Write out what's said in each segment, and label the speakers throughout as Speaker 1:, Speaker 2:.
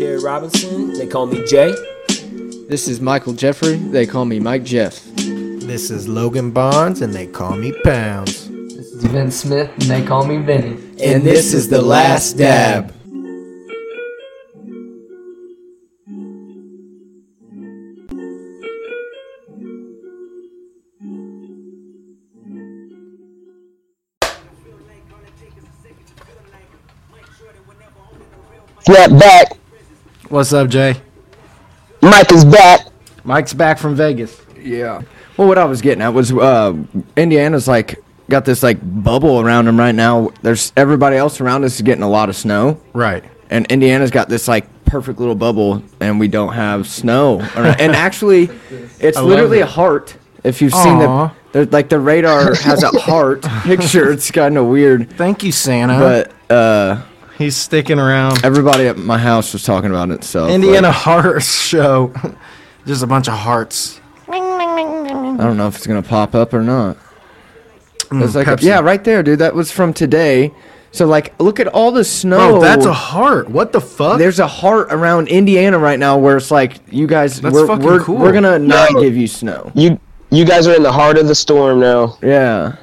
Speaker 1: Robinson. They call me Jay.
Speaker 2: This is Michael Jeffrey. They call me Mike Jeff.
Speaker 3: This is Logan Bonds, and they call me Pounds.
Speaker 4: This is Vin Smith, and they call me Vinny.
Speaker 3: And this is the last dab.
Speaker 5: Snap back.
Speaker 6: What's up, Jay?
Speaker 5: Mike is back.
Speaker 6: Mike's back from Vegas.
Speaker 7: Yeah. Well, what I was getting at was uh, Indiana's like got this like bubble around them right now. There's everybody else around us is getting a lot of snow,
Speaker 6: Right.
Speaker 7: and Indiana's got this like perfect little bubble, and we don't have snow. around- and actually, it's
Speaker 6: love
Speaker 7: literally
Speaker 6: it.
Speaker 7: a heart. If you've seen
Speaker 6: Aw.
Speaker 7: the, they're- like the radar has a heart picture. It's kind of weird,
Speaker 6: Thank you, Santa.
Speaker 7: but uh,
Speaker 6: He's sticking around.
Speaker 7: everybody at my house was talking about it. So like,
Speaker 6: Indiana Horror Show. Just a bunch of hearts.
Speaker 7: I don't know if it's gonna pop up or not. It's like a-
Speaker 6: Mm, Pepsi.
Speaker 7: yeah, right there, dude. That was from today. So like, look at all the snow.
Speaker 6: Bro, that's a heart. What the fuck?
Speaker 7: Oh. There's a heart around Indiana right now where it's like, you guys,
Speaker 6: That's
Speaker 7: we're
Speaker 6: fucking
Speaker 7: we're,
Speaker 6: cool.
Speaker 7: we're gonna not
Speaker 5: No.
Speaker 7: give you snow.
Speaker 5: You you guys are in the heart of the storm now.
Speaker 7: Yeah,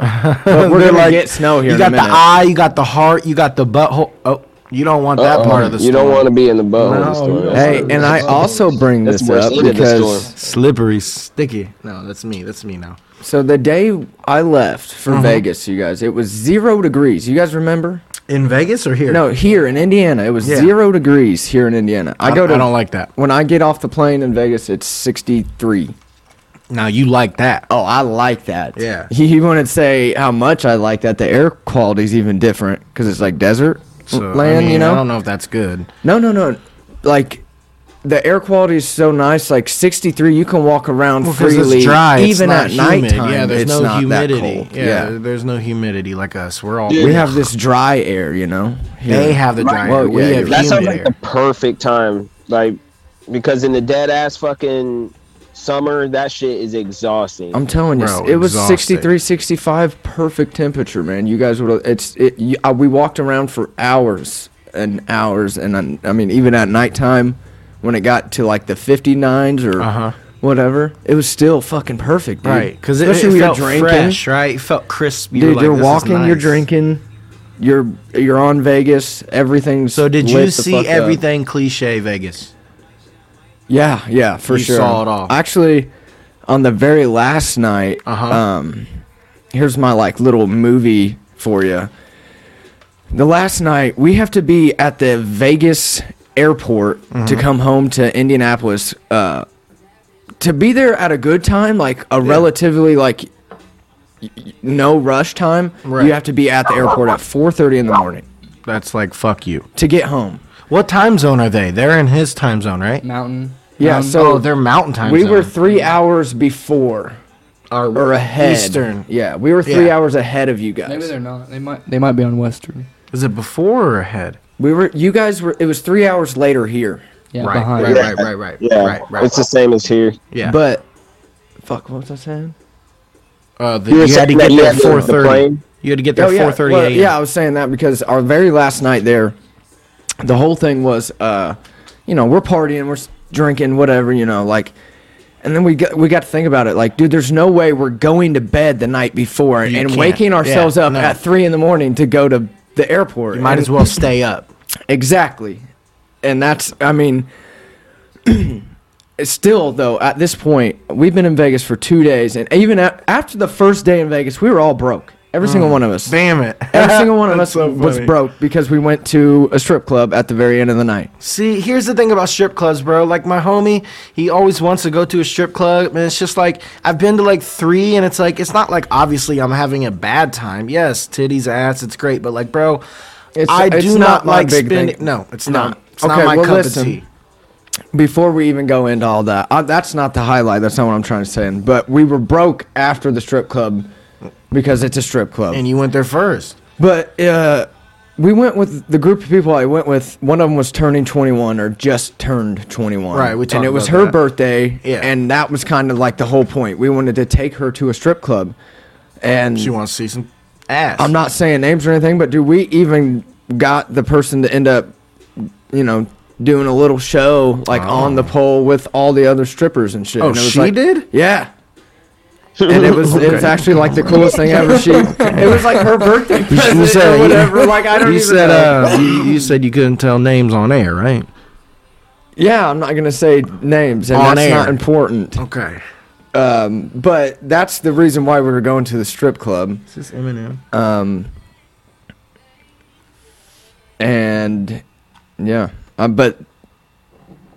Speaker 7: but we're
Speaker 6: They're
Speaker 7: gonna
Speaker 6: like,
Speaker 7: get snow here.
Speaker 6: You got the eye, you got the heart, you got the butthole. Oh, you don't want that
Speaker 7: Uh-uh.
Speaker 5: Uh-oh.
Speaker 6: part of the
Speaker 5: You don't
Speaker 6: story.
Speaker 5: want to be in the boat of the
Speaker 6: No,
Speaker 5: storm.
Speaker 6: you don't.
Speaker 7: Hey, and I also bring
Speaker 5: That's
Speaker 7: this
Speaker 5: worse
Speaker 7: up
Speaker 5: than the storm.
Speaker 7: because
Speaker 6: Slippery, sticky. No, that's me. That's me now.
Speaker 7: so the day I left for
Speaker 6: Mm-hmm.
Speaker 7: Vegas, you guys, it was zero degrees. You guys remember?
Speaker 6: In Vegas or here?
Speaker 7: No, here in Indiana, it was
Speaker 6: Yeah.
Speaker 7: zero degrees here in Indiana. I,
Speaker 6: I,
Speaker 7: go to
Speaker 6: I don't like that.
Speaker 7: when I get off the plane in Vegas, it's 63.
Speaker 6: Now you like that.
Speaker 7: Oh, I like that.
Speaker 6: Yeah.
Speaker 7: He, he wouldn't say how much I like that. The air quality's even different because it's like desert
Speaker 6: So, I
Speaker 7: land,
Speaker 6: mean,
Speaker 7: you know?
Speaker 6: I don't know if that's good.
Speaker 7: No, no, no. Like, the air quality is so nice. Like 63, you can walk around
Speaker 6: 'cause
Speaker 7: freely,
Speaker 6: it's dry. it's
Speaker 7: even
Speaker 6: not
Speaker 7: at
Speaker 6: humid.
Speaker 7: nighttime.
Speaker 6: Yeah, there's
Speaker 7: it's
Speaker 6: no
Speaker 7: not That
Speaker 6: humidity.
Speaker 7: cold.
Speaker 6: Yeah, there- there's no humidity like us. We're all.
Speaker 7: we have this dry air, you know. here.
Speaker 6: They have the dry
Speaker 7: Well,
Speaker 6: air. We
Speaker 7: yeah,
Speaker 6: have
Speaker 7: you're
Speaker 5: That
Speaker 6: humid
Speaker 5: sounds like
Speaker 6: air.
Speaker 5: the perfect time, like because in the dead ass fucking summer, that shit is exhausting.
Speaker 7: I'm telling you,
Speaker 6: Bro,
Speaker 7: it was
Speaker 6: exhausted.
Speaker 7: 63, 65, perfect temperature, man. You guys would. It's it. You, uh, we walked around for hours and hours, and I, I mean, even at nighttime, when it got to like the 59s or
Speaker 6: Uh-huh.
Speaker 7: whatever, it was still fucking perfect, dude.
Speaker 6: Right, because it,
Speaker 7: Especially
Speaker 6: it
Speaker 7: when
Speaker 6: felt fresh, right? It felt crisp. You were
Speaker 7: dude.
Speaker 6: like,
Speaker 7: you're
Speaker 6: "This is
Speaker 7: walking, you're
Speaker 6: nice."
Speaker 7: drinking, you're you're on Vegas. Everything's
Speaker 6: So did
Speaker 7: lit
Speaker 6: you
Speaker 7: the fuck
Speaker 6: see
Speaker 7: up.
Speaker 6: everything cliche Vegas?
Speaker 7: Yeah, yeah, for
Speaker 6: You
Speaker 7: sure.
Speaker 6: saw it all.
Speaker 7: Actually, on the very last night,
Speaker 6: Uh-huh.
Speaker 7: um, here's my like little movie for you. The last night we have to be at the Vegas airport to
Speaker 6: Mm-hmm.
Speaker 7: come home to Indianapolis. Uh, to be there at a good time, like a relatively like y- y- no rush time,
Speaker 6: Right.
Speaker 7: you have to be at the airport at 4:30 in the morning
Speaker 6: That's like fuck you.
Speaker 7: to get home.
Speaker 6: What time zone are they? They're in his time zone, right?
Speaker 2: Mountain.
Speaker 7: Yeah,
Speaker 2: Um,
Speaker 7: so
Speaker 6: oh, they're mountain time.
Speaker 7: we
Speaker 6: zone.
Speaker 7: were three hours before or ahead.
Speaker 6: Eastern.
Speaker 7: Yeah, we were three
Speaker 6: Yeah.
Speaker 7: hours ahead of you guys.
Speaker 2: Maybe they're not. They might. They might be on Western.
Speaker 6: Is it before or ahead?
Speaker 7: we were. You guys were. It was three hours later here.
Speaker 2: Yeah,
Speaker 6: right,
Speaker 2: behind.
Speaker 6: right, right, right, right,
Speaker 5: yeah,
Speaker 6: right, right.
Speaker 5: it's the same as here.
Speaker 6: yeah,
Speaker 7: But fuck, what was I saying?
Speaker 6: uh, the,
Speaker 5: You were
Speaker 6: you had to
Speaker 5: saying
Speaker 6: get
Speaker 5: that you
Speaker 6: there
Speaker 5: had the- the
Speaker 6: four thirty.
Speaker 5: plane?
Speaker 6: You had to get there
Speaker 7: Oh, yeah.
Speaker 6: four thirty
Speaker 7: well,
Speaker 6: a.m.
Speaker 7: yeah, I was saying that because our very last night there, the whole thing was, uh, you know, we're partying, we're s- drinking, whatever, you know, like. And then we got, we got to think about it, like, dude, there's no way we're going to bed the night before
Speaker 6: You
Speaker 7: and
Speaker 6: can't.
Speaker 7: waking
Speaker 6: Yeah,
Speaker 7: ourselves up
Speaker 6: no.
Speaker 7: at three in the morning to go to the airport.
Speaker 6: You might
Speaker 7: And-
Speaker 6: as well stay up.
Speaker 7: Exactly. And that's, I mean, it's still, though, at this point, we've been in Vegas for two days. And even a- after the first day in Vegas, we were all broke. Every single one of us.
Speaker 6: Mm. Damn it!
Speaker 7: Every single one of
Speaker 6: That's
Speaker 7: us
Speaker 6: so
Speaker 7: was
Speaker 6: funny.
Speaker 7: broke because we went to a strip club at the very end of the night.
Speaker 6: See, here's the thing about strip clubs, bro. Like my homie, he always wants to go to a strip club, and it's just like I've been to like three, and it's like it's not like obviously I'm having a bad time. Yes, titties, ass, it's great, but like, bro,
Speaker 7: It's-
Speaker 6: I
Speaker 7: it's
Speaker 6: do
Speaker 7: not
Speaker 6: not,
Speaker 7: my
Speaker 6: like
Speaker 7: big
Speaker 6: spending.
Speaker 7: thing.
Speaker 6: No, it's
Speaker 7: No.
Speaker 6: not. It's
Speaker 7: Okay,
Speaker 6: not my
Speaker 7: well,
Speaker 6: cup
Speaker 7: listen.
Speaker 6: of tea.
Speaker 7: Before we even go into all that, uh, that's not the highlight. That's not what I'm trying to say. But we were broke after the strip club because it's a strip club.
Speaker 6: And you went there first.
Speaker 7: But uh, we went with the group of people I went with. One of them was turning 21 or just turned 21.
Speaker 6: Right, we
Speaker 7: and
Speaker 6: talked
Speaker 7: it was
Speaker 6: about
Speaker 7: her
Speaker 6: that.
Speaker 7: birthday.
Speaker 6: Yeah.
Speaker 7: and that was kind of like the whole point. We wanted to take her to a strip club, and
Speaker 6: She wants to see some ass.
Speaker 7: I'm not saying names or anything, but do we even got the person to end up, you know, doing a little show like on the pole with all the other strippers and shit.
Speaker 6: Oh,
Speaker 7: and it was
Speaker 6: she
Speaker 7: like-
Speaker 6: did?
Speaker 7: Yeah. and it was it was actually like the coolest thing ever. She it was like her birthday present
Speaker 6: said-
Speaker 7: or whatever. Like I don't
Speaker 6: You
Speaker 7: even
Speaker 6: said
Speaker 7: know.
Speaker 6: uh, you, you said you couldn't tell names on air, right?
Speaker 7: yeah, I'm not gonna say names, and
Speaker 6: On
Speaker 7: that's
Speaker 6: air.
Speaker 7: not important.
Speaker 6: Okay.
Speaker 7: Um, but that's the reason why we were going to the strip club.
Speaker 6: This is Eminem.
Speaker 7: Um, and yeah, uh, but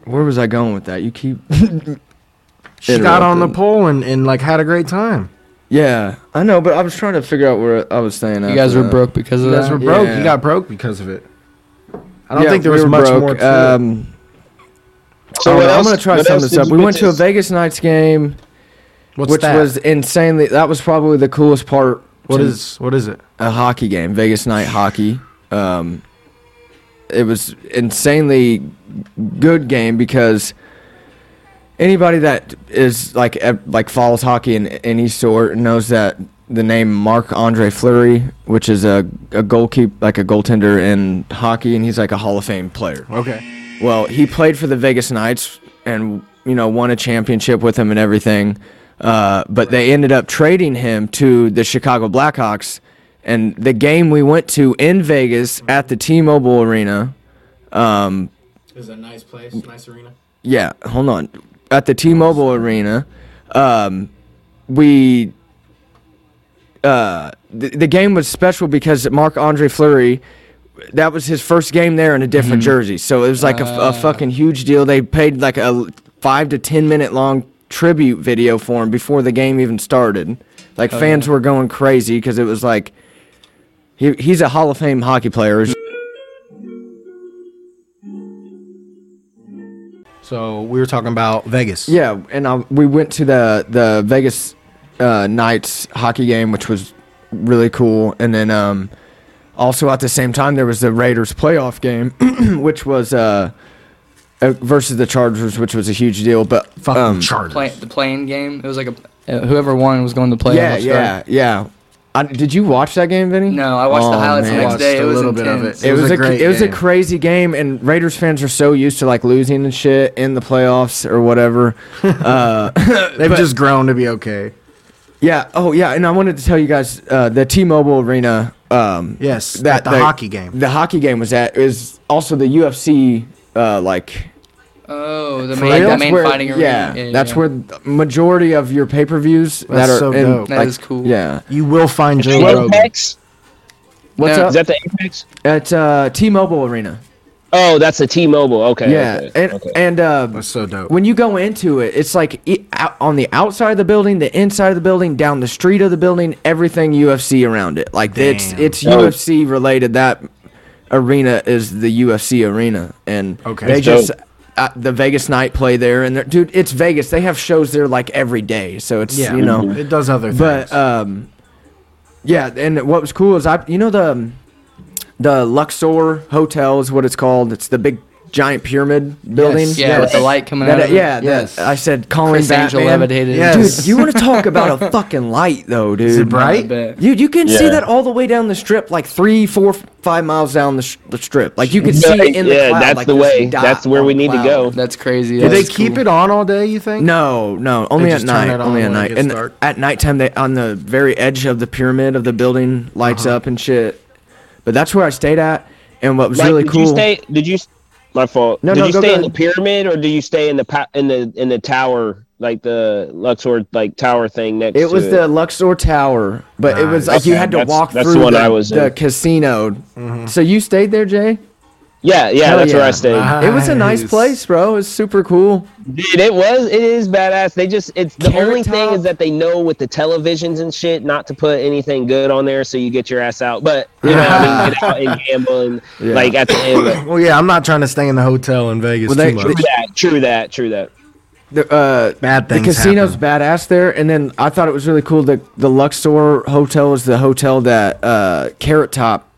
Speaker 7: where was I going with that? You keep,
Speaker 6: She got on the
Speaker 7: Interrupted.
Speaker 6: pole and, and like had a great time.
Speaker 7: yeah, I know, but I was trying to figure out where I was staying.
Speaker 2: You guys were broke because of
Speaker 6: You guys
Speaker 2: that.
Speaker 6: were broke.
Speaker 7: Yeah.
Speaker 6: You got broke because of it. I don't think there was much more. To it.
Speaker 7: um,
Speaker 5: So what
Speaker 7: I'm
Speaker 5: else?
Speaker 7: gonna try to
Speaker 5: what
Speaker 7: sum
Speaker 5: else
Speaker 7: this
Speaker 5: did
Speaker 7: up.
Speaker 5: you
Speaker 7: We
Speaker 5: get
Speaker 7: went to a Vegas Nights game,
Speaker 6: What's
Speaker 7: which
Speaker 6: that?
Speaker 7: was insanely. That was probably the coolest part.
Speaker 6: what
Speaker 7: to
Speaker 6: is what is it?
Speaker 7: a hockey game, Vegas night hockey. Um, it was insanely good game because anybody that is like eh, like follows hockey in any sort knows that the name Marc Andre Fleury, which is a a goalkeeper like a goaltender in hockey, and he's like a Hall of Fame player.
Speaker 6: Okay.
Speaker 7: Well, he played for the Vegas Knights and you know won a championship with him and everything. Uh, but they ended up trading him to the Chicago Blackhawks. And the game we went to in Vegas at the T-Mobile Arena, um,
Speaker 2: It was a nice place, nice arena.
Speaker 7: yeah, hold on, at the T-Mobile Arena, um, we uh, the, the game was special because Marc Andre Fleury, that was his first game there in a different jersey. So it was like a f- a, fucking huge deal. They paid like a l- five to ten minute long tribute video for him before the game even started. Like fans were going crazy because it was like he, he's a Hall of Fame hockey player.
Speaker 6: So we were talking about Vegas.
Speaker 7: Yeah, and I, we went to the the Vegas uh, Knights hockey game, which was really cool. And then um, also at the same time, there was the Raiders playoff game, which was uh, uh, versus the Chargers, which was a huge deal. But
Speaker 6: Fucking
Speaker 7: um,
Speaker 6: Chargers.
Speaker 4: Play, the playing game. It was like a uh, whoever won was going to play.
Speaker 7: yeah, yeah, yeah. I, did you watch that game, Vinny?
Speaker 4: No, I watched the
Speaker 7: Oh,
Speaker 4: highlights
Speaker 7: man.
Speaker 4: the next
Speaker 6: Watched
Speaker 4: day.
Speaker 6: a
Speaker 4: it was
Speaker 6: little bit of
Speaker 4: intense.
Speaker 7: It, was, a,
Speaker 6: great
Speaker 7: it was a
Speaker 6: game.
Speaker 7: crazy game, and Raiders fans are so used to like losing and shit in the playoffs or whatever. uh,
Speaker 6: They've just grown to be okay.
Speaker 7: Yeah. Oh, yeah. And I wanted to tell you guys uh, the T-Mobile Arena. Um,
Speaker 6: Yes, at the hockey game.
Speaker 7: The hockey game was at is also the UFC. Uh, like
Speaker 4: Oh, the
Speaker 7: for
Speaker 4: main,
Speaker 7: real?
Speaker 4: the main
Speaker 7: where-
Speaker 4: fighting arena.
Speaker 7: Yeah, that's where the majority of your pay-per-views that
Speaker 6: That's
Speaker 7: are
Speaker 6: so
Speaker 7: in,
Speaker 6: dope.
Speaker 4: That
Speaker 7: like,
Speaker 4: is cool.
Speaker 7: Yeah.
Speaker 6: You will find Joe
Speaker 5: to?
Speaker 6: Rogan.
Speaker 5: Apex?
Speaker 7: What's
Speaker 4: No.
Speaker 5: Is that
Speaker 7: up
Speaker 5: the Apex?
Speaker 7: at uh, T-Mobile Arena?
Speaker 5: Oh, that's a T-Mobile. Okay.
Speaker 7: yeah,
Speaker 5: okay,
Speaker 7: and
Speaker 5: okay.
Speaker 7: and uh,
Speaker 6: That's so dope.
Speaker 7: when you go into it, it's like e- out, on the outside of the building, the inside of the building, down the street of the building, everything UFC around it. Like it's
Speaker 6: Damn.
Speaker 7: it's
Speaker 5: That was-
Speaker 7: UFC related. That arena is the UFC arena, and
Speaker 6: Okay.
Speaker 7: they
Speaker 6: That's
Speaker 7: just
Speaker 5: dope.
Speaker 7: uh, the Vegas night play there, and they're- dude, it's Vegas. They have shows there like every day, so it's
Speaker 6: yeah,
Speaker 7: you know,
Speaker 5: Mm-hmm.
Speaker 6: it does other things.
Speaker 7: but um, yeah. And what was cool is I you know the um, the Luxor Hotel is what it's called. It's the big giant pyramid building.
Speaker 4: yeah, with the light coming
Speaker 7: That,
Speaker 4: out.
Speaker 7: uh,
Speaker 4: of it.
Speaker 7: yeah,
Speaker 6: Yes.
Speaker 7: that, I said Colin
Speaker 4: Chris Angel
Speaker 7: Batman.
Speaker 4: levitated.
Speaker 6: Yeah.
Speaker 7: Dude, you want to talk about a fucking light, though, dude.
Speaker 6: is it bright?
Speaker 4: But
Speaker 7: Dude, you can see
Speaker 5: Yeah.
Speaker 7: that all the way down the strip, like three, four, five miles down the, sh- the strip. Like you can see it in the
Speaker 5: yeah,
Speaker 7: cloud.
Speaker 5: that's
Speaker 7: like
Speaker 5: the
Speaker 7: this
Speaker 5: way.
Speaker 7: dot
Speaker 5: That's where
Speaker 7: on
Speaker 5: we
Speaker 7: the
Speaker 5: need to
Speaker 7: cloud.
Speaker 5: go.
Speaker 4: that's crazy.
Speaker 6: Do
Speaker 4: That's
Speaker 6: they keep it on all day? You think?
Speaker 7: No, no, only at
Speaker 6: just turn
Speaker 7: night.
Speaker 6: it on
Speaker 7: Only at
Speaker 6: when it
Speaker 7: night.
Speaker 6: gets
Speaker 7: And
Speaker 6: dark?
Speaker 7: at nighttime, they on the very edge of the pyramid of the building lights
Speaker 6: Uh-huh.
Speaker 7: up and shit. But that's where I stayed at, and what was
Speaker 5: Mike,
Speaker 7: really
Speaker 5: did
Speaker 7: cool.
Speaker 5: You stay, did you? My fault.
Speaker 7: No,
Speaker 5: did
Speaker 7: no,
Speaker 5: you
Speaker 7: go-
Speaker 5: stay
Speaker 7: go
Speaker 5: in the
Speaker 7: ahead.
Speaker 5: pyramid or do you stay in the pa- in the in the tower like the Luxor like tower thing next?
Speaker 7: It was
Speaker 5: to
Speaker 7: the Luxor Tower, but it was
Speaker 6: Nice.
Speaker 7: like you
Speaker 5: Okay,
Speaker 7: had to
Speaker 5: that's-
Speaker 7: walk
Speaker 5: that's the
Speaker 7: through
Speaker 5: one I was
Speaker 7: the
Speaker 5: in.
Speaker 7: casino.
Speaker 6: Mm-hmm.
Speaker 7: So you stayed there, Jay?
Speaker 5: Yeah, yeah,
Speaker 7: Hell
Speaker 5: that's where
Speaker 7: yeah. Uh-huh.
Speaker 5: I stayed.
Speaker 7: It was a nice
Speaker 6: Nice.
Speaker 7: place, bro. It was super cool.
Speaker 5: Dude, it was. It is badass. They just. It's the
Speaker 7: Carrot
Speaker 5: only thing
Speaker 7: Top.
Speaker 5: is that they know with the televisions and shit not to put anything good on there, so you get your ass out. But you know, I mean, get out and gamble and like at the end. Like,
Speaker 6: Well, yeah, I'm not trying to stay in the hotel in Vegas
Speaker 7: Well, they-
Speaker 6: too much.
Speaker 5: true that. True that. True that.
Speaker 7: The, uh,
Speaker 6: Bad
Speaker 7: the
Speaker 6: things
Speaker 7: casino's
Speaker 6: happen.
Speaker 7: badass there, and then I thought it was really cool. The the Luxor Hotel is the hotel that uh, Carrot Top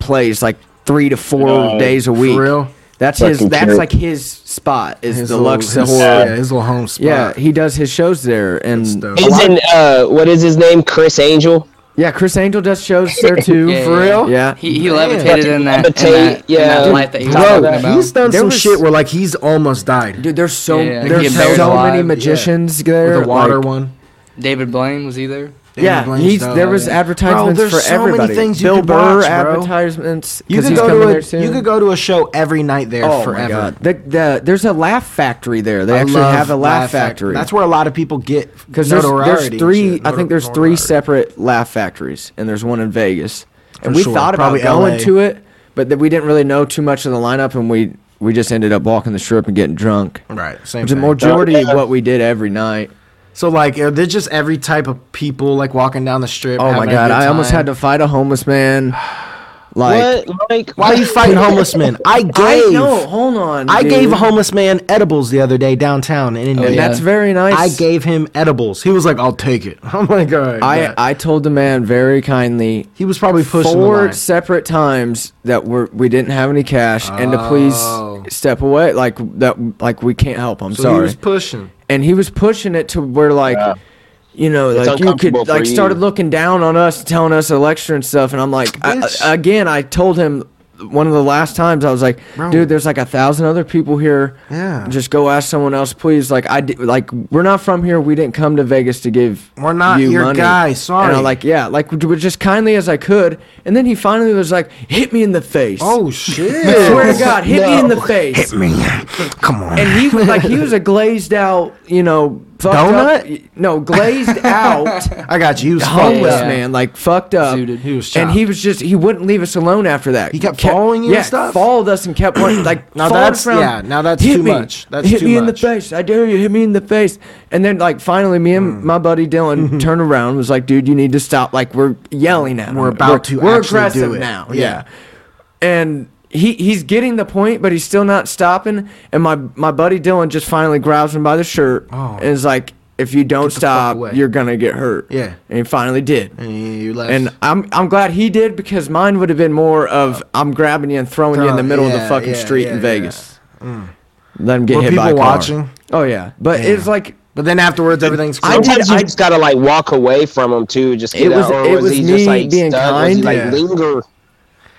Speaker 7: plays like three to four
Speaker 5: Uh,
Speaker 7: days a week.
Speaker 6: real?
Speaker 7: That's his.
Speaker 5: Fucking
Speaker 7: That's
Speaker 5: Carrot.
Speaker 7: like his spot. Is
Speaker 6: His
Speaker 7: the
Speaker 6: little-
Speaker 7: Luxor?
Speaker 6: his- Yeah, his little home spot.
Speaker 7: yeah, he does his shows there, and
Speaker 6: dope.
Speaker 7: a lot-
Speaker 5: Isn't uh, what is his name? Chris Angel.
Speaker 7: Yeah, Chris Angel does shows there too.
Speaker 4: Yeah,
Speaker 7: for
Speaker 4: yeah,
Speaker 7: real?
Speaker 6: yeah.
Speaker 7: Yeah.
Speaker 4: He, he levitated in that, in that, in
Speaker 5: Yeah.
Speaker 4: that light that he was
Speaker 6: Bro,
Speaker 4: talking about.
Speaker 6: he's done
Speaker 7: There
Speaker 6: some
Speaker 7: was-
Speaker 6: shit where like he's almost died.
Speaker 7: Dude, there's so
Speaker 4: Yeah, like
Speaker 7: there's
Speaker 4: he
Speaker 7: so,
Speaker 4: appears alive.
Speaker 7: many magicians there.
Speaker 6: the water
Speaker 7: like-
Speaker 6: one.
Speaker 4: David Blaine was he there?
Speaker 7: yeah,
Speaker 6: Blaine
Speaker 7: he's,
Speaker 6: Stone.
Speaker 7: there was
Speaker 6: Yeah.
Speaker 7: advertisements
Speaker 6: there's
Speaker 7: for
Speaker 6: so many
Speaker 7: everybody.
Speaker 6: things you
Speaker 7: Bill
Speaker 6: could
Speaker 7: Burr
Speaker 6: watch, bro.
Speaker 7: advertisements
Speaker 6: You
Speaker 7: because
Speaker 6: could
Speaker 7: he's
Speaker 6: go
Speaker 7: coming
Speaker 6: to
Speaker 7: there
Speaker 6: a
Speaker 7: soon.
Speaker 6: you could go to a show every night there
Speaker 7: oh my
Speaker 6: forever.
Speaker 7: god, the, the, there's a Laugh Factory there. They
Speaker 6: I
Speaker 7: actually
Speaker 6: love
Speaker 7: have a Laugh,
Speaker 6: Fac-
Speaker 7: Factory.
Speaker 6: That's where a lot of people get
Speaker 7: because there's,
Speaker 6: notoriety.
Speaker 7: there's
Speaker 6: and
Speaker 7: three.
Speaker 6: shit.
Speaker 7: I think there's three separate Laugh Factories, and there's one in Vegas. And
Speaker 6: For
Speaker 7: we
Speaker 6: sure.
Speaker 7: thought about
Speaker 6: Probably
Speaker 7: going
Speaker 6: LA.
Speaker 7: to it, but that we didn't really know too much of the lineup, and we we just ended up walking the strip and getting drunk.
Speaker 6: Right, same
Speaker 7: Which is
Speaker 6: thing.
Speaker 7: the majority of what we did every night.
Speaker 6: so like uh, they're just every type of people like walking down the strip.
Speaker 7: Oh my
Speaker 6: having a
Speaker 7: god,
Speaker 6: good
Speaker 7: I almost
Speaker 6: time.
Speaker 7: had to fight a homeless man. Like
Speaker 5: what, Mike?
Speaker 6: Why are you fighting homeless men? I gave I,
Speaker 7: hold on.
Speaker 6: gave a homeless man edibles the other day downtown in Indiana.
Speaker 7: And
Speaker 4: yeah.
Speaker 7: that's very nice.
Speaker 6: I gave him edibles. He was like, "I'll take it." Oh I'm like, "All right."
Speaker 7: I, uh,
Speaker 6: bet."
Speaker 7: I told the man very kindly
Speaker 6: he was probably pushing the
Speaker 7: four
Speaker 6: line.
Speaker 7: separate times that we're we didn't have any cash and to
Speaker 6: Oh.
Speaker 7: please step away like that like we can't help. I'm
Speaker 6: So he
Speaker 7: sorry.
Speaker 6: was pushing.
Speaker 7: and he was pushing it to where like you know
Speaker 5: It's
Speaker 7: like you could
Speaker 5: uncomfortable for
Speaker 7: like
Speaker 5: you.
Speaker 7: started looking down on us telling us a lecture and stuff and i'm like I,
Speaker 6: Bitch.
Speaker 7: I- again i told him one of the last times i was like dude there's like a thousand other people here
Speaker 6: Yeah.
Speaker 7: just go ask someone else please like i di- like we're not from here we didn't come to vegas to give
Speaker 6: We're not
Speaker 7: you
Speaker 6: your
Speaker 7: money.
Speaker 6: guy,
Speaker 7: and
Speaker 6: sorry.
Speaker 7: i like yeah like d- but just kindly as i could and then he finally was like hit me in the face
Speaker 6: Oh
Speaker 7: I swear
Speaker 6: shit!
Speaker 7: to God, hit me in the face
Speaker 6: Come on.
Speaker 7: and he was like he was a glazed out, you know, fucked up- no, glazed out
Speaker 6: I got you. He was
Speaker 7: homeless
Speaker 6: fucked up.
Speaker 4: Yeah.
Speaker 7: man, like fucked up.
Speaker 4: Zooted.
Speaker 6: He was
Speaker 7: and he
Speaker 6: chopped.
Speaker 7: was just he wouldn't leave us alone after that.
Speaker 6: He kept
Speaker 7: Ke-
Speaker 6: following you and
Speaker 7: yeah,
Speaker 6: stuff?
Speaker 7: Followed us and kept wanting, like
Speaker 6: Now
Speaker 7: followed us
Speaker 6: that's-
Speaker 7: around,
Speaker 6: yeah, now that's
Speaker 7: "Hit
Speaker 6: too
Speaker 7: me.
Speaker 6: much. That's
Speaker 7: hit
Speaker 6: too
Speaker 7: me in the
Speaker 6: much."
Speaker 7: face. I dare you, hit me in the face. And then like finally me
Speaker 6: Mm.
Speaker 7: and my buddy
Speaker 6: Mm-hmm.
Speaker 7: Dylan turned around and was like, dude, you need to stop. Like we're yelling at him.
Speaker 6: We're about to
Speaker 7: we're
Speaker 6: actually
Speaker 7: aggressive
Speaker 6: do it.
Speaker 7: now.
Speaker 6: Yeah.
Speaker 7: yeah and he he's getting the point, but he's still not stopping. And my my buddy Dylan just finally grabs him by the shirt
Speaker 6: Oh.
Speaker 7: and is like, "If you don't
Speaker 6: away."
Speaker 7: stop, you're gonna get hurt."
Speaker 6: Yeah.
Speaker 7: and he finally did.
Speaker 6: And you left.
Speaker 7: And I'm I'm glad he did because mine would have been more of I'm grabbing you and throwing you in the
Speaker 6: Throwing-
Speaker 7: middle of
Speaker 6: yeah,
Speaker 7: the fucking
Speaker 6: yeah,
Speaker 7: street
Speaker 6: yeah,
Speaker 7: in
Speaker 6: yeah.
Speaker 7: Vegas. Let him get
Speaker 6: Were
Speaker 7: hit by a
Speaker 6: people
Speaker 7: car.
Speaker 6: watching?
Speaker 7: Oh yeah, but it's like
Speaker 6: but then afterwards, everything's.
Speaker 7: I
Speaker 6: cool.
Speaker 7: did-
Speaker 5: Sometimes you just gotta like walk away from him too. Just
Speaker 7: It
Speaker 5: get
Speaker 7: was-
Speaker 5: out, or
Speaker 7: it
Speaker 5: was,
Speaker 7: was
Speaker 5: he
Speaker 7: me
Speaker 5: just like
Speaker 7: being
Speaker 5: stuck? Was he,
Speaker 7: kind.
Speaker 5: like
Speaker 6: Yeah.
Speaker 5: linger,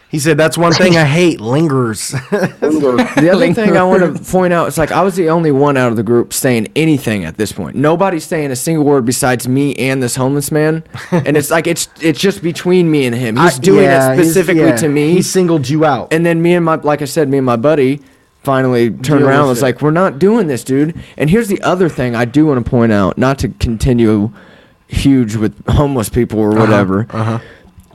Speaker 6: He said that's one thing I hate: lingers.
Speaker 5: linger.
Speaker 7: The other thing I want to point out is like I was the only one out of the group saying anything at this point. Nobody's saying a single word besides me and this homeless man. And it's like it's it's just between me and him. He's
Speaker 6: I-
Speaker 7: doing
Speaker 6: yeah,
Speaker 7: it
Speaker 6: he's-
Speaker 7: specifically
Speaker 6: yeah,
Speaker 7: to me.
Speaker 6: He singled you out.
Speaker 7: and then me and my like I said, me and my buddy finally turned around
Speaker 6: Deal with
Speaker 7: and was
Speaker 6: it.
Speaker 7: like, We're not doing this, dude. And here's the other thing I do want to point out, not to continue huge with homeless people or
Speaker 6: Uh-huh,
Speaker 7: whatever.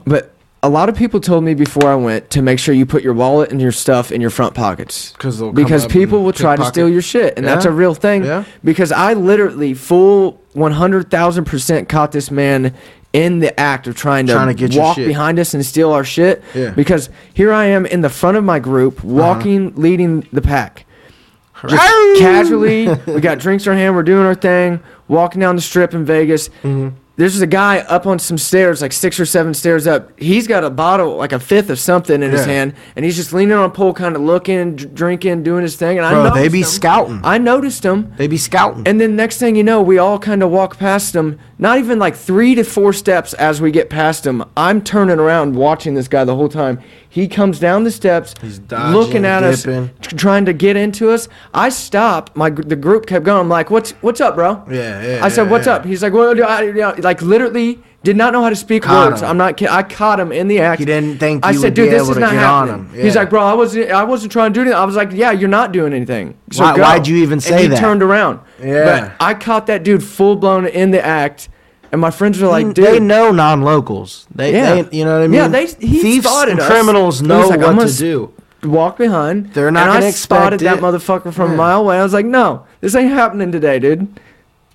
Speaker 7: But a lot of people told me before I went to make sure you put your wallet and your stuff in your front pockets
Speaker 6: 'Cause they'll come
Speaker 7: because
Speaker 6: up
Speaker 7: people
Speaker 6: and
Speaker 7: will try to
Speaker 6: pickpocket.
Speaker 7: steal your shit, and that's
Speaker 6: Yeah.
Speaker 7: a real thing.
Speaker 6: Yeah.
Speaker 7: Because I literally full one hundred thousand percent caught this man in the act of trying to,
Speaker 6: Trying to get your
Speaker 7: walk
Speaker 6: shit.
Speaker 7: behind us and steal our shit.
Speaker 6: Yeah. Uh-huh.
Speaker 7: Because here I am in the front of my group, walking, leading the pack. Just casually, we got drinks in our hand. We're doing our thing, walking down the strip in Vegas.
Speaker 6: Mm-hmm.
Speaker 7: There's a guy up on some stairs, like six or seven stairs up. He's got a bottle, like a fifth of something, in his
Speaker 6: Yeah.
Speaker 7: hand, and he's just leaning on a pole, kind of looking, dr- drinking, doing his thing. And I
Speaker 6: Bro,
Speaker 7: noticed
Speaker 6: they be
Speaker 7: him.
Speaker 6: scouting.
Speaker 7: I noticed him,
Speaker 6: They be scouting.
Speaker 7: and then next thing you know, we all kind of walk past him. Not even like three to four steps as we get past him. I'm turning around, watching this guy the whole time. He comes down the steps,
Speaker 6: He's dodging,
Speaker 7: looking at
Speaker 6: dipping.
Speaker 7: us, t- trying to get into us. I stopped. My gr- the group kept going. I'm like, "What's what's up, bro?"
Speaker 6: Yeah, yeah,
Speaker 7: I said,
Speaker 6: yeah,
Speaker 7: "What's
Speaker 6: yeah.
Speaker 7: up?" He's like, "Well, do I, do I-" like literally." Did not know how to speak
Speaker 6: Caught
Speaker 7: words.
Speaker 6: him.
Speaker 7: I'm not kidding. I caught him in the act.
Speaker 6: He didn't think
Speaker 7: I
Speaker 6: you
Speaker 7: said,
Speaker 6: would
Speaker 7: "Dude,
Speaker 6: be
Speaker 7: this
Speaker 6: able
Speaker 7: is
Speaker 6: to
Speaker 7: not
Speaker 6: get on
Speaker 7: happening."
Speaker 6: him.
Speaker 7: He's
Speaker 6: Yeah.
Speaker 7: like, "Bro, I wasn't. I wasn't trying to do anything." I was like, "Yeah, you're not doing anything." So
Speaker 6: Why-
Speaker 7: go."
Speaker 6: why'd you even
Speaker 7: And
Speaker 6: say
Speaker 7: he
Speaker 6: that?
Speaker 7: turned around.
Speaker 6: Yeah.
Speaker 7: But I caught that dude full blown in the act, and my friends were like, dude.
Speaker 6: Mm, they know non-locals. They,
Speaker 7: Yeah.
Speaker 6: they- you know what I mean.
Speaker 7: Yeah, they- he
Speaker 6: thieves
Speaker 7: spotted
Speaker 6: and
Speaker 7: us.
Speaker 6: criminals
Speaker 7: He was
Speaker 6: know
Speaker 7: like, I'm
Speaker 6: what
Speaker 7: gonna
Speaker 6: to
Speaker 7: s-
Speaker 6: do.
Speaker 7: Walk behind.
Speaker 6: They're not
Speaker 7: and
Speaker 6: gonna
Speaker 7: I
Speaker 6: expect
Speaker 7: spotted that
Speaker 6: it.
Speaker 7: motherfucker from a mile away. I was like, no, this ain't happening today, dude.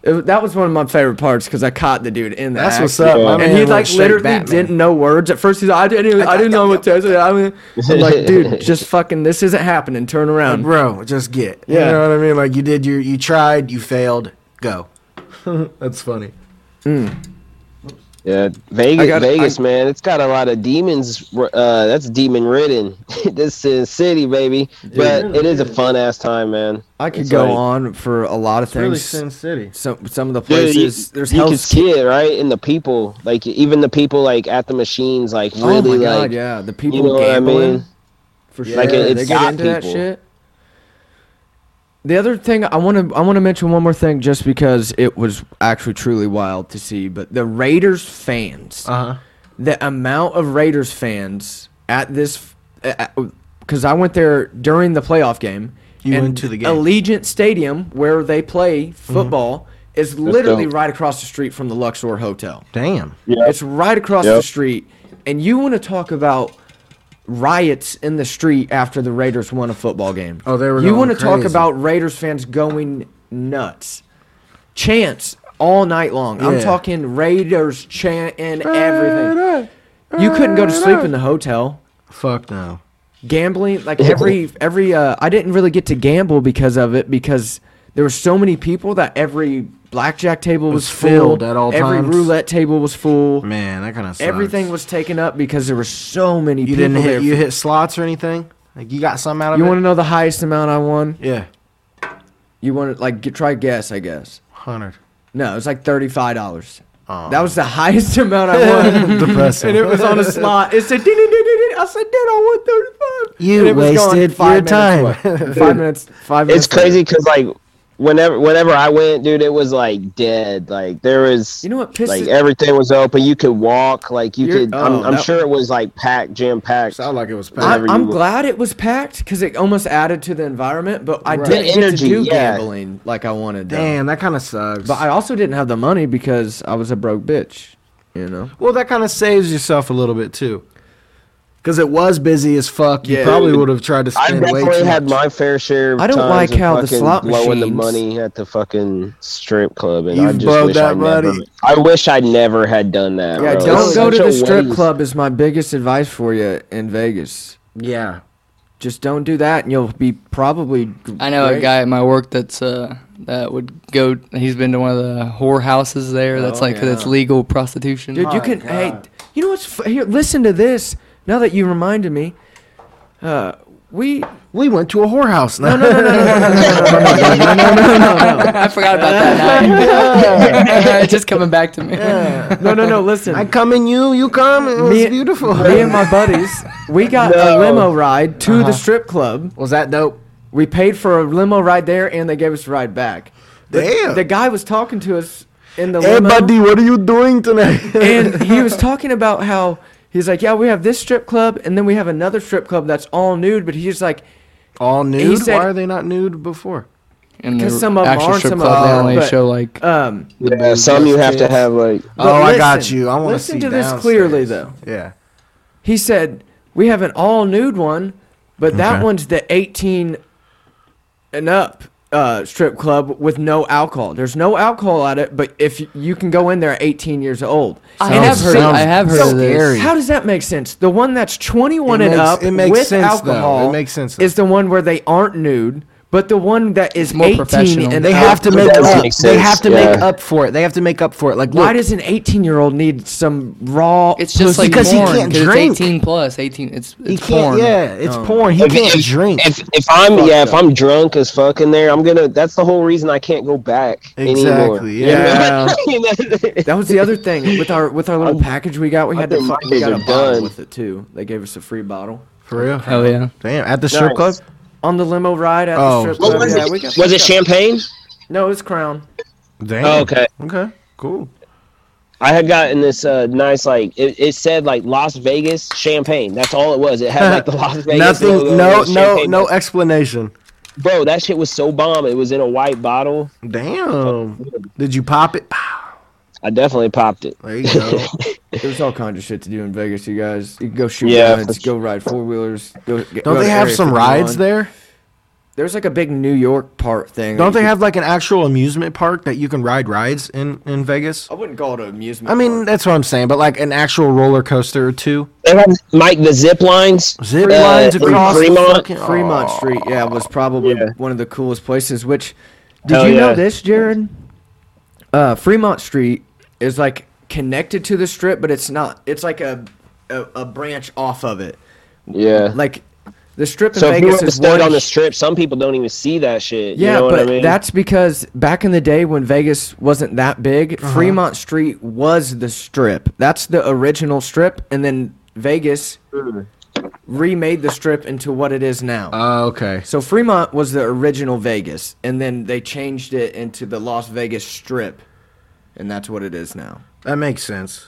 Speaker 7: It, wa- that was one of my favorite parts because I caught the dude in the
Speaker 6: That's
Speaker 7: act.
Speaker 6: what's up. My man
Speaker 7: and he
Speaker 6: went
Speaker 7: like
Speaker 6: straight
Speaker 7: literally
Speaker 6: Batman.
Speaker 7: didn't know words at first. He's like, I didn't, I didn't know what to say. I mean, I'm like, dude, just fucking, this isn't happening. Turn around.
Speaker 6: Bro, just get.
Speaker 7: Yeah.
Speaker 6: You know what I mean? Like you did your, you tried, you failed. Go. That's funny.
Speaker 5: Yeah, Vegas,
Speaker 7: I got-
Speaker 5: Vegas,
Speaker 7: I-
Speaker 5: man, it's got a lot of demons. Uh, that's demon ridden. this is city, baby. But it is a fun ass time, man.
Speaker 7: I could
Speaker 5: It's
Speaker 7: go
Speaker 5: like-
Speaker 7: on for a lot of
Speaker 6: It's really
Speaker 7: things.
Speaker 6: Sin City.
Speaker 7: some some of the
Speaker 5: Dude,
Speaker 7: places
Speaker 5: you,
Speaker 7: there's
Speaker 5: you can
Speaker 7: Hell's
Speaker 5: see it right in the people, like even the people like at the machines, like really
Speaker 7: oh my god,
Speaker 5: like
Speaker 7: yeah, the people
Speaker 5: you know what I
Speaker 7: gambling
Speaker 5: mean.
Speaker 7: for sure.
Speaker 5: Like, it- it's
Speaker 7: they get
Speaker 5: got
Speaker 7: into that
Speaker 5: people.
Speaker 7: shit. The other thing I want to I want to mention one more thing just because it was actually truly wild to see, but the Raiders fans,
Speaker 5: Uh-huh.
Speaker 6: Uh huh.
Speaker 7: the amount of Raiders fans at this, because I went there during the playoff game.
Speaker 6: You
Speaker 7: and
Speaker 6: went to the game.
Speaker 7: Allegiant Stadium, where they play football, is literally
Speaker 5: Mm-hmm. dope.
Speaker 7: right across the street from the Luxor Hotel.
Speaker 6: Damn.
Speaker 7: It's right across the
Speaker 5: Yep.
Speaker 7: street. And you want to talk about riots in the street after the Raiders won a football game.
Speaker 6: Oh, they were
Speaker 7: You
Speaker 6: going
Speaker 7: want to talk
Speaker 6: crazy.
Speaker 7: about Raiders fans going nuts. Chants all night long. I'm
Speaker 6: Yeah.
Speaker 7: talking Raiders chant and everything. You couldn't go to sleep in the hotel.
Speaker 6: Fuck no.
Speaker 7: Gambling like every every uh I didn't really get to gamble because of it because there were so many people that every blackjack table was,
Speaker 6: filled
Speaker 7: full,
Speaker 6: at all
Speaker 7: every
Speaker 6: times.
Speaker 7: roulette table was full.
Speaker 6: Man, that kind of sucks.
Speaker 7: Everything was taken up because there were so many
Speaker 6: You
Speaker 7: people
Speaker 6: didn't
Speaker 7: there.
Speaker 6: hit. You hit slots or anything. Like you got some out of
Speaker 7: you
Speaker 6: it.
Speaker 7: want to know the highest amount I won?
Speaker 6: yeah,
Speaker 7: You want to like get, try guess? I guess.
Speaker 6: hundred.
Speaker 7: No, it was like thirty five dollars.
Speaker 6: Aw.
Speaker 7: That was the highest amount I won.
Speaker 6: Depressing.
Speaker 7: And it was on a slot. It said, ding, ding, ding, ding, ding. I said, Dad, I won 35.
Speaker 6: You
Speaker 7: And it was gone
Speaker 6: wasted
Speaker 7: five
Speaker 6: your
Speaker 7: minutes
Speaker 6: time.
Speaker 7: away. five minutes. Five minutes.
Speaker 5: it's crazy
Speaker 7: away.
Speaker 5: because like whenever whenever I went, dude, it was like dead. Like there was
Speaker 7: You know what pisses
Speaker 5: like everything was open. You could walk. Like you
Speaker 7: You're-
Speaker 5: could. I'm,
Speaker 7: oh,
Speaker 5: I'm
Speaker 7: that-
Speaker 5: sure it was like packed, jam packed.
Speaker 6: Sound like it was
Speaker 7: I,
Speaker 6: packed.
Speaker 5: whenever you
Speaker 7: I'm
Speaker 5: were-
Speaker 7: glad it was packed because it almost added to the environment, but I
Speaker 6: Right.
Speaker 7: didn't
Speaker 5: The
Speaker 7: get
Speaker 5: energy,
Speaker 7: to do
Speaker 5: yeah.
Speaker 7: gambling like I wanted. to.
Speaker 6: Damn, that kind of sucks.
Speaker 7: But I also didn't have the money because I was a broke bitch, you know.
Speaker 6: well, that kind of saves yourself a little bit too. Because it was busy as fuck. You
Speaker 7: Yeah.
Speaker 6: probably would have tried to
Speaker 5: I
Speaker 6: spend way
Speaker 5: definitely
Speaker 6: too
Speaker 5: had
Speaker 6: much.
Speaker 5: my fair share. Of
Speaker 7: I don't
Speaker 5: times
Speaker 7: like
Speaker 5: of
Speaker 7: how the
Speaker 5: fucking
Speaker 7: slot
Speaker 5: blowing the
Speaker 7: machines-
Speaker 5: money at the fucking strip club, and I
Speaker 6: You've
Speaker 5: just
Speaker 6: blowed
Speaker 5: wish I
Speaker 6: that
Speaker 5: never.
Speaker 6: money.
Speaker 5: I wish I never had done that.
Speaker 7: Yeah,
Speaker 5: bro.
Speaker 7: don't
Speaker 5: It's
Speaker 7: go to
Speaker 5: such
Speaker 7: the
Speaker 5: a
Speaker 7: strip
Speaker 5: waste.
Speaker 7: club is my biggest advice for you in Vegas.
Speaker 6: yeah.
Speaker 7: Just don't do that, and you'll be probably.
Speaker 4: I know a
Speaker 7: great.
Speaker 4: guy at my work that's uh that would go. He's been to one of the whore houses there. That's
Speaker 7: Oh,
Speaker 4: like that's
Speaker 7: yeah.
Speaker 4: legal prostitution.
Speaker 7: Dude, you
Speaker 6: My
Speaker 7: can. Hey,
Speaker 6: God.
Speaker 7: you know what's f- here? Listen to this. Now that you reminded me, uh, we no
Speaker 6: We went to a whorehouse. No,
Speaker 7: no no no no no no no no no no no
Speaker 4: I forgot about that night. it's just coming back to me.
Speaker 7: no no no. Listen,
Speaker 6: I come in you, you come. It was
Speaker 7: Me-
Speaker 6: beautiful.
Speaker 7: me and my buddies, we got a
Speaker 5: No. Uh-huh.
Speaker 7: limo ride to the strip club.
Speaker 6: was that dope?
Speaker 7: We paid for a limo ride there, and they gave us a ride back.
Speaker 5: Uh.
Speaker 6: Damn.
Speaker 7: The guy was talking to us in the
Speaker 6: hey,
Speaker 7: limo.
Speaker 6: buddy, what are you doing tonight?
Speaker 7: and he was talking about how he's like, yeah, we have this strip club, and then we have another strip club that's all nude. But he's like,
Speaker 6: All nude?
Speaker 7: said-
Speaker 6: Why are they not nude before?
Speaker 4: And the
Speaker 7: 'Cause some of 'em
Speaker 4: actual
Speaker 7: are,
Speaker 4: strip
Speaker 7: some of 'em
Speaker 4: club, they
Speaker 7: aren't,
Speaker 4: only
Speaker 7: but-
Speaker 4: show like
Speaker 7: um,
Speaker 5: Yeah, some you have to have like.
Speaker 7: but
Speaker 6: oh, I got
Speaker 7: listen-
Speaker 6: you. I want to
Speaker 7: listen to this clearly, though.
Speaker 6: Yeah.
Speaker 7: He said we have an all nude one, but that
Speaker 6: Okay.
Speaker 7: one's the 18 and up uh, strip club with no alcohol. There's no alcohol at it, but if y- you can go in there at 18 years old,
Speaker 4: I have heard.
Speaker 6: sounds
Speaker 4: I have heard of this.
Speaker 6: scary.
Speaker 7: How does that make sense? The one that's 21
Speaker 6: It
Speaker 7: and
Speaker 6: makes-
Speaker 7: up
Speaker 6: it makes
Speaker 7: with
Speaker 6: sense, though.
Speaker 7: alcohol
Speaker 6: It makes sense,
Speaker 7: is the one where they aren't nude, but the one that is
Speaker 4: more
Speaker 7: 18
Speaker 4: professional.
Speaker 7: and
Speaker 6: They
Speaker 7: up-
Speaker 6: have to
Speaker 5: That
Speaker 6: make
Speaker 5: does
Speaker 6: up.
Speaker 5: make
Speaker 6: They
Speaker 5: sense,
Speaker 6: have to make
Speaker 5: yeah.
Speaker 6: up for it. They have to make up for it. Like,
Speaker 7: Why
Speaker 6: look,
Speaker 7: does an 18 year old need some raw?
Speaker 4: It's just
Speaker 7: pussy?
Speaker 4: like
Speaker 6: Because he
Speaker 4: porn.
Speaker 6: can't
Speaker 4: 'cause it's
Speaker 6: drink.
Speaker 4: 18 plus. 18. It's it's
Speaker 6: he
Speaker 4: porn.
Speaker 6: can't? Yeah, it's porn. He
Speaker 5: If-
Speaker 6: can't
Speaker 5: if-
Speaker 6: drink.
Speaker 5: If if I'm yeah, if I'm drunk as fuck in there, I'm gonna. That's the whole reason I can't go back anymore.
Speaker 6: Exactly, yeah.
Speaker 7: That was the other thing with our with our little package we got. We
Speaker 5: I
Speaker 7: had to
Speaker 5: think
Speaker 7: fuck,
Speaker 5: my
Speaker 7: we got a
Speaker 5: days are
Speaker 7: bottle
Speaker 5: done.
Speaker 7: with it too. They gave us a free bottle
Speaker 6: for real.
Speaker 4: Hell yeah.
Speaker 6: Damn. At the strip club.
Speaker 5: Nice.
Speaker 7: on the limo ride at
Speaker 6: Oh.
Speaker 7: the strip
Speaker 5: What
Speaker 7: club.
Speaker 5: was
Speaker 7: yeah,
Speaker 5: it?
Speaker 7: we got
Speaker 5: Was it
Speaker 7: fucked up.
Speaker 5: champagne?
Speaker 7: No, it was Crown.
Speaker 6: Damn.
Speaker 5: Oh, okay.
Speaker 6: Okay. Cool.
Speaker 5: I had gotten this uh, nice like it, it said like Las Vegas champagne. That's all it was. It had like the Las Vegas. logo and
Speaker 6: Nothing. No.
Speaker 5: the
Speaker 6: No.
Speaker 5: champagne.
Speaker 6: No explanation.
Speaker 5: Bro, that shit was so bomb. It was in a white bottle.
Speaker 6: Damn. Did you pop it?
Speaker 5: I definitely popped it.
Speaker 6: There you go.
Speaker 7: There's all kinds of shit to do in Vegas, you guys. You can go shoot
Speaker 5: Yeah,
Speaker 7: guns,
Speaker 5: for
Speaker 7: go ride four wheelers.
Speaker 6: Don't they have some rides there?
Speaker 7: There's like a big New York part thing.
Speaker 6: Don't they have like an actual amusement park that you can ride rides in in Vegas?
Speaker 7: I wouldn't call it an amusement.
Speaker 6: I mean, that's what I'm saying, but like an actual roller coaster or two.
Speaker 5: They had Mike the zip lines.
Speaker 6: Zip
Speaker 5: uh,
Speaker 6: lines
Speaker 5: in
Speaker 6: across the
Speaker 5: Fremont.
Speaker 6: fucking-
Speaker 7: Fremont Street, yeah, was probably
Speaker 5: Yeah.
Speaker 7: one of the coolest places. Which did
Speaker 5: Hell
Speaker 7: you know
Speaker 5: yeah.
Speaker 7: this, Jared? Uh, Fremont Street is like connected to the strip, but it's not. It's like a a, a branch off of it.
Speaker 5: Yeah.
Speaker 7: Like the strip in
Speaker 5: So if you
Speaker 7: Vegas
Speaker 5: were
Speaker 7: is
Speaker 5: stood
Speaker 7: one
Speaker 5: on the
Speaker 7: hu-
Speaker 5: strip, some people don't even see that shit.
Speaker 7: Yeah,
Speaker 5: you know
Speaker 7: but
Speaker 5: what I mean?
Speaker 7: that's because back in the day when Vegas wasn't that big, Fremont Street was the strip. That's the original strip, and then Vegas
Speaker 5: Hmm.
Speaker 7: remade the strip into what it is now.
Speaker 5: Uh.
Speaker 6: Oh, okay.
Speaker 7: so Fremont was the original Vegas, and then they changed it into the Las Vegas Strip, and that's what it is now.
Speaker 6: That makes sense.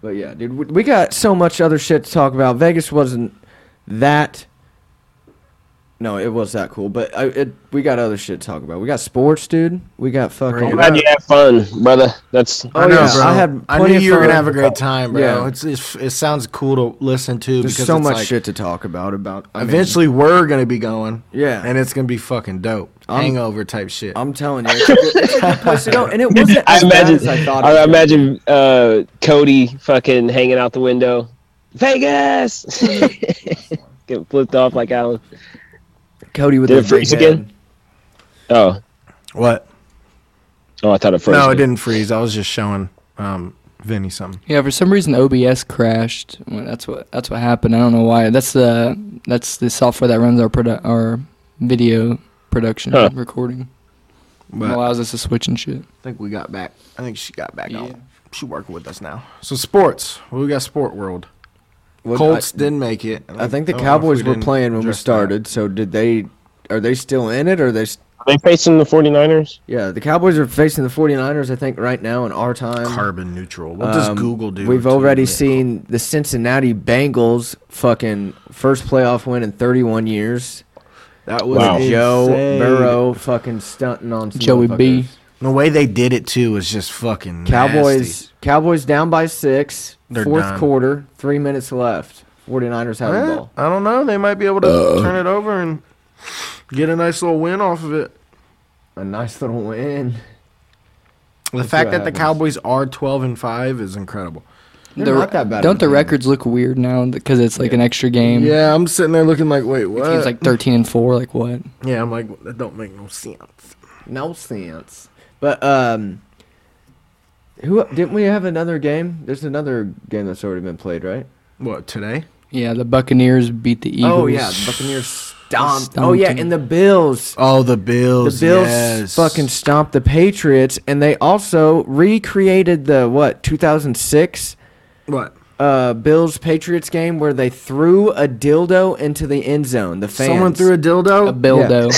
Speaker 7: But yeah, dude, we- we got so much other shit to talk about. Vegas wasn't that. No, it was that cool, but I, it, we got other shit to talk about. We got sports, dude. We got fucking.
Speaker 5: I'm glad you have fun, brother. That's
Speaker 7: Oh, yeah,
Speaker 6: bro.
Speaker 7: I had
Speaker 6: I
Speaker 7: plenty
Speaker 6: knew
Speaker 7: of
Speaker 6: you were gonna
Speaker 7: fun.
Speaker 6: have a great time, bro.
Speaker 7: Yeah.
Speaker 6: It's, it's it sounds cool to listen to
Speaker 7: There's
Speaker 6: because
Speaker 7: so
Speaker 6: it's
Speaker 7: much
Speaker 6: like,
Speaker 7: shit to talk about. About I mean,
Speaker 6: Eventually, we're gonna be going.
Speaker 7: Yeah.
Speaker 6: and it's gonna be fucking dope.
Speaker 7: I'm-
Speaker 6: Hangover type shit.
Speaker 7: I'm telling you, it's a good- it's a good place to go, and it wasn't
Speaker 5: I
Speaker 7: as bad
Speaker 5: imagine
Speaker 7: as I thought.
Speaker 5: I
Speaker 7: it was.
Speaker 5: imagine uh, Cody fucking hanging out the window. Vegas Get flipped off like Alan.
Speaker 7: Cody with
Speaker 5: Did
Speaker 7: the
Speaker 5: it freeze
Speaker 7: big head.
Speaker 5: again? Oh.
Speaker 6: what?
Speaker 5: Oh I thought it froze.
Speaker 6: No, it
Speaker 5: again.
Speaker 6: didn't freeze. I was just showing um, Vinny something.
Speaker 4: Yeah, for some reason OBS crashed. Well, that's what that's what happened. I don't know why. That's the that's the software that runs our produ- our video production
Speaker 5: Huh.
Speaker 4: recording.
Speaker 6: But
Speaker 4: allows us to switch and shit.
Speaker 6: I think we got back. I think she got back
Speaker 4: Yeah.
Speaker 6: on. She working with us now. So sports. Well, we got Sport World.
Speaker 7: What-
Speaker 6: Colts
Speaker 7: I-
Speaker 6: didn't make it.
Speaker 7: I think the
Speaker 6: don't know if
Speaker 7: Cowboys were
Speaker 6: didn't
Speaker 7: playing when we
Speaker 6: address that.
Speaker 7: started. So did they? Are they still in it? Or are they? s-
Speaker 5: Are they facing the 49ers?
Speaker 7: Yeah, the Cowboys are facing the 49ers, I think, right now in our time.
Speaker 6: Carbon neutral. What does
Speaker 7: Um,
Speaker 6: Google do?
Speaker 7: We've
Speaker 6: to
Speaker 7: already
Speaker 6: it?
Speaker 7: seen the Cincinnati Bengals fucking first playoff win in 31 years.
Speaker 6: that was
Speaker 7: With
Speaker 5: Wow.
Speaker 7: Joe
Speaker 6: insane.
Speaker 7: Burrow fucking stunting on some
Speaker 4: Joey B.
Speaker 7: motherfuckers.
Speaker 6: The way they did it too was just fucking
Speaker 7: Cowboys
Speaker 6: nasty.
Speaker 7: Cowboys down by 6,
Speaker 6: They're
Speaker 7: fourth
Speaker 6: done.
Speaker 7: quarter, 3 minutes left. 49ers have the
Speaker 6: Eh,
Speaker 7: ball.
Speaker 6: I don't know. They might be able to turn it over and get a nice little win off of it.
Speaker 7: A nice little win.
Speaker 6: The fact
Speaker 7: what
Speaker 6: that the
Speaker 7: happens.
Speaker 6: Cowboys are twelve and five is incredible.
Speaker 7: They're
Speaker 4: The-
Speaker 7: not that bad. of
Speaker 4: Don't
Speaker 7: a
Speaker 4: the
Speaker 7: team.
Speaker 4: records look weird now because it's like an extra game?
Speaker 6: Yeah, I'm sitting there looking like, wait,
Speaker 4: It
Speaker 6: what?
Speaker 4: seems like 13 and 4. Like what?
Speaker 6: yeah, I'm like, that don't make no sense.
Speaker 7: no sense. But um who didn't we have another game? There's another game that's already been played, right?
Speaker 6: What today?
Speaker 4: Yeah, the Buccaneers beat the Eagles.
Speaker 7: Oh yeah, the Buccaneers stomped.
Speaker 4: Stomped
Speaker 7: Oh yeah,
Speaker 4: them.
Speaker 7: and the Bills.
Speaker 6: Oh, the
Speaker 7: The
Speaker 6: Bills.
Speaker 7: Bills
Speaker 6: yes.
Speaker 7: fucking stomped the Patriots, and they also recreated the what 2006
Speaker 6: what?
Speaker 7: uh, Bills Patriots game where they threw a dildo into the end zone. The fans.
Speaker 6: Someone threw a dildo.
Speaker 4: A Bildo.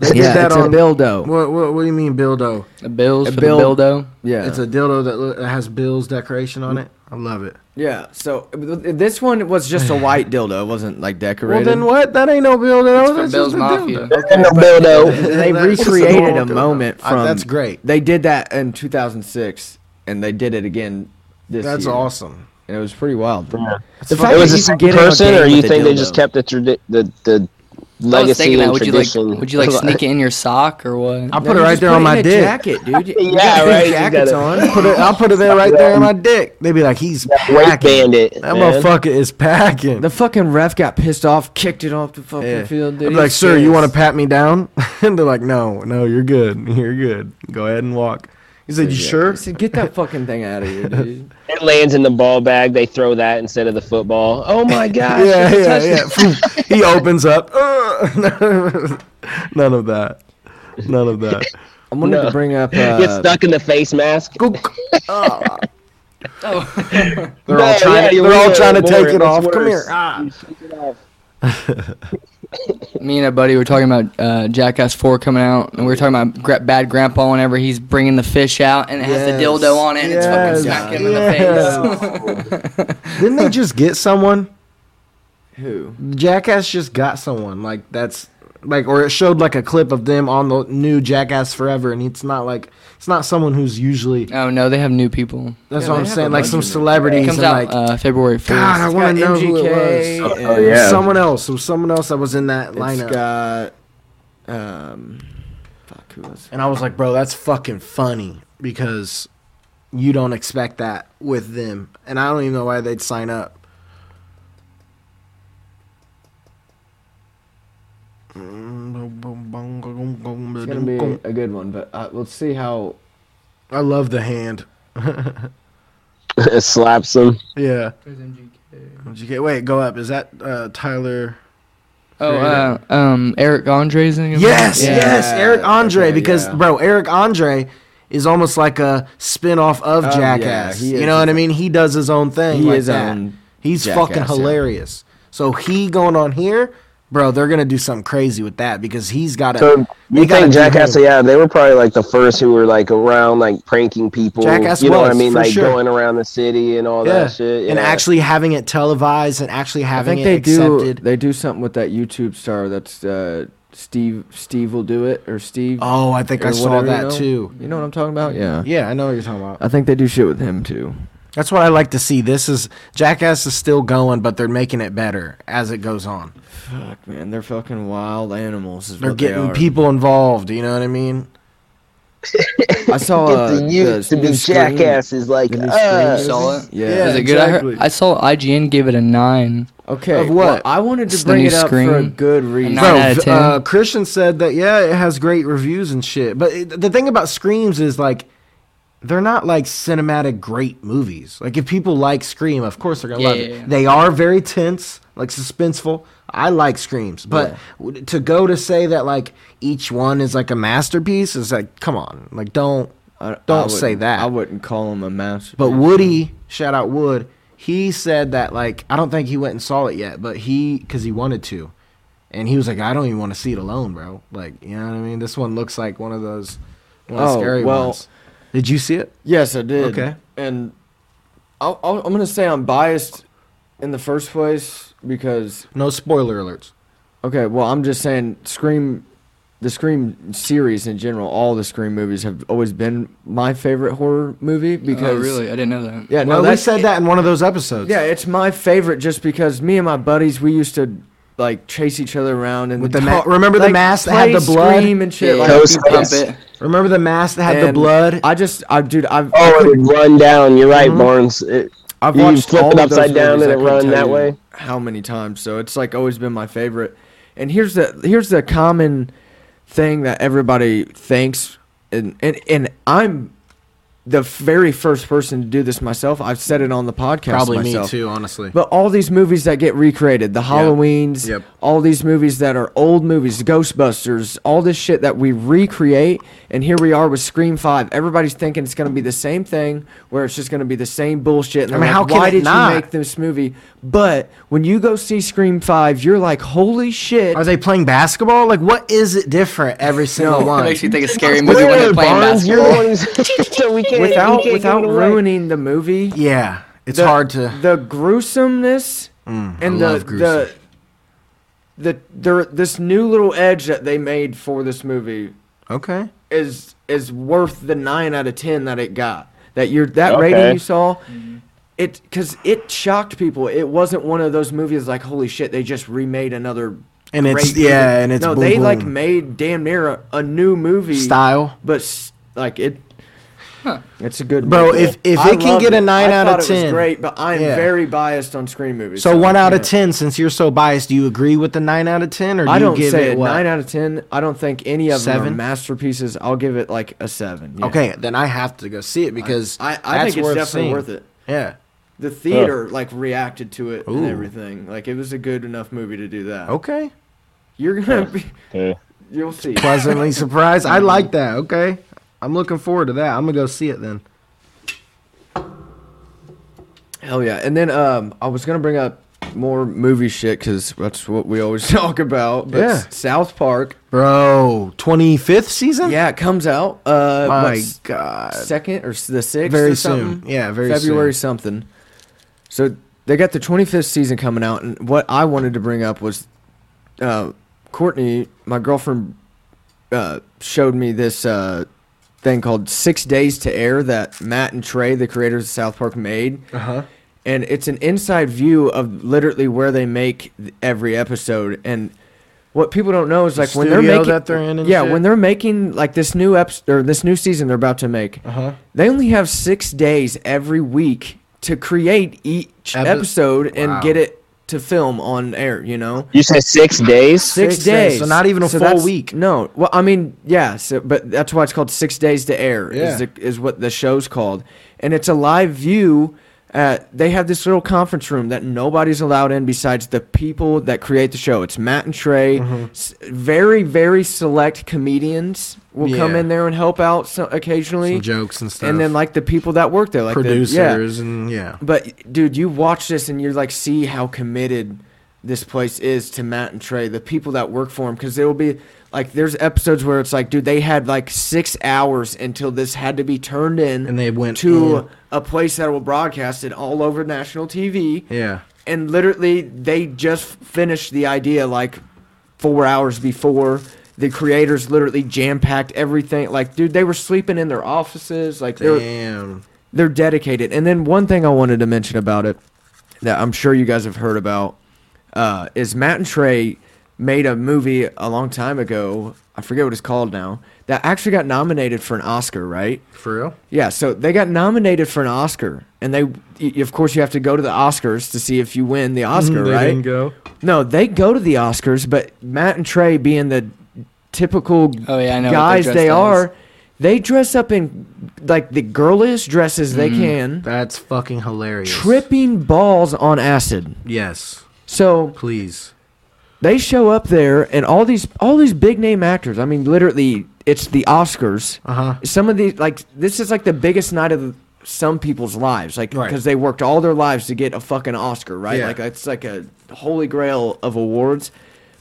Speaker 6: They did
Speaker 7: yeah,
Speaker 6: that
Speaker 7: it's
Speaker 6: on-
Speaker 7: a dildo.
Speaker 6: What, what? What do you mean dildo?
Speaker 4: The Bills
Speaker 7: A
Speaker 4: for
Speaker 7: Bill-
Speaker 4: the Bildo.
Speaker 7: Yeah,
Speaker 6: It's a dildo that lo- that has Bills decoration on it. I love it.
Speaker 7: yeah. So this one was just a white dildo. It wasn't like
Speaker 6: Well,
Speaker 7: decorated.
Speaker 6: then what? That ain't no dildo.
Speaker 4: From
Speaker 6: That's just
Speaker 4: Bills
Speaker 6: a
Speaker 4: Mafia.
Speaker 6: dildo.
Speaker 5: No Bildo.
Speaker 7: they
Speaker 6: That's just a
Speaker 7: recreated a
Speaker 6: normal dildo.
Speaker 7: moment
Speaker 6: I-
Speaker 7: from.
Speaker 6: that's great.
Speaker 7: They did that in 2006, and they did it again this
Speaker 6: That's
Speaker 7: awesome.
Speaker 6: awesome.
Speaker 7: and it was pretty wild. The
Speaker 6: It
Speaker 5: It
Speaker 7: fact
Speaker 5: was
Speaker 7: that
Speaker 5: the
Speaker 7: you
Speaker 5: same
Speaker 7: could get in a
Speaker 5: person,
Speaker 7: game
Speaker 5: or you
Speaker 7: with a
Speaker 5: think they
Speaker 7: dildo.
Speaker 5: just kept the tradi- the the
Speaker 4: I was
Speaker 5: legacy
Speaker 4: thinking that.
Speaker 5: and
Speaker 4: Would you like?
Speaker 5: tradition?
Speaker 4: Would you like sneak it in your sock or what?
Speaker 6: I'll
Speaker 7: No,
Speaker 6: put it
Speaker 7: you
Speaker 6: right
Speaker 7: just
Speaker 6: there on
Speaker 7: it in
Speaker 6: my
Speaker 7: a
Speaker 6: dick.
Speaker 7: jacket, dude. You- you
Speaker 5: Yeah,
Speaker 7: got big
Speaker 5: right, you
Speaker 7: Jackets
Speaker 5: gotta-
Speaker 7: on.
Speaker 6: Put it, I'll put it there right there on my dick. They'd be like, he's
Speaker 5: Wake
Speaker 6: packing.
Speaker 5: bandit.
Speaker 6: That
Speaker 5: man.
Speaker 6: motherfucker is packing.
Speaker 7: The fucking ref got pissed off, kicked it off the fucking
Speaker 6: Yeah.
Speaker 7: field, dude.
Speaker 6: I'd be like, sir, you want to pat me down? and they're like, no, no, you're good. You're good. Go ahead and walk. He said, you
Speaker 7: I
Speaker 6: sure?
Speaker 7: said, get that fucking thing out of here, dude.
Speaker 5: It lands in the ball bag. They throw that instead of the football. Oh my gosh!
Speaker 6: Yeah,
Speaker 5: it's a
Speaker 6: yeah,
Speaker 5: touchdown.
Speaker 6: yeah. he opens up. Ugh. None of that. None of that.
Speaker 7: I wanted
Speaker 5: No.
Speaker 7: to bring up.
Speaker 5: Get
Speaker 7: Uh,
Speaker 5: stuck in the face mask.
Speaker 4: Oh.
Speaker 6: They're
Speaker 5: Yeah,
Speaker 6: all
Speaker 5: yeah,
Speaker 6: trying,
Speaker 5: you
Speaker 6: they're all
Speaker 5: were.
Speaker 6: trying to
Speaker 5: More,
Speaker 6: take it
Speaker 5: it's
Speaker 6: off. Come here.
Speaker 5: worse.
Speaker 6: Ah.
Speaker 4: Me and a buddy were talking about uh, Jackass Four coming out, and we were talking about gra- bad grandpa whenever he's bringing the fish out and it has
Speaker 6: Yes.
Speaker 4: the dildo on it, and it's
Speaker 6: Yes.
Speaker 4: fucking smacking him in the face.
Speaker 6: Didn't they just get someone?
Speaker 7: who?
Speaker 6: Jackass just got someone. Like that's like or it showed like a clip of them on the new Jackass Forever and it's not like it's not someone who's usually
Speaker 4: Oh no, they have new people.
Speaker 6: that's
Speaker 7: Yeah,
Speaker 6: what
Speaker 7: they
Speaker 6: I'm
Speaker 7: have
Speaker 6: saying.
Speaker 7: a
Speaker 6: Like
Speaker 7: bunch
Speaker 6: some
Speaker 7: of them.
Speaker 6: celebrities
Speaker 4: It comes
Speaker 6: and
Speaker 4: out
Speaker 6: like
Speaker 4: uh, February
Speaker 6: God, I
Speaker 4: first.
Speaker 6: want to know who
Speaker 7: MGK.
Speaker 6: it was.
Speaker 7: and
Speaker 5: yeah.
Speaker 6: Someone else. It was someone else that was in that
Speaker 7: It's
Speaker 6: lineup.
Speaker 7: got. Um, fuck, who was?
Speaker 6: and I was like, bro, that's fucking funny because you don't expect that with them. And I don't even know why they'd sign up.
Speaker 7: It's gonna be a good one, but uh, let's see how.
Speaker 6: I love the hand. Ah.
Speaker 5: slaps him.
Speaker 6: Yeah.
Speaker 4: MGK.
Speaker 6: Did you get? Wait, go up. Is that uh, Tyler?
Speaker 4: Oh, uh, um, Eric Andre's in it?
Speaker 6: Yes,
Speaker 4: Yeah.
Speaker 6: yes, Eric Andre.
Speaker 3: okay,
Speaker 6: because
Speaker 3: yeah.
Speaker 6: bro, Eric Andre is almost like a spin-off of
Speaker 3: Oh,
Speaker 6: Jackass.
Speaker 3: yeah, he
Speaker 6: you
Speaker 3: is.
Speaker 6: know what I mean? He does his own thing.
Speaker 3: He
Speaker 6: like
Speaker 3: is
Speaker 6: that.
Speaker 3: on
Speaker 6: He's
Speaker 3: Jackass,
Speaker 6: fucking
Speaker 3: yeah.
Speaker 6: hilarious. So he going on here, bro. They're gonna do something crazy with that because he's got a.
Speaker 5: So
Speaker 6: they
Speaker 5: you
Speaker 6: gotta
Speaker 5: think
Speaker 6: do
Speaker 5: Jackass?
Speaker 6: him.
Speaker 5: Yeah, they were probably like the first who were like around, like pranking people.
Speaker 6: Jackass
Speaker 5: you know what I
Speaker 6: was,
Speaker 5: mean?
Speaker 6: for
Speaker 5: Like
Speaker 6: sure.
Speaker 5: going around the city and all that shit. Yeah.
Speaker 6: and actually having it televised and actually
Speaker 7: I
Speaker 6: having
Speaker 7: think they
Speaker 6: it accepted.
Speaker 7: do. They do something with that YouTube star. That's uh, Steve. Steve will do it, or Steve.
Speaker 6: Oh, I think
Speaker 7: or
Speaker 6: I saw
Speaker 7: whatever, you
Speaker 6: that
Speaker 7: know?
Speaker 6: too.
Speaker 7: You know what I'm talking about? Yeah.
Speaker 6: Yeah, I know what you're talking about.
Speaker 7: I think they do shit with him too.
Speaker 6: That's what I like to see. This is Jackass is still going, but they're making it better as it goes on.
Speaker 7: Fuck, man, they're fucking wild animals. Is
Speaker 6: They're
Speaker 7: what
Speaker 6: getting
Speaker 7: they are.
Speaker 6: people involved. You know what I mean?
Speaker 7: I saw
Speaker 5: get
Speaker 7: uh,
Speaker 5: the youth
Speaker 7: the
Speaker 5: to be
Speaker 7: new Scream.
Speaker 5: jackasses like uh,
Speaker 7: The new
Speaker 5: us.
Speaker 4: You saw it?
Speaker 7: Yeah.
Speaker 4: Is it good? I, heard, I saw IGN give it a nine.
Speaker 7: Okay.
Speaker 6: Of what?
Speaker 7: well, I wanted to
Speaker 4: It's the
Speaker 7: bring
Speaker 4: new
Speaker 7: it up for a
Speaker 4: Scream.
Speaker 7: good reason.
Speaker 4: Nine
Speaker 6: Bro,
Speaker 4: out of
Speaker 6: v-
Speaker 4: 10.
Speaker 6: uh, Christian said that yeah, it has great reviews and shit. But it, the thing about Screams is like they're not like cinematic great movies. Like if people like Scream, of course they're gonna
Speaker 4: Yeah,
Speaker 6: love
Speaker 4: yeah,
Speaker 6: it.
Speaker 4: yeah.
Speaker 6: They are very tense, like suspenseful. I like Screams, but w to go to say that like each one is like a masterpiece is like come on, like don't
Speaker 7: I- I
Speaker 6: don't say
Speaker 7: wouldn't-
Speaker 6: that.
Speaker 7: I wouldn't call him a master.
Speaker 6: But Woody, shout out Wood, he said that like I don't think he went and saw it yet, but he because he wanted to, and he was like, I don't even want to see it alone, bro. Like you know what I mean? This one looks like one of those, one of the
Speaker 7: Oh,
Speaker 6: scary
Speaker 7: well-
Speaker 6: ones. Did you see it?
Speaker 7: Yes, I did.
Speaker 6: Okay.
Speaker 7: And I'll, I'll, I'm gonna say I'm biased in the first place because
Speaker 6: No spoiler alerts.
Speaker 7: okay, well, I'm just saying Scream, the Scream series in general, all the Scream movies have always been my favorite horror movie because
Speaker 4: oh, really? I didn't know that.
Speaker 7: Yeah,
Speaker 6: No,
Speaker 7: no,
Speaker 6: we
Speaker 7: that's,
Speaker 6: said that in one of those episodes.
Speaker 7: Yeah, it's my favorite just because me and my buddies we used to like chase each other around and
Speaker 6: With the
Speaker 7: talk-
Speaker 6: ma- remember the
Speaker 7: like,
Speaker 6: mask that had
Speaker 7: play
Speaker 6: the blood?
Speaker 7: Scream and shit.
Speaker 4: Yeah.
Speaker 7: like,
Speaker 5: Ghost
Speaker 7: people-
Speaker 5: face.
Speaker 4: Bump it.
Speaker 6: Remember the mask that had the
Speaker 7: and
Speaker 6: blood?
Speaker 7: I just, I dude, I've I
Speaker 5: Oh, it
Speaker 7: couldn't-
Speaker 5: would run down. You're right,
Speaker 6: Mm-hmm.
Speaker 5: Barnes. It,
Speaker 7: I've
Speaker 5: You
Speaker 7: watched
Speaker 5: flip
Speaker 7: all
Speaker 5: it
Speaker 7: of
Speaker 5: upside
Speaker 7: those
Speaker 5: down
Speaker 7: movies,
Speaker 5: and
Speaker 7: I
Speaker 5: it
Speaker 7: couldn't
Speaker 5: run
Speaker 7: tell
Speaker 5: that
Speaker 7: you
Speaker 5: way?
Speaker 7: How many times? So it's like always been my favorite. And here's the here's the common thing that everybody thinks, and and, and I'm the very first person to do this myself. I've said it on the podcast.
Speaker 6: Probably me
Speaker 7: myself.
Speaker 6: too, honestly.
Speaker 7: But all these movies that get recreated, the Halloweens,
Speaker 6: Yep.
Speaker 7: all these movies that are old movies, Ghostbusters, all this shit that we recreate, and here we are with Scream Five. Everybody's thinking it's gonna be the same thing, where it's just gonna be the same bullshit. And
Speaker 6: I
Speaker 7: they're
Speaker 6: mean, how
Speaker 7: like,
Speaker 6: can
Speaker 7: why
Speaker 6: it
Speaker 7: did
Speaker 6: not?"
Speaker 7: you make this movie? But when you go see Scream Five, you're like, holy shit!
Speaker 6: Are they playing basketball? Like, what is it different every single
Speaker 4: It
Speaker 6: one?
Speaker 4: makes you think it's scary movie when they're playing
Speaker 5: Barnes, you're the
Speaker 4: basketball.
Speaker 5: one who's so we can't,
Speaker 7: without
Speaker 5: we can't
Speaker 7: without
Speaker 5: give it away.
Speaker 7: ruining the movie.
Speaker 6: yeah, it's
Speaker 7: the-
Speaker 6: hard to. Mm,
Speaker 7: the gruesomeness and the,
Speaker 6: love gruesome.
Speaker 7: the the there this new little edge that they made for this movie
Speaker 6: Okay.
Speaker 7: is is worth the nine out of ten that it got. That you're that
Speaker 5: Okay.
Speaker 7: rating you saw, it because it shocked people. It wasn't one of those movies like holy shit they just remade another.
Speaker 6: And it's-
Speaker 7: great movie."
Speaker 6: yeah, and it's
Speaker 7: no,
Speaker 6: boom,
Speaker 7: they like
Speaker 6: boom.
Speaker 7: made damn near a, a new movie
Speaker 6: Style.
Speaker 7: but s- like it. It's a good
Speaker 6: Bro,
Speaker 7: movie.
Speaker 6: if- if
Speaker 7: I
Speaker 6: it can
Speaker 7: loved
Speaker 6: get a
Speaker 7: it.
Speaker 6: nine
Speaker 7: I
Speaker 6: out of
Speaker 7: thought it was
Speaker 6: 10.
Speaker 7: great. But I am
Speaker 6: Yeah.
Speaker 7: very biased on screen movies.
Speaker 6: So one
Speaker 7: I
Speaker 6: out of
Speaker 7: can't-
Speaker 6: ten. Since you're so biased, do you agree with the nine out of ten, or do
Speaker 7: I
Speaker 6: you
Speaker 7: don't
Speaker 6: give
Speaker 7: say
Speaker 6: it
Speaker 7: it
Speaker 6: what?
Speaker 7: nine out of ten. I don't think any of them
Speaker 6: Seven?
Speaker 7: are masterpieces. I'll give it like a seven. yeah.
Speaker 6: Okay, then I have to go see it because
Speaker 7: I, I
Speaker 6: that's
Speaker 7: think it's
Speaker 6: worth
Speaker 7: definitely
Speaker 6: seeing.
Speaker 7: worth it.
Speaker 6: Yeah.
Speaker 7: The theater like reacted to it and
Speaker 6: Ooh. Oh.
Speaker 7: everything. Like it was a good enough movie to do that.
Speaker 6: Okay.
Speaker 7: You're gonna be.
Speaker 5: Yeah.
Speaker 7: You'll see.
Speaker 6: Pleasantly surprised. I like that. Okay. I'm looking forward to that. I'm gonna go see it then.
Speaker 7: Hell yeah! And then um, I was gonna bring up more movie shit because that's what we always talk about. But
Speaker 6: Yeah.
Speaker 7: S- South Park.
Speaker 6: Bro, 25th season?
Speaker 7: Yeah, it comes out. Uh,
Speaker 6: My
Speaker 7: what's-
Speaker 6: God.
Speaker 7: second or s- the sixth.
Speaker 6: Very
Speaker 7: or
Speaker 6: soon.
Speaker 7: something?
Speaker 6: Yeah, very
Speaker 7: February
Speaker 6: soon.
Speaker 7: something. So they got the 25th season coming out, and what I wanted to bring up was uh, Courtney, my girlfriend, uh, showed me this uh, thing called Six Days to Air that Matt and Trey, the creators of South Park, made. Uh
Speaker 6: Uh-huh,
Speaker 7: huh. And it's an inside view of literally where they make th- every episode. And what people don't know is like when they're
Speaker 6: studio
Speaker 7: making
Speaker 6: that they're in and
Speaker 7: yeah
Speaker 6: shit?
Speaker 7: when they're making like this new episode or this new season they're about to make
Speaker 6: Uh-huh.
Speaker 7: they only have six days every week to create each
Speaker 6: Epi-
Speaker 7: episode and
Speaker 6: Wow.
Speaker 7: get it to film on air. You know,
Speaker 5: You said six days.
Speaker 7: six,
Speaker 6: Six days,
Speaker 7: days,
Speaker 6: so not even a full
Speaker 7: that's-
Speaker 6: week.
Speaker 7: No, well, I mean, yeah, so, but that's why it's called six days to air.
Speaker 6: Yeah.
Speaker 7: Is, the, is what the show's called, and it's a live view. Uh, they have this little conference room that nobody's allowed in besides the people that create the show. It's Matt and Trey.
Speaker 6: Mm-hmm.
Speaker 7: S- very, very select comedians will come
Speaker 6: Yeah.
Speaker 7: in there and help out so, occasionally.
Speaker 6: Some jokes and stuff.
Speaker 7: And then like the people that work there, like the- yeah.
Speaker 6: producers and yeah.
Speaker 7: But dude, you watch this and you're like, see how committed this place is to Matt and Trey, the people that work for him, because there will be like, there's episodes where it's like, dude, they had like six hours until this had to be turned in,
Speaker 6: And they went
Speaker 7: to
Speaker 6: in.
Speaker 7: a place that will broadcast it all over national TV.
Speaker 6: Yeah.
Speaker 7: And literally, they just finished the idea like four hours before. The creators literally jam packed everything. Like, dude, they were sleeping in their offices. Like, they were,
Speaker 6: Damn.
Speaker 7: they're dedicated. And then one thing I wanted to mention about it that I'm sure you guys have heard about uh, is Matt and Trey made a movie a long time ago. I forget what it's called now. That actually got nominated for an Oscar, right?
Speaker 6: For real?
Speaker 7: Yeah, so they got nominated for an Oscar, and they, y- of course, you have to go to the Oscars to see if you win the Oscar,
Speaker 6: Mm, They
Speaker 7: right?
Speaker 6: didn't go.
Speaker 7: No, they go to the Oscars, but Matt and Trey, being the typical
Speaker 4: Oh, yeah, I know what they
Speaker 7: guys
Speaker 4: dress
Speaker 7: they
Speaker 4: as.
Speaker 7: are, they dress up in like the girliest dresses they
Speaker 4: Mm-hmm.
Speaker 7: can,
Speaker 6: That's fucking hilarious.
Speaker 7: tripping balls on acid.
Speaker 6: Yes.
Speaker 7: So
Speaker 6: Please.
Speaker 7: they show up there, and all these all these big name actors. I mean, literally, it's the Oscars.
Speaker 6: Uh-huh.
Speaker 7: Some of these, like this, is like the biggest night of some people's lives, like
Speaker 6: Right.
Speaker 7: because they worked all their lives to get a fucking Oscar, right?
Speaker 6: Yeah.
Speaker 7: Like it's like a holy grail of awards.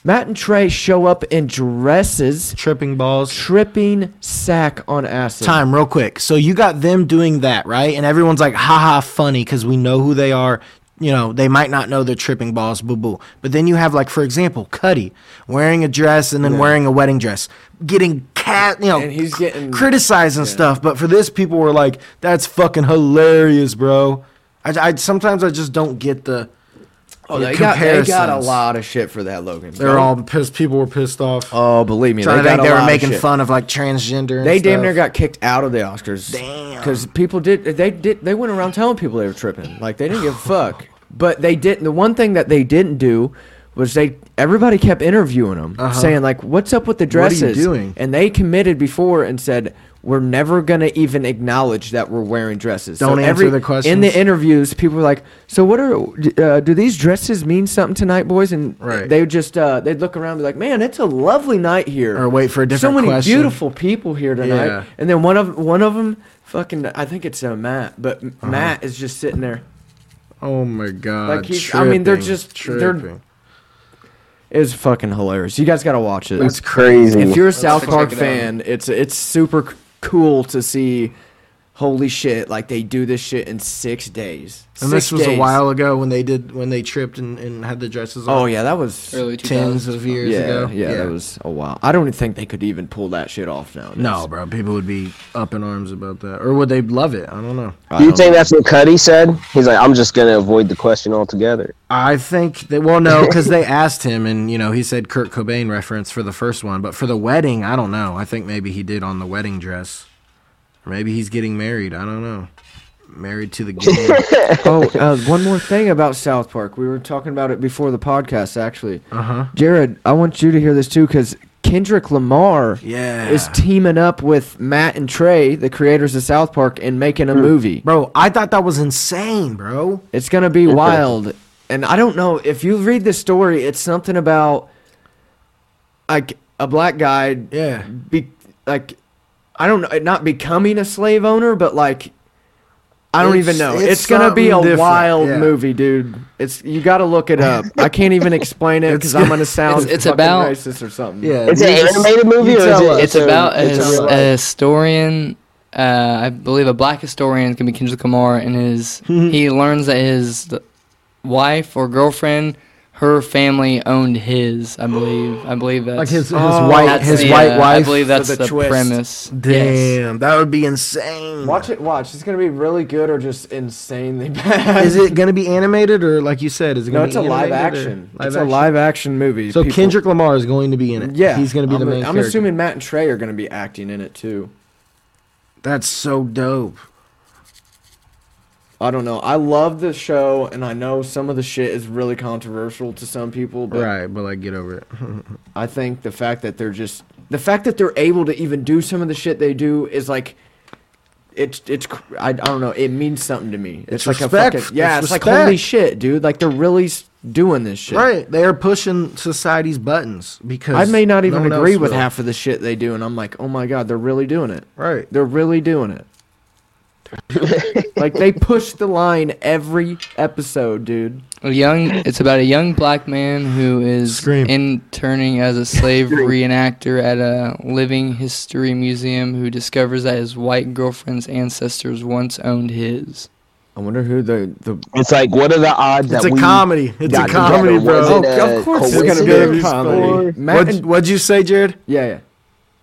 Speaker 7: Matt and Trey show up in dresses,
Speaker 6: Tripping balls.
Speaker 7: tripping sack on acid.
Speaker 6: Time real quick. So you got them doing that, right? And everyone's like, haha, funny, because we know who they are. You know, they might not know they're tripping balls, boo boo. But then you have, like, for example, Cuddy wearing a dress and then wearing a wedding dress, getting cat, you know,
Speaker 7: And he's
Speaker 6: cr-
Speaker 7: getting-
Speaker 6: criticizing stuff. But for this, people were like, that's fucking hilarious, bro. I, I sometimes I just don't get the.
Speaker 7: Oh,
Speaker 6: the
Speaker 7: they got, they got a
Speaker 6: comparisons.
Speaker 7: lot of shit for that, Logan.
Speaker 6: They're all pissed. People were pissed off.
Speaker 7: Oh, believe me,
Speaker 6: trying
Speaker 7: they
Speaker 6: to
Speaker 7: got
Speaker 6: think
Speaker 7: a
Speaker 6: they
Speaker 7: lot
Speaker 6: were
Speaker 7: of
Speaker 6: making
Speaker 7: shit.
Speaker 6: fun of like transgender. And
Speaker 7: They damn
Speaker 6: stuff.
Speaker 7: near got kicked out of the Oscars.
Speaker 6: Damn.
Speaker 7: Because people did, they did, they went around telling people they were tripping. Like they didn't give a fuck. But they didn't. The one thing that they didn't do was they. Everybody kept interviewing them, saying like, "What's up with the
Speaker 6: Uh-huh. are you
Speaker 7: dresses?"
Speaker 6: doing?
Speaker 7: And they committed before and said, "We're never gonna even acknowledge that we're wearing dresses."
Speaker 6: Don't answer the
Speaker 7: In the
Speaker 6: questions.
Speaker 7: interviews, people were like, "So what are? Uh, do these dresses mean something tonight, boys?" And
Speaker 6: Right.
Speaker 7: they would just uh, they'd look around and be like, "Man, it's a lovely night here."
Speaker 6: Or wait for a
Speaker 7: So
Speaker 6: different
Speaker 7: many
Speaker 6: question.
Speaker 7: beautiful people here tonight.
Speaker 6: Yeah.
Speaker 7: And then one of one of them, fucking, I think it's uh, Matt, but M
Speaker 6: Uh-huh.
Speaker 7: Matt is just sitting there.
Speaker 6: Oh my god!
Speaker 7: Like, he's- I mean, they're just- they're- It's fucking hilarious. You guys gotta watch it.
Speaker 5: That's crazy.
Speaker 7: if you're a South
Speaker 4: check
Speaker 7: Park
Speaker 4: it out.
Speaker 7: fan, it's it's super c- cool to see. Holy shit! Like they do this shit in six days.
Speaker 6: and
Speaker 7: Six
Speaker 6: this was
Speaker 7: days.
Speaker 6: a while ago when they did when they tripped and, and had the dresses.
Speaker 7: Oh
Speaker 6: on
Speaker 7: yeah, that was
Speaker 4: Early
Speaker 6: tens
Speaker 4: 2000s.
Speaker 6: of years
Speaker 7: yeah,
Speaker 6: ago.
Speaker 7: yeah, that was a while. I don't think they could even pull that shit off now.
Speaker 6: No, bro. People would be up in arms about that, or would they love it? I don't know.
Speaker 7: I
Speaker 5: Do you
Speaker 7: don't
Speaker 5: think that's what Cuddy said? He's like, I'm just gonna avoid the question altogether.
Speaker 6: I think that well, no, because they asked him, and you know, he said Kurt Cobain reference for the first one, but for the wedding, I don't know. I think maybe he did on the wedding dress, or maybe he's getting married. I don't know. Married to the game.
Speaker 7: oh, uh, one more thing about South Park. We were talking about it before the podcast, actually.
Speaker 6: uh huh.
Speaker 7: Jared, I want you to hear this too, because Kendrick Lamar
Speaker 6: Yeah.
Speaker 7: is teaming up with Matt and Trey, the creators of South Park, and making a
Speaker 6: Hmm.
Speaker 7: movie.
Speaker 6: Bro, I thought that was insane, bro.
Speaker 7: It's gonna be wild. And I don't know if you read this story. It's something about like a black guy,
Speaker 6: Yeah.
Speaker 7: be, like I don't know, not becoming a slave owner, but like I don't
Speaker 6: It's-
Speaker 7: even know.
Speaker 6: it's
Speaker 7: It's, gonna be a
Speaker 6: something different,
Speaker 7: wild
Speaker 6: yeah.
Speaker 7: movie, dude. It's you got to look it up. I can't even explain it because I'm gonna sound
Speaker 4: It's- it's
Speaker 7: fucking
Speaker 4: about-
Speaker 7: racist or something.
Speaker 6: Yeah.
Speaker 5: It's an
Speaker 6: you just-
Speaker 5: animated movie,
Speaker 6: you
Speaker 5: or is
Speaker 6: tell us.
Speaker 5: it?
Speaker 4: It's
Speaker 5: a-
Speaker 4: about a,
Speaker 5: it's a
Speaker 4: his-
Speaker 5: real-
Speaker 4: a historian. Uh, I believe a black historian can be Kendrick Lamar, and his
Speaker 6: Hmm.
Speaker 4: he learns that his th- wife or girlfriend, her family owned his. I believe. I believe that's
Speaker 6: like his his
Speaker 7: Oh,
Speaker 6: white
Speaker 4: that's
Speaker 6: his
Speaker 4: the,
Speaker 6: white
Speaker 4: uh,
Speaker 6: wife.
Speaker 4: I believe that's
Speaker 7: the
Speaker 4: the,
Speaker 7: twist.
Speaker 4: premise.
Speaker 6: Damn,
Speaker 4: Yes.
Speaker 6: that would be insane.
Speaker 7: Watch it. Watch. It's gonna be really good or just insanely bad.
Speaker 6: Is it gonna be animated or like you said? Is it
Speaker 7: No,
Speaker 6: gonna
Speaker 7: it's
Speaker 6: be
Speaker 7: a live
Speaker 6: animated or-
Speaker 7: action. it's a live action movie.
Speaker 6: So
Speaker 7: people-
Speaker 6: Kendrick Lamar is going to be in it.
Speaker 7: yeah,
Speaker 6: he's gonna be
Speaker 7: I'm,
Speaker 6: the main.
Speaker 7: I'm
Speaker 6: character.
Speaker 7: assuming Matt and Trey are gonna be acting in it too.
Speaker 6: that's so dope.
Speaker 7: I don't know. I love the show, and I know some of the shit is really controversial to some people, but
Speaker 6: Right, but like get over it.
Speaker 7: I think the fact that they're just the fact that they're able to even do some of the shit they do is like it's it's cr- I, I don't know it means something to me. It's,
Speaker 6: It's
Speaker 7: like
Speaker 6: respect.
Speaker 7: a fucking yeah. It's,
Speaker 6: It's
Speaker 7: like
Speaker 6: respect.
Speaker 7: holy shit, dude. Like they're really s- doing this shit.
Speaker 6: Right, they are pushing society's buttons because
Speaker 7: I may not even
Speaker 6: no one
Speaker 7: agree
Speaker 6: else
Speaker 7: with
Speaker 6: will.
Speaker 7: half of the shit they do, and I'm like, oh my god, they're really doing it.
Speaker 6: Right,
Speaker 7: They're really doing it. like they push the line every episode, dude.
Speaker 4: A young. It's about a young black man who is
Speaker 6: Scream.
Speaker 4: interning as a slave reenactor at a living history museum who discovers that his white girlfriend's ancestors once owned his.
Speaker 7: I wonder who the the
Speaker 5: It's like, what are the odds
Speaker 6: it's
Speaker 5: that
Speaker 6: a
Speaker 5: we
Speaker 6: comedy. It's a
Speaker 5: got
Speaker 6: comedy,
Speaker 5: together? Was
Speaker 6: bro.
Speaker 5: it a
Speaker 7: of course it's gonna be a
Speaker 5: coincidence
Speaker 7: comedy.
Speaker 5: or-
Speaker 7: Matt
Speaker 6: What
Speaker 7: and-
Speaker 6: what'd you say, Jared?
Speaker 7: yeah, yeah.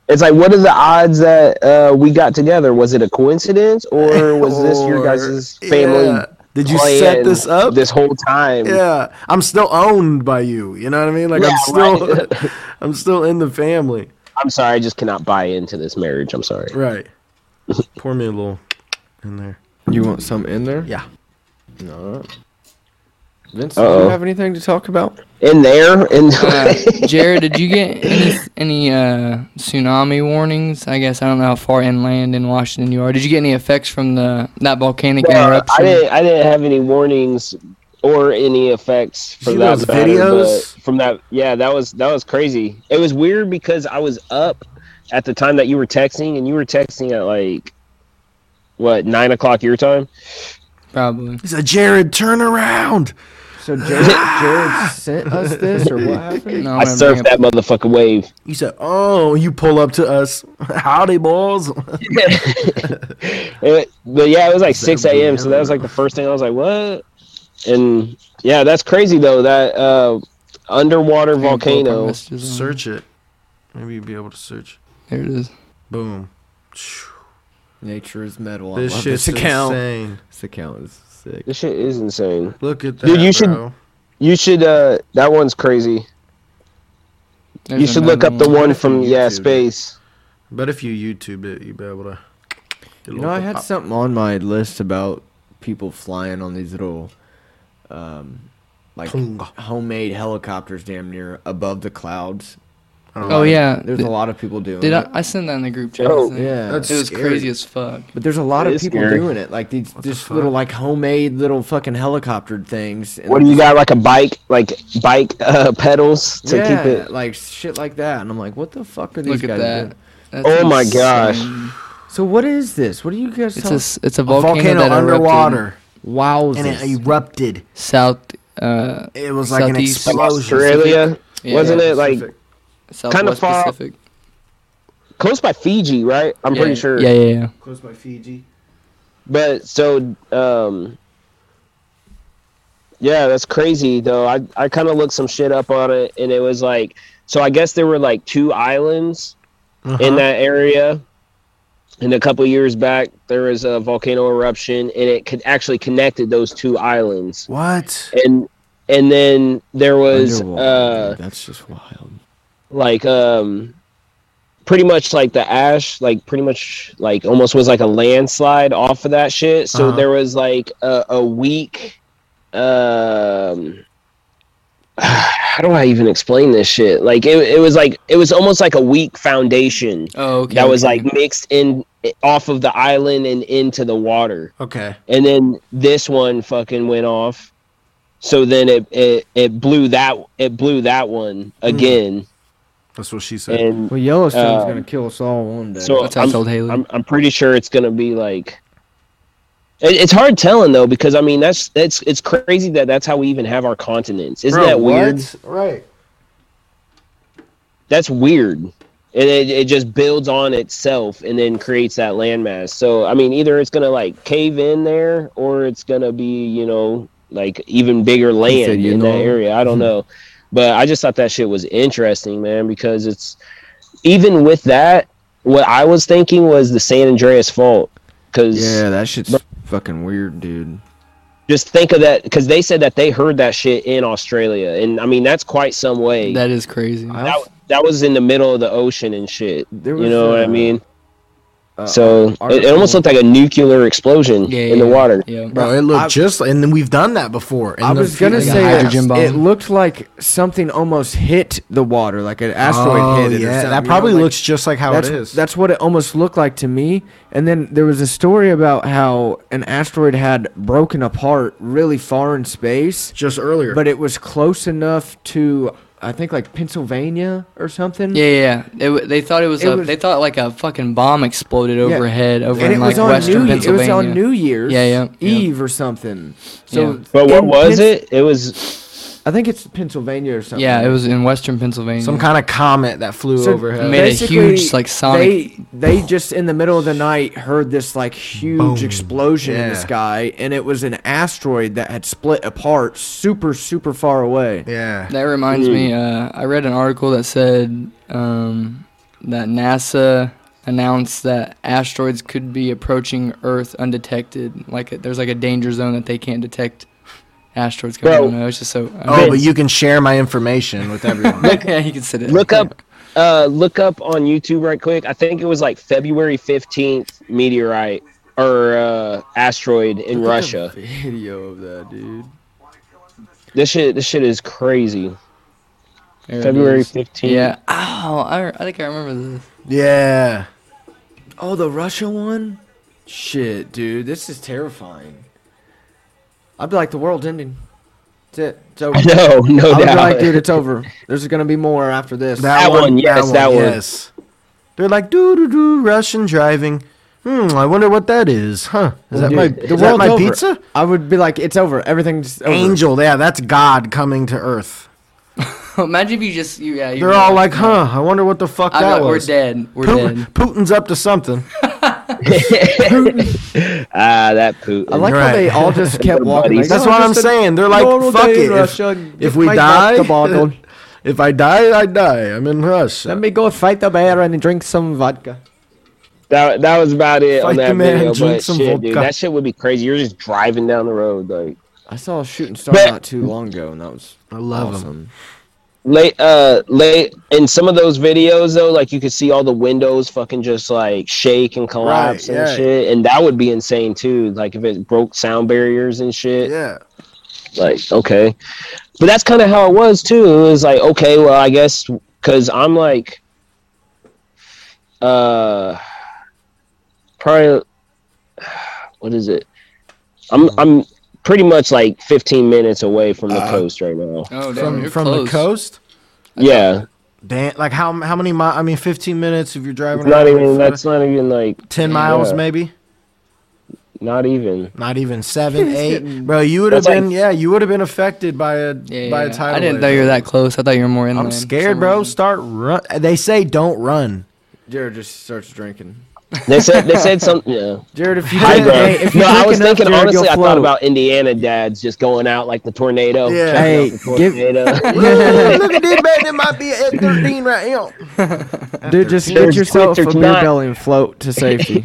Speaker 5: It's like, what are the odds that uh, we got together? Was it a coincidence, or was this your
Speaker 6: Or-
Speaker 5: guys' family?
Speaker 6: Yeah. Did you set
Speaker 5: plan
Speaker 6: this up?
Speaker 5: this whole time?
Speaker 6: Yeah, I'm still owned by you. You know what I mean? Like
Speaker 5: Yeah,
Speaker 6: I'm still, I'm still in the family.
Speaker 5: I'm sorry, I just cannot buy into this marriage. I'm sorry.
Speaker 6: Right. Pour me a little in there.
Speaker 7: You want some in there?
Speaker 6: Yeah.
Speaker 7: No. Vince, do
Speaker 5: Uh-oh.
Speaker 7: you have anything to talk about?
Speaker 5: In there, in
Speaker 4: Uh, Jared, did you get any any uh, tsunami warnings? I guess I don't know how far inland in Washington you are. Did you get any effects from the that volcanic
Speaker 5: Uh, I
Speaker 4: eruption?
Speaker 5: didn't. I didn't have any warnings or any effects
Speaker 6: See
Speaker 5: from that
Speaker 6: those
Speaker 5: matter,
Speaker 6: videos?
Speaker 5: but From that, yeah, that was that was crazy. It was weird because I was up at the time that you were texting, and you were texting at like what nine o'clock your time.
Speaker 4: Probably.
Speaker 6: He said, Jared, turn around.
Speaker 7: So Jared, Jared sent us this, or what happened?
Speaker 4: No,
Speaker 5: I
Speaker 4: I'm gonna bring
Speaker 5: surfed
Speaker 4: up-
Speaker 5: that motherfucking wave.
Speaker 6: He said, Oh, you pull up to us. Howdy, boys.
Speaker 5: It- but yeah, it was like six a.m. So that was like the first thing I was like, what? And yeah, that's crazy though. That uh, underwater
Speaker 4: Pull up our
Speaker 5: volcano.
Speaker 4: messages on-
Speaker 6: search it. Maybe you'd be able to search.
Speaker 4: There it is.
Speaker 6: Boom.
Speaker 7: Nature is metal. I
Speaker 6: This
Speaker 7: love
Speaker 6: shit's
Speaker 7: this account.
Speaker 6: insane.
Speaker 7: This account is sick.
Speaker 5: This shit is insane.
Speaker 6: Look at that.
Speaker 5: Dude, you should-
Speaker 6: bro.
Speaker 5: You should. uh That one's crazy.
Speaker 4: There's
Speaker 5: you should look
Speaker 4: another
Speaker 5: up the
Speaker 4: one.
Speaker 5: one from yeah space.
Speaker 6: But if you YouTube it, you'd be able to. get a
Speaker 7: You
Speaker 6: little
Speaker 7: know, I had
Speaker 6: pop-
Speaker 7: something on my list about people flying on these little, um, like
Speaker 6: Tunga.
Speaker 7: homemade helicopters, damn near above the clouds.
Speaker 4: Oh yeah.
Speaker 7: There's a lot of people doing.
Speaker 4: Did I,
Speaker 7: it.
Speaker 4: I sent that in the group chat?
Speaker 5: Oh,
Speaker 4: I think.
Speaker 7: Yeah,
Speaker 6: That's-
Speaker 4: It was
Speaker 6: Scary.
Speaker 4: crazy as fuck.
Speaker 7: but there's a lot
Speaker 5: It
Speaker 7: of
Speaker 5: is
Speaker 7: people
Speaker 5: scary.
Speaker 7: doing it, like these
Speaker 6: the
Speaker 7: just
Speaker 6: fuck?
Speaker 7: little like homemade little fucking helicopter things. and
Speaker 5: What
Speaker 7: they're
Speaker 5: do you got? Like a bike, like bike uh, pedals to
Speaker 7: yeah,
Speaker 5: keep it.
Speaker 7: like shit like that. And I'm like, what the fuck are these
Speaker 4: Look at
Speaker 7: guys
Speaker 4: that.
Speaker 7: doing?
Speaker 4: That's
Speaker 5: Oh my
Speaker 4: insane.
Speaker 5: gosh.
Speaker 7: So what is this? What are you guys
Speaker 4: It's
Speaker 7: talking?
Speaker 4: a s- it's a
Speaker 6: A
Speaker 4: volcano,
Speaker 6: volcano,
Speaker 4: that erupted
Speaker 6: underwater.
Speaker 7: Wow,
Speaker 6: And it erupted.
Speaker 4: south uh
Speaker 6: It was like an
Speaker 4: Southeast.
Speaker 5: Like
Speaker 6: explosion.
Speaker 5: Australia,
Speaker 4: yeah,
Speaker 5: wasn't it like
Speaker 6: Pacific.
Speaker 4: southwest
Speaker 5: far-
Speaker 4: Pacific.
Speaker 5: close by Fiji? Right, I'm
Speaker 4: yeah,
Speaker 5: pretty sure.
Speaker 4: Yeah, yeah, yeah.
Speaker 6: Close by Fiji.
Speaker 5: But so, um, yeah, that's crazy though. I I kind of looked some shit up on it, and it was like, so I guess there were like two islands
Speaker 7: Uh-huh.
Speaker 4: Uh-huh.
Speaker 5: in that area. And a couple years back, there was a volcano eruption, and it could actually connected those two islands.
Speaker 6: What?
Speaker 5: And and then there was
Speaker 7: Underwater,
Speaker 5: uh,
Speaker 7: dude, that's just wild.
Speaker 5: like um, pretty much like the ash, like pretty much like almost was like a landslide off of that shit. So
Speaker 6: Uh-huh.
Speaker 5: there was like a, a week. Um, how do I even explain this shit? Like it, it was like it was almost like a weak foundation
Speaker 4: Oh, okay.
Speaker 5: that was
Speaker 4: okay.
Speaker 5: like mixed in off of the island and into the water
Speaker 6: Okay.
Speaker 5: and then this one fucking went off so then it it, it blew that it blew that one again
Speaker 6: That's what she said.
Speaker 5: and
Speaker 7: Well, Yellowstone's
Speaker 5: Uh,
Speaker 7: gonna kill us all one day.
Speaker 5: so
Speaker 4: That's how I told Haley.
Speaker 5: I'm, I'm pretty sure it's gonna be like it, it's hard telling though because i mean that's that's it's crazy that that's how we even have our continents isn't that weird
Speaker 6: Right.
Speaker 5: that's weird and it, it just builds on itself and then creates that landmass so i mean either it's gonna like cave in there or it's gonna be you know like even bigger land
Speaker 7: said, you
Speaker 5: in
Speaker 7: know.
Speaker 5: that area i don't know but i just thought that shit was interesting man because it's even with that what i was thinking was the san andreas fault because
Speaker 7: yeah, that shit's fucking weird, dude.
Speaker 5: just think of that because they said that they heard that shit in australia and i mean that's quite some way
Speaker 4: that is crazy.
Speaker 7: I
Speaker 5: that,
Speaker 7: also-
Speaker 5: that was in the middle of the ocean and shit
Speaker 7: There
Speaker 5: you
Speaker 7: was,
Speaker 5: know what
Speaker 7: uh,
Speaker 5: i mean so it, it almost looked like a nuclear explosion
Speaker 4: Yeah,
Speaker 5: in the
Speaker 4: yeah,
Speaker 5: water.
Speaker 4: Yeah.
Speaker 6: bro. It looked just, and then we've done that before.
Speaker 7: I
Speaker 6: in the
Speaker 7: was gonna
Speaker 6: fucking
Speaker 7: say that
Speaker 6: past.
Speaker 4: hydrogen bomb.
Speaker 7: it looked like something almost hit the water, like an asteroid
Speaker 6: Oh,
Speaker 7: hit it. or
Speaker 6: yeah,
Speaker 7: something, you
Speaker 6: that
Speaker 7: know,
Speaker 6: probably
Speaker 7: like-
Speaker 6: looks just like how
Speaker 7: that's,
Speaker 6: it is.
Speaker 7: That's what it almost looked like to me. And then there was a story about how an asteroid had broken apart really far in space,
Speaker 6: just earlier.
Speaker 7: but it was close enough to I think like Pennsylvania or something.
Speaker 4: Yeah, yeah. It, w- they thought it was,
Speaker 7: It
Speaker 4: a,
Speaker 7: was-
Speaker 4: They thought like a fucking bomb exploded
Speaker 7: Yeah.
Speaker 4: overhead over
Speaker 7: And
Speaker 4: in
Speaker 7: it
Speaker 4: like
Speaker 7: was on
Speaker 4: Western
Speaker 7: New Year- it
Speaker 4: Pennsylvania.
Speaker 7: was on New Year's
Speaker 4: Yeah, yeah, yeah.
Speaker 7: Eve or something. So
Speaker 4: Yeah.
Speaker 5: But what
Speaker 7: in
Speaker 5: was
Speaker 7: Pens-
Speaker 5: it? It was
Speaker 7: I think it's Pennsylvania or something.
Speaker 4: Yeah, it was in Western Pennsylvania.
Speaker 6: Some kind of comet that flew
Speaker 7: So
Speaker 6: overhead.
Speaker 4: made a
Speaker 7: basically,
Speaker 4: huge, like, sonic-
Speaker 7: They, they just in the middle of the night heard this like huge explosion in the
Speaker 6: Yeah.
Speaker 7: sky, and it was an asteroid that had split apart super super far away.
Speaker 6: yeah.
Speaker 4: That reminds me.
Speaker 5: Hmm.
Speaker 4: Uh, I read an article that said um, that NASA announced that asteroids could be approaching Earth undetected. Like there's like a danger zone that they can't detect asteroids coming. I
Speaker 5: Bro.
Speaker 4: don't know. It's just so.
Speaker 6: Oh, but you can share my information with everyone.
Speaker 4: yeah, you can sit it.
Speaker 5: look up uh look up on YouTube right quick. I think it was like February 15th meteorite or uh asteroid in Russia.
Speaker 7: Video of that, dude.
Speaker 5: This shit this shit is crazy.
Speaker 4: There it
Speaker 5: February
Speaker 4: is.
Speaker 5: 15th.
Speaker 4: Yeah. Oh, I, I think I remember this.
Speaker 6: yeah.
Speaker 7: Oh, the Russia one. Shit, dude, this is terrifying. I'd be like, the world's ending. That's it. It's over.
Speaker 5: No, no
Speaker 7: I would be
Speaker 5: doubt.
Speaker 7: like, dude, it's over. There's gonna be more after this.
Speaker 5: That one, yes, that one.
Speaker 6: Yes. They're like doo doo doo Russian driving. Hmm, I wonder what that is, huh? Is that my
Speaker 7: Dude, the
Speaker 6: is that
Speaker 7: world's
Speaker 6: my
Speaker 7: over.
Speaker 6: pizza?
Speaker 7: I would be like, it's over. Everything's over.
Speaker 6: Angel, yeah, that's God coming to Earth.
Speaker 4: Imagine if you just you, yeah. You
Speaker 6: They're all like, huh? I wonder what the fuck
Speaker 4: I
Speaker 6: that
Speaker 4: bet we're
Speaker 6: was.
Speaker 4: dead. We're
Speaker 6: Putin,
Speaker 4: dead.
Speaker 6: Putin's up to something.
Speaker 5: ah, that poop.
Speaker 7: I like
Speaker 6: Right.
Speaker 7: how they all just kept
Speaker 5: They're
Speaker 7: walking.
Speaker 5: buddies.
Speaker 7: Like,
Speaker 6: That's
Speaker 7: "Oh,
Speaker 6: what I'm
Speaker 7: just a
Speaker 6: saying. They're like,
Speaker 7: normal
Speaker 6: fuck
Speaker 7: day in
Speaker 6: it. If,
Speaker 7: Russia and
Speaker 6: if
Speaker 7: get
Speaker 6: we
Speaker 7: my back
Speaker 6: die,
Speaker 7: to bottle.
Speaker 6: if I die, I die. I'm in Russia.
Speaker 7: let me go fight the bear and drink some vodka.
Speaker 5: that, that was about it
Speaker 6: Fight
Speaker 5: on
Speaker 6: the
Speaker 5: that
Speaker 6: man,
Speaker 5: video.
Speaker 6: drink
Speaker 5: But
Speaker 6: some
Speaker 5: shit, dude,
Speaker 6: vodka.
Speaker 5: that shit would be crazy. You're just driving down the road like
Speaker 7: I saw a shooting star
Speaker 5: But-
Speaker 7: not too long ago, and that was
Speaker 6: I love 'em.
Speaker 7: awesome.
Speaker 5: late uh late in some of those videos though like you could see all the windows fucking just like shake and collapse
Speaker 6: Right,
Speaker 5: and
Speaker 6: yeah.
Speaker 5: shit and that would be insane too like if it broke sound barriers and shit
Speaker 6: Yeah.
Speaker 5: like okay but that's kind of how it was too it was like okay well i guess because i'm like uh probably what is it i'm i'm pretty much like 15 minutes away from
Speaker 7: Uh-huh.
Speaker 5: the coast right now
Speaker 4: Oh, damn,
Speaker 6: From
Speaker 4: you're
Speaker 6: from
Speaker 4: close.
Speaker 6: the coast.
Speaker 5: yeah
Speaker 6: Damn, like how how many miles? I mean, 15 minutes if you're driving.
Speaker 5: It's not
Speaker 6: around,
Speaker 5: even.
Speaker 6: like,
Speaker 5: That's not even like
Speaker 6: 10 miles,
Speaker 5: yeah,
Speaker 6: maybe.
Speaker 5: Not even.
Speaker 6: Not even seven, eight, bro. You would have
Speaker 5: That's like-
Speaker 6: been, yeah, you would have been affected by a
Speaker 4: Yeah,
Speaker 6: by
Speaker 4: yeah.
Speaker 6: a tidal.
Speaker 4: I didn't
Speaker 6: wave.
Speaker 4: know you were that close. I thought you were more inland.
Speaker 6: I'm
Speaker 4: for
Speaker 6: scared,
Speaker 4: some
Speaker 6: bro.
Speaker 4: reason.
Speaker 6: Start run. They say don't run.
Speaker 7: Jared just starts drinking.
Speaker 5: They said. They said something. Yeah.
Speaker 7: Jared, if you
Speaker 5: Hi,
Speaker 7: drink,
Speaker 5: bro.
Speaker 7: hey, if you
Speaker 5: no, I
Speaker 7: drink
Speaker 5: was
Speaker 7: enough,
Speaker 5: thinking
Speaker 7: Jared,
Speaker 5: honestly.
Speaker 7: you'll
Speaker 5: I thought
Speaker 7: float.
Speaker 5: about Indiana dads just going out like the tornado.
Speaker 6: Yeah.
Speaker 5: checking
Speaker 7: Hey,
Speaker 5: out the
Speaker 7: give-
Speaker 5: tornado.
Speaker 6: Ooh, look at this man. It might be at 13 right now.
Speaker 7: dude. Just get
Speaker 5: Jared's
Speaker 7: yourself a
Speaker 5: Twitter
Speaker 7: beer
Speaker 5: tonight.
Speaker 7: belly and float to safety.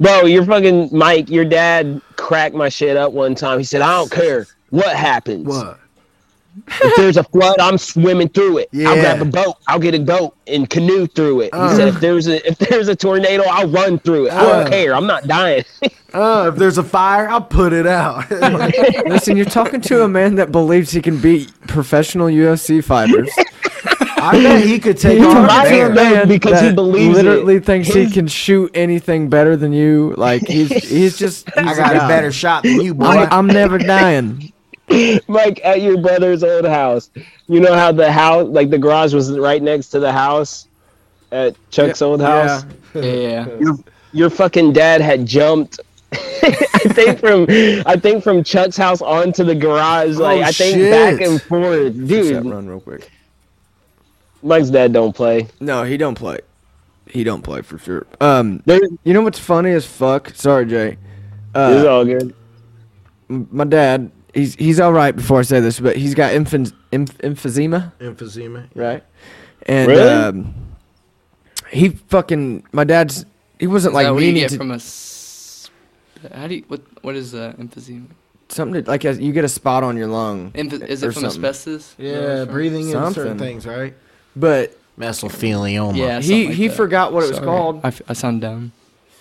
Speaker 5: Bro, your fucking Mike. Your dad cracked my shit up one time. He said, "I don't care what happens.
Speaker 6: What?
Speaker 5: If there's a flood, I'm swimming through it. I'll
Speaker 6: Yeah.
Speaker 5: grab a boat. I'll get a boat and canoe through it." He said, "If there's a if there's a tornado, I'll run through it. I
Speaker 6: Uh.
Speaker 5: don't care. I'm not dying."
Speaker 6: Uh, if there's a fire, I'll put it out.
Speaker 7: Listen, you're talking to a man that believes he can beat professional UFC fighters.
Speaker 6: I bet he could take
Speaker 7: You're
Speaker 6: on
Speaker 5: right,
Speaker 7: talking to a
Speaker 6: a bear.
Speaker 5: man. because he
Speaker 7: that
Speaker 5: believes
Speaker 7: literally thinks he can shoot anything better than you. Like he's he's just he's
Speaker 6: I got a
Speaker 7: god.
Speaker 6: better shot than you, boy.
Speaker 7: I'm, I'm never dying.
Speaker 5: Mike, at your brother's old house. You know how the house, like the garage, was right next to the house at Chuck's old house.
Speaker 4: Yeah, yeah. yeah.
Speaker 5: Your fucking dad had jumped. I think from I think from Chuck's house onto the garage. Like
Speaker 6: Oh,
Speaker 5: I think
Speaker 6: shit.
Speaker 5: back and forth,
Speaker 7: That
Speaker 5: dude.
Speaker 7: run real quick.
Speaker 5: Mike's dad don't play.
Speaker 7: No, he don't play. He don't play for sure. Um,
Speaker 5: There-
Speaker 7: you know what's funny as fuck? Sorry, Jay.
Speaker 5: it's
Speaker 7: Uh,
Speaker 5: all good.
Speaker 7: m- my dad, he's he's all right before I say this, but he's got emphy- emph- emphysema,
Speaker 6: emphysema.
Speaker 7: right? And
Speaker 5: Really?
Speaker 7: um, he fucking my dad's. He wasn't
Speaker 4: Like
Speaker 7: like
Speaker 4: what do you
Speaker 7: meaning
Speaker 4: get
Speaker 7: to
Speaker 4: from a. s- How do you what what is uh, emphysema?
Speaker 7: something to- like as you get a spot on your lung.
Speaker 4: Emph- is
Speaker 7: or
Speaker 4: it from
Speaker 7: something.
Speaker 4: asbestos? Is that where
Speaker 6: Yeah,
Speaker 4: it's from?
Speaker 6: breathing in certain
Speaker 7: Something.
Speaker 6: things, right?
Speaker 7: But
Speaker 6: mesothelioma.
Speaker 4: Yeah,
Speaker 7: He
Speaker 4: something like
Speaker 7: he
Speaker 4: that.
Speaker 7: forgot what it was
Speaker 4: Sorry.
Speaker 7: called,
Speaker 4: I, f- I sound dumb.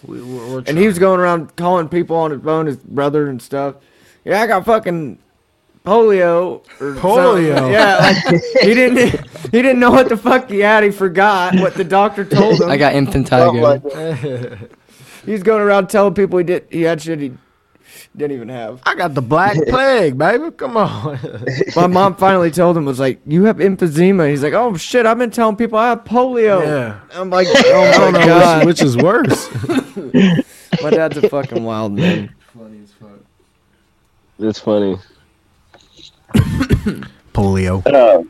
Speaker 6: We, we're, we're
Speaker 7: and he was going around calling people on his phone, his brother and stuff. Yeah, I got fucking polio. Or
Speaker 3: Polio?
Speaker 7: something. Yeah, like, he didn't he didn't know what the fuck he had. He forgot what the doctor told him.
Speaker 4: I got infantigo.
Speaker 7: He's going around telling people he did he had shit he didn't even have.
Speaker 6: I got the black plague, baby. Come on.
Speaker 7: My mom finally told him was like, "You have emphysema." He's like, "Oh shit, I've been telling people I have polio."
Speaker 6: yeah.
Speaker 7: I'm like, "Oh my god,
Speaker 6: Which is worse?
Speaker 7: my dad's a fucking wild man."
Speaker 5: That's funny.
Speaker 6: Polio.
Speaker 5: Uh,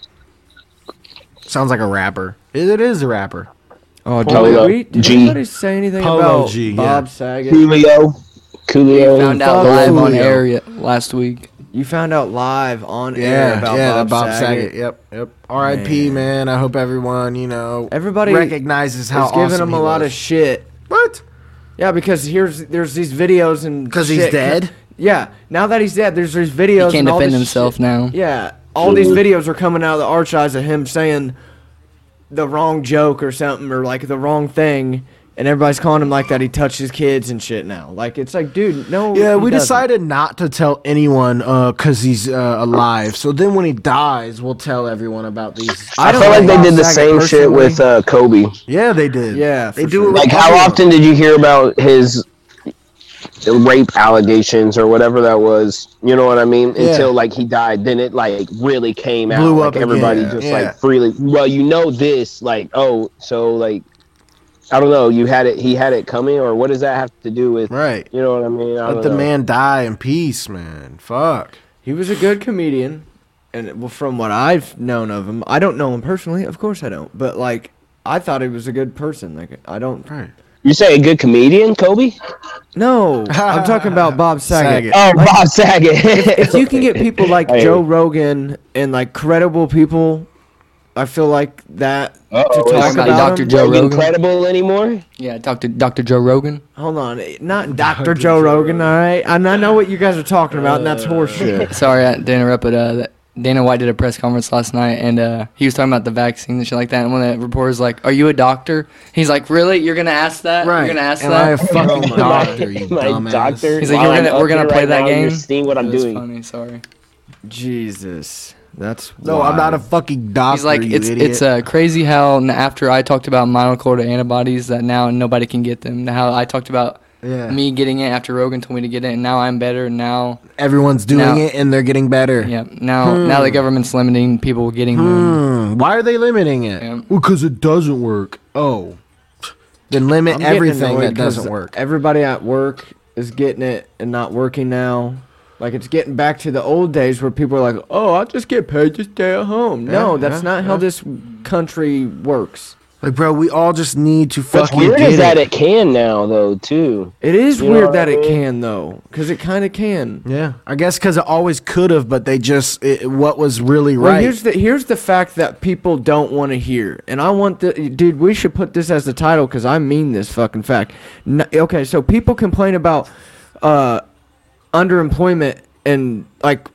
Speaker 6: Sounds like a rapper. It- it is a rapper.
Speaker 7: Oh, did,
Speaker 5: Polio.
Speaker 7: we, did
Speaker 5: G.
Speaker 7: anybody say anything
Speaker 6: Polo
Speaker 7: about
Speaker 6: G, yeah.
Speaker 7: Bob Saget?
Speaker 5: Coolio. Coolio.
Speaker 4: Found out
Speaker 7: Fuck
Speaker 4: live on
Speaker 7: Julio.
Speaker 4: air ye- last week.
Speaker 7: You found out live on air
Speaker 6: Yeah,
Speaker 7: about
Speaker 6: yeah,
Speaker 7: Bob,
Speaker 6: that Bob
Speaker 7: Saget.
Speaker 6: Saget. Yep, yep. R.I.P. Man. I hope everyone you know
Speaker 7: Everybody
Speaker 6: recognizes how
Speaker 7: He's giving
Speaker 6: awesome
Speaker 7: him
Speaker 6: he
Speaker 7: a lot
Speaker 6: was.
Speaker 7: of shit.
Speaker 6: what?
Speaker 7: Yeah, because here's there's these videos and
Speaker 6: Because he's
Speaker 7: shit.
Speaker 6: dead.
Speaker 7: Yeah, now that he's dead, there's these
Speaker 4: He
Speaker 7: videos.
Speaker 4: can't
Speaker 7: and all
Speaker 4: defend
Speaker 7: this
Speaker 4: himself
Speaker 7: shit.
Speaker 4: now.
Speaker 7: Yeah, all these videos are coming out of the archives of him saying the wrong joke or something or like the wrong thing, and everybody's calling him like that. He touched his kids and shit now. Like it's like, dude, no.
Speaker 6: Yeah,
Speaker 7: he
Speaker 6: we
Speaker 7: doesn't.
Speaker 6: decided not to tell anyone because he's uh, alive. So then when he dies, we'll tell everyone about these.
Speaker 5: I, feel like they did the same shit with uh, Kobe.
Speaker 6: yeah, they did.
Speaker 7: Yeah,
Speaker 6: they
Speaker 7: for
Speaker 6: do.
Speaker 7: sure.
Speaker 6: it
Speaker 5: Like,
Speaker 6: with
Speaker 5: how
Speaker 6: everyone.
Speaker 5: often did you hear about his rape allegations or whatever that was? You know what I mean?
Speaker 6: Yeah.
Speaker 5: Until like he died, then it like really came out.
Speaker 6: Blew
Speaker 5: like,
Speaker 6: up again.
Speaker 5: Everybody
Speaker 6: Yeah.
Speaker 5: just
Speaker 6: Yeah.
Speaker 5: like freely. Well, you know this. Like, oh, so like, I don't know. You had it. He had it coming, or what does that have to do with?
Speaker 6: Right.
Speaker 5: You know what I mean? I
Speaker 6: Let
Speaker 5: don't
Speaker 6: the
Speaker 5: know.
Speaker 6: man die in peace, man. Fuck.
Speaker 7: He was a good comedian, and well, from what I've known of him, I don't know him personally. Of course, I don't. But like, I thought he was a good person. Like, I don't.
Speaker 6: Right.
Speaker 5: You say a good comedian, Kobe?
Speaker 7: No, I'm talking about Bob Saget.
Speaker 6: Saget.
Speaker 5: Oh, Bob Saget.
Speaker 7: if you can get people like
Speaker 5: Hey.
Speaker 7: Joe Rogan and like credible people, I feel like that.
Speaker 5: Uh-oh,
Speaker 7: to talk
Speaker 5: is
Speaker 7: about
Speaker 5: Dr.
Speaker 7: him.
Speaker 5: Joe
Speaker 4: Joe Rogan.
Speaker 5: incredible anymore?
Speaker 4: Yeah, Dr. Dr. Joe Rogan.
Speaker 7: Hold on, eh, not Dr. Joe Rogan, all right? And I know what you guys are talking about, and that's horseshit.
Speaker 4: Sorry I- to interrupt, but uh, that- Dana White did a press conference last night, and uh, he was talking about the vaccine and shit like that. And one of the reporters like, "Are you a doctor?" He's like, "Really? You're gonna ask that?
Speaker 6: Right. Oh
Speaker 4: You're gonna ask
Speaker 6: Am I a
Speaker 4: that?"
Speaker 6: fucking doctor? You
Speaker 5: My
Speaker 6: dumbass.
Speaker 5: doctor.
Speaker 4: He's like,
Speaker 5: while
Speaker 4: "You're gonna-
Speaker 5: I'm
Speaker 4: we're
Speaker 5: up
Speaker 4: gonna
Speaker 5: here
Speaker 4: play
Speaker 5: right
Speaker 4: that
Speaker 5: now, You're
Speaker 4: game?"
Speaker 5: seeing what I'm
Speaker 4: It was
Speaker 5: doing.
Speaker 4: Funny. Sorry.
Speaker 7: Jesus, that's
Speaker 6: No, I'm not a
Speaker 7: wild.
Speaker 6: fucking doctor.
Speaker 4: He's like,
Speaker 6: you
Speaker 4: it's
Speaker 6: idiot.
Speaker 4: it's uh, crazy how n- after I talked about monoclonal antibodies that now nobody can get them. How I talked about
Speaker 6: Yeah.
Speaker 4: me getting it after Rogan told me to get it, and now I'm better. and Now,
Speaker 6: Everyone's doing
Speaker 4: Now-
Speaker 6: it and they're getting better.
Speaker 4: yeah, now now the government's limiting people getting them.
Speaker 6: Hmm, Why are they limiting it?
Speaker 4: Yeah.
Speaker 6: Well, because it doesn't work. Oh. Then limit
Speaker 7: I'm getting
Speaker 6: everything
Speaker 7: annoyed
Speaker 6: that doesn't
Speaker 7: 'cause
Speaker 6: work.
Speaker 7: Everybody at work is getting it and not working now. Like it's getting back to the old days where people are like, "Oh, I'll just get paid to stay at home." no,
Speaker 6: Yeah,
Speaker 7: that's
Speaker 6: yeah,
Speaker 7: not how this country works.
Speaker 6: Like, bro, we all just need to
Speaker 5: What's
Speaker 6: fucking
Speaker 5: weird
Speaker 6: get
Speaker 5: is that
Speaker 6: it.
Speaker 5: it can now, though, too.
Speaker 7: It is
Speaker 5: You know
Speaker 7: weird
Speaker 5: what
Speaker 7: that
Speaker 5: I
Speaker 7: it
Speaker 5: mean?
Speaker 7: can though, because it kind of can.
Speaker 6: Yeah, I guess because it always could have, but they just it, what was really
Speaker 7: Well,
Speaker 6: right.
Speaker 7: here's the here's the fact that people don't want to hear, and I want the dude. We should put this as the title because I mean this fucking fact. N okay, so people complain about uh, underemployment and like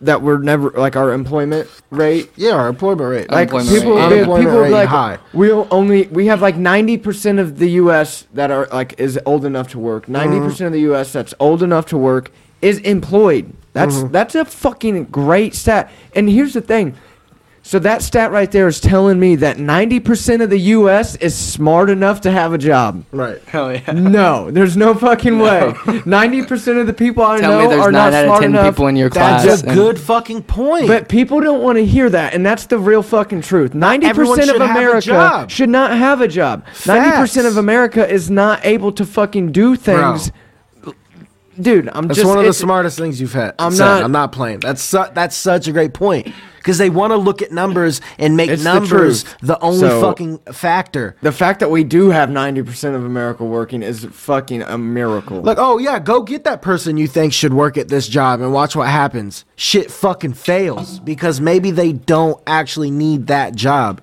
Speaker 7: that we're never like our employment rate.
Speaker 6: yeah, our employment rate.
Speaker 7: Like
Speaker 4: Unemployment
Speaker 7: people,
Speaker 4: rate.
Speaker 7: yeah,
Speaker 6: Unemployment
Speaker 7: people
Speaker 6: rate
Speaker 7: like
Speaker 6: high.
Speaker 7: we only we have like ninety percent of the U.S. that are like is old enough to
Speaker 4: Mm-hmm.
Speaker 7: work. 90 percent of the U.S. that's old enough to work is employed. That's
Speaker 4: Mm-hmm.
Speaker 7: that's a fucking great stat. And here's the thing. So that stat right there is telling me that 90% of the US is smart enough to have a job.
Speaker 6: right.
Speaker 4: Hell yeah.
Speaker 7: No, there's no fucking way. 90% of the people I
Speaker 4: Tell
Speaker 7: know
Speaker 4: me there's
Speaker 7: are not
Speaker 4: nine out of
Speaker 7: smart
Speaker 4: ten
Speaker 7: enough.
Speaker 4: people in your class.
Speaker 6: That's a
Speaker 4: and-
Speaker 6: good fucking point.
Speaker 7: But people don't want to hear that, and that's the real fucking truth. Ninety
Speaker 6: everyone
Speaker 7: percent of
Speaker 6: should have a
Speaker 7: America
Speaker 6: job.
Speaker 7: should not have a job. Ninety percent of America is not able to fucking do things. Dude, I'm
Speaker 6: That's
Speaker 7: just
Speaker 6: one of the
Speaker 7: it's-
Speaker 6: smartest things you've had.
Speaker 7: I'm
Speaker 6: I'm
Speaker 7: not-
Speaker 6: not. I'm not playing. That's su- that's such a great point because they want to look at numbers and make
Speaker 7: It's the
Speaker 6: numbers
Speaker 7: truth.
Speaker 6: the, only
Speaker 7: So-
Speaker 6: fucking factor.
Speaker 7: The fact that we do have ninety percent of America working is fucking a miracle.
Speaker 6: Like, oh yeah, go get that person you think should work at this job and watch what happens. Shit fucking fails because maybe they don't actually need that job.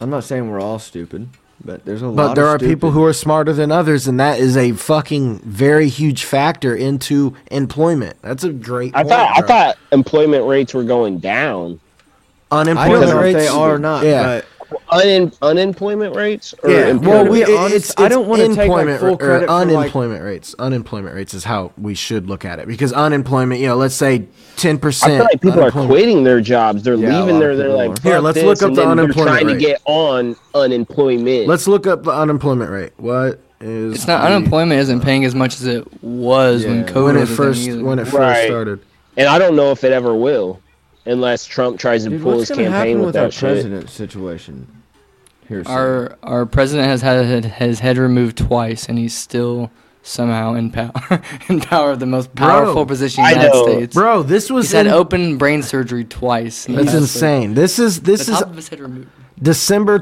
Speaker 7: I'm not saying we're all stupid, but there's a lot.
Speaker 6: But there
Speaker 7: of
Speaker 6: are people
Speaker 7: stupid-
Speaker 6: who are smarter than others, and that is a fucking very huge factor into employment. That's a great.
Speaker 5: I
Speaker 6: point,
Speaker 5: thought I
Speaker 6: bro.
Speaker 5: thought employment rates were going down.
Speaker 7: I don't
Speaker 6: unemployment
Speaker 7: know if
Speaker 6: rates.
Speaker 7: they are or not.
Speaker 6: Yeah,
Speaker 7: but
Speaker 5: un- unemployment rates? Or
Speaker 7: Yeah,
Speaker 5: employment
Speaker 7: well, we-
Speaker 5: rates?
Speaker 7: it's- I don't wanna take, like,
Speaker 6: employment
Speaker 7: full
Speaker 6: ra- or
Speaker 7: credit for, like-
Speaker 6: unemployment rates. Unemployment rates is how we should look at it because unemployment, you know, let's say ten
Speaker 5: I feel
Speaker 6: percent.
Speaker 5: like people are quitting their jobs. They're
Speaker 6: Yeah, a
Speaker 5: leaving
Speaker 6: lot
Speaker 5: their.
Speaker 6: of
Speaker 5: They're
Speaker 6: people
Speaker 5: like,
Speaker 6: are. Here,
Speaker 5: "Fuck
Speaker 6: let's
Speaker 5: this,"
Speaker 6: look up
Speaker 5: and
Speaker 6: the
Speaker 5: then they're
Speaker 6: unemployment
Speaker 5: Trying
Speaker 6: rate.
Speaker 5: to get on unemployment.
Speaker 6: Let's look up the unemployment rate. What is
Speaker 4: It's not
Speaker 6: the-
Speaker 4: unemployment isn't paying as much as it was
Speaker 6: yeah,
Speaker 4: when COVID
Speaker 6: when it
Speaker 4: was a thing
Speaker 6: first
Speaker 4: either.
Speaker 6: when it first
Speaker 5: Right.
Speaker 6: started.
Speaker 5: and I don't know if it ever will, unless Trump tries to
Speaker 7: Dude,
Speaker 5: pull
Speaker 7: what's
Speaker 5: his
Speaker 7: going to
Speaker 5: campaign
Speaker 7: happen
Speaker 5: with,
Speaker 7: with
Speaker 5: that
Speaker 7: our
Speaker 5: shit.
Speaker 7: president situation? Here soon?
Speaker 4: our our president has had his head removed twice, and he's still somehow in power in power of the most
Speaker 6: Bro,
Speaker 4: powerful position in
Speaker 5: I
Speaker 4: the United
Speaker 5: know.
Speaker 4: States.
Speaker 6: Bro, this was
Speaker 4: he's had
Speaker 6: in-
Speaker 4: open brain surgery twice. in the
Speaker 6: that's
Speaker 4: past, like,
Speaker 6: insane. This is
Speaker 4: The
Speaker 6: this is
Speaker 4: top of his head removed.
Speaker 6: December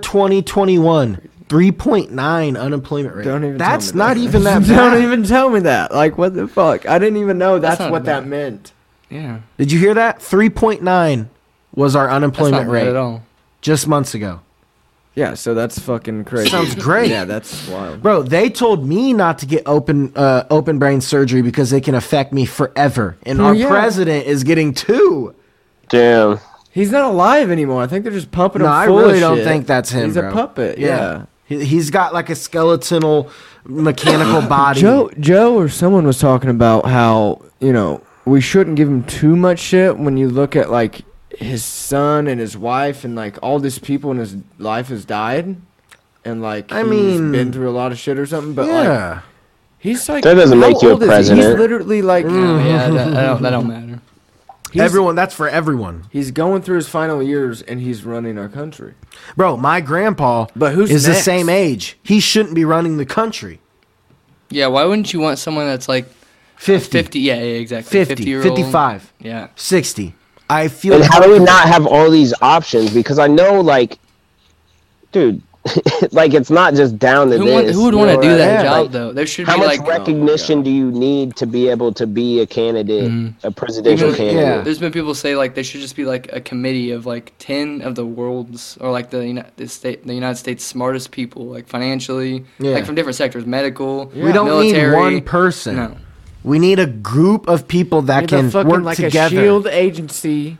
Speaker 6: 2021. 3.9 unemployment rate.
Speaker 7: Don't even tell
Speaker 6: That's
Speaker 7: me
Speaker 6: not
Speaker 7: that.
Speaker 6: even that bad.
Speaker 7: Don't even tell me that. Like, what the fuck? I didn't even know
Speaker 4: That's
Speaker 7: that's,
Speaker 4: not
Speaker 7: what
Speaker 4: bad.
Speaker 7: that meant.
Speaker 4: Yeah,
Speaker 6: Did you hear that? 3.9 was our
Speaker 4: that's
Speaker 6: unemployment
Speaker 4: not bad at
Speaker 6: rate
Speaker 4: all.
Speaker 6: just months ago.
Speaker 7: Yeah, so that's fucking crazy.
Speaker 6: Sounds great.
Speaker 7: Yeah, that's wild.
Speaker 6: Bro, they told me not to get open uh, open brain surgery because it can affect me forever. And
Speaker 4: Oh,
Speaker 7: Well,
Speaker 6: our
Speaker 7: yeah.
Speaker 6: president is getting two.
Speaker 5: Damn.
Speaker 7: He's not alive anymore. I think they're just pumping
Speaker 6: No,
Speaker 7: him.
Speaker 6: I
Speaker 7: full of
Speaker 6: really don't
Speaker 7: shit.
Speaker 6: think that's him.
Speaker 7: He's a
Speaker 6: bro.
Speaker 7: puppet, yeah.
Speaker 6: He, he's got like a skeletal, mechanical body.
Speaker 7: Joe, Joe, or someone was talking about how you know we shouldn't give him too much shit when you look at like his son and his wife and like all these people in his life has died, and like
Speaker 6: I
Speaker 7: he's
Speaker 6: mean-
Speaker 7: been through a lot of shit or something. But like
Speaker 6: yeah.
Speaker 7: he's like
Speaker 5: That doesn't
Speaker 7: how
Speaker 5: make you a
Speaker 7: old is he? He's
Speaker 5: president.
Speaker 7: literally like
Speaker 4: Yeah, that, that don't, that don't matter.
Speaker 7: he's,
Speaker 6: Mm. everyone, that's for everyone.
Speaker 7: He's going through his final years and he's running our country.
Speaker 6: Bro, my grandpa
Speaker 7: But who's
Speaker 6: is the
Speaker 7: next?
Speaker 6: same age. He shouldn't be running the country.
Speaker 4: Yeah, why wouldn't you want someone that's like
Speaker 6: 50, 50,
Speaker 4: fifty? Yeah, yeah, exactly.
Speaker 6: 50,
Speaker 4: 50-year-old.
Speaker 6: 55,
Speaker 4: Yeah.
Speaker 6: 60. I feel
Speaker 5: And how do we not have all these options? Because I know, like, dude, like it's not just down to
Speaker 4: Who,
Speaker 5: this.
Speaker 4: want, who would
Speaker 5: you
Speaker 4: want
Speaker 5: know
Speaker 4: to do
Speaker 5: what I
Speaker 4: that
Speaker 5: mean?
Speaker 4: job
Speaker 5: Like,
Speaker 4: though? There should
Speaker 5: How
Speaker 4: be
Speaker 5: much
Speaker 4: like oh,
Speaker 5: recognition do you need to be able to be a candidate,
Speaker 4: Mm-hmm.
Speaker 5: a presidential
Speaker 4: Even-
Speaker 5: candidate?
Speaker 6: Yeah.
Speaker 4: There's been people say like they should just be like a committee of like ten of the world's or like the Uni- the state the United States smartest people like financially
Speaker 6: Yeah.
Speaker 4: like from different sectors medical
Speaker 6: we don't
Speaker 4: military
Speaker 6: need one person.
Speaker 4: no
Speaker 6: We need a group of people that
Speaker 7: He's a
Speaker 6: can
Speaker 7: fucking
Speaker 6: work
Speaker 7: like
Speaker 6: together.
Speaker 7: a shield agency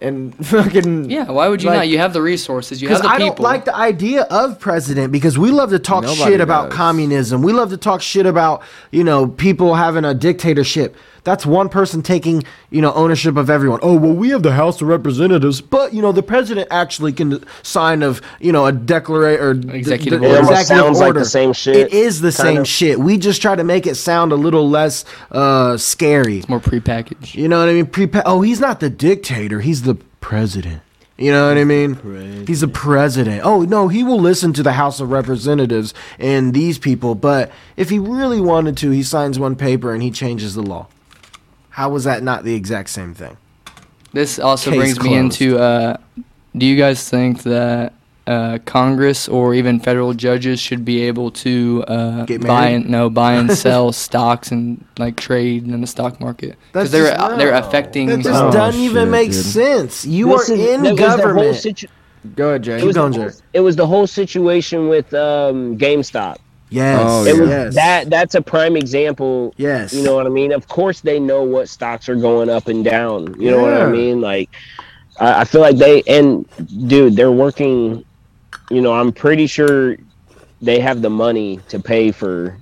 Speaker 7: and fucking
Speaker 4: yeah why would you
Speaker 7: Like-
Speaker 4: not you have the resources you have
Speaker 6: Because
Speaker 4: the
Speaker 6: I
Speaker 4: people
Speaker 6: don't like the idea of president because we love to talk
Speaker 7: Nobody
Speaker 6: shit about
Speaker 7: does.
Speaker 6: communism. We love to talk shit about, you know, people having a dictatorship. That's one person taking, you know, ownership of everyone. Oh, well, we have the House of Representatives, but, you know, the president actually can sign of, you know, a declaration or
Speaker 4: Executive
Speaker 6: d- d-
Speaker 4: order. It almost
Speaker 5: sounds like the same shit,
Speaker 6: It is the
Speaker 5: kind
Speaker 6: same
Speaker 5: of.
Speaker 6: shit. We just try to make it sound a little less uh, scary.
Speaker 4: more prepackaged
Speaker 6: You know what I mean? Pre- oh, he's not the dictator. He's the president. You know what I mean? He's the president. Oh no, he will listen to the House of Representatives and these people. But if he really wanted to, he signs one paper and he changes the law. How was that not the exact same thing?
Speaker 4: this also
Speaker 6: Case
Speaker 4: brings me
Speaker 6: closed.
Speaker 4: into uh, do you guys think that uh, Congress or even federal judges should be able to uh,
Speaker 6: Get
Speaker 4: buy
Speaker 6: married?
Speaker 4: and no buy and sell stocks and like trade in the stock market
Speaker 6: That's
Speaker 4: because they're uh,
Speaker 6: just-
Speaker 4: they're
Speaker 6: no.
Speaker 4: affecting
Speaker 6: That just
Speaker 7: Oh,
Speaker 6: doesn't even
Speaker 7: shit,
Speaker 6: make
Speaker 7: dude.
Speaker 6: sense. You
Speaker 5: This
Speaker 6: are
Speaker 5: is-
Speaker 6: in
Speaker 5: that was the whole
Speaker 6: government.
Speaker 5: situ-
Speaker 7: Go ahead, Jay.
Speaker 5: it, was the
Speaker 6: Gonzo.
Speaker 5: whole, it was the whole situation with um, GameStop.
Speaker 6: yes.
Speaker 7: Oh,
Speaker 5: It was
Speaker 6: yes.
Speaker 5: that. That's a prime example.
Speaker 6: Yes.
Speaker 5: You know what I mean? Of course, they know what stocks are going up and down. You know what I
Speaker 6: Yeah.
Speaker 5: mean? Like, I, I feel like they and dude, they're working. You know, I'm pretty sure they have the money to pay for,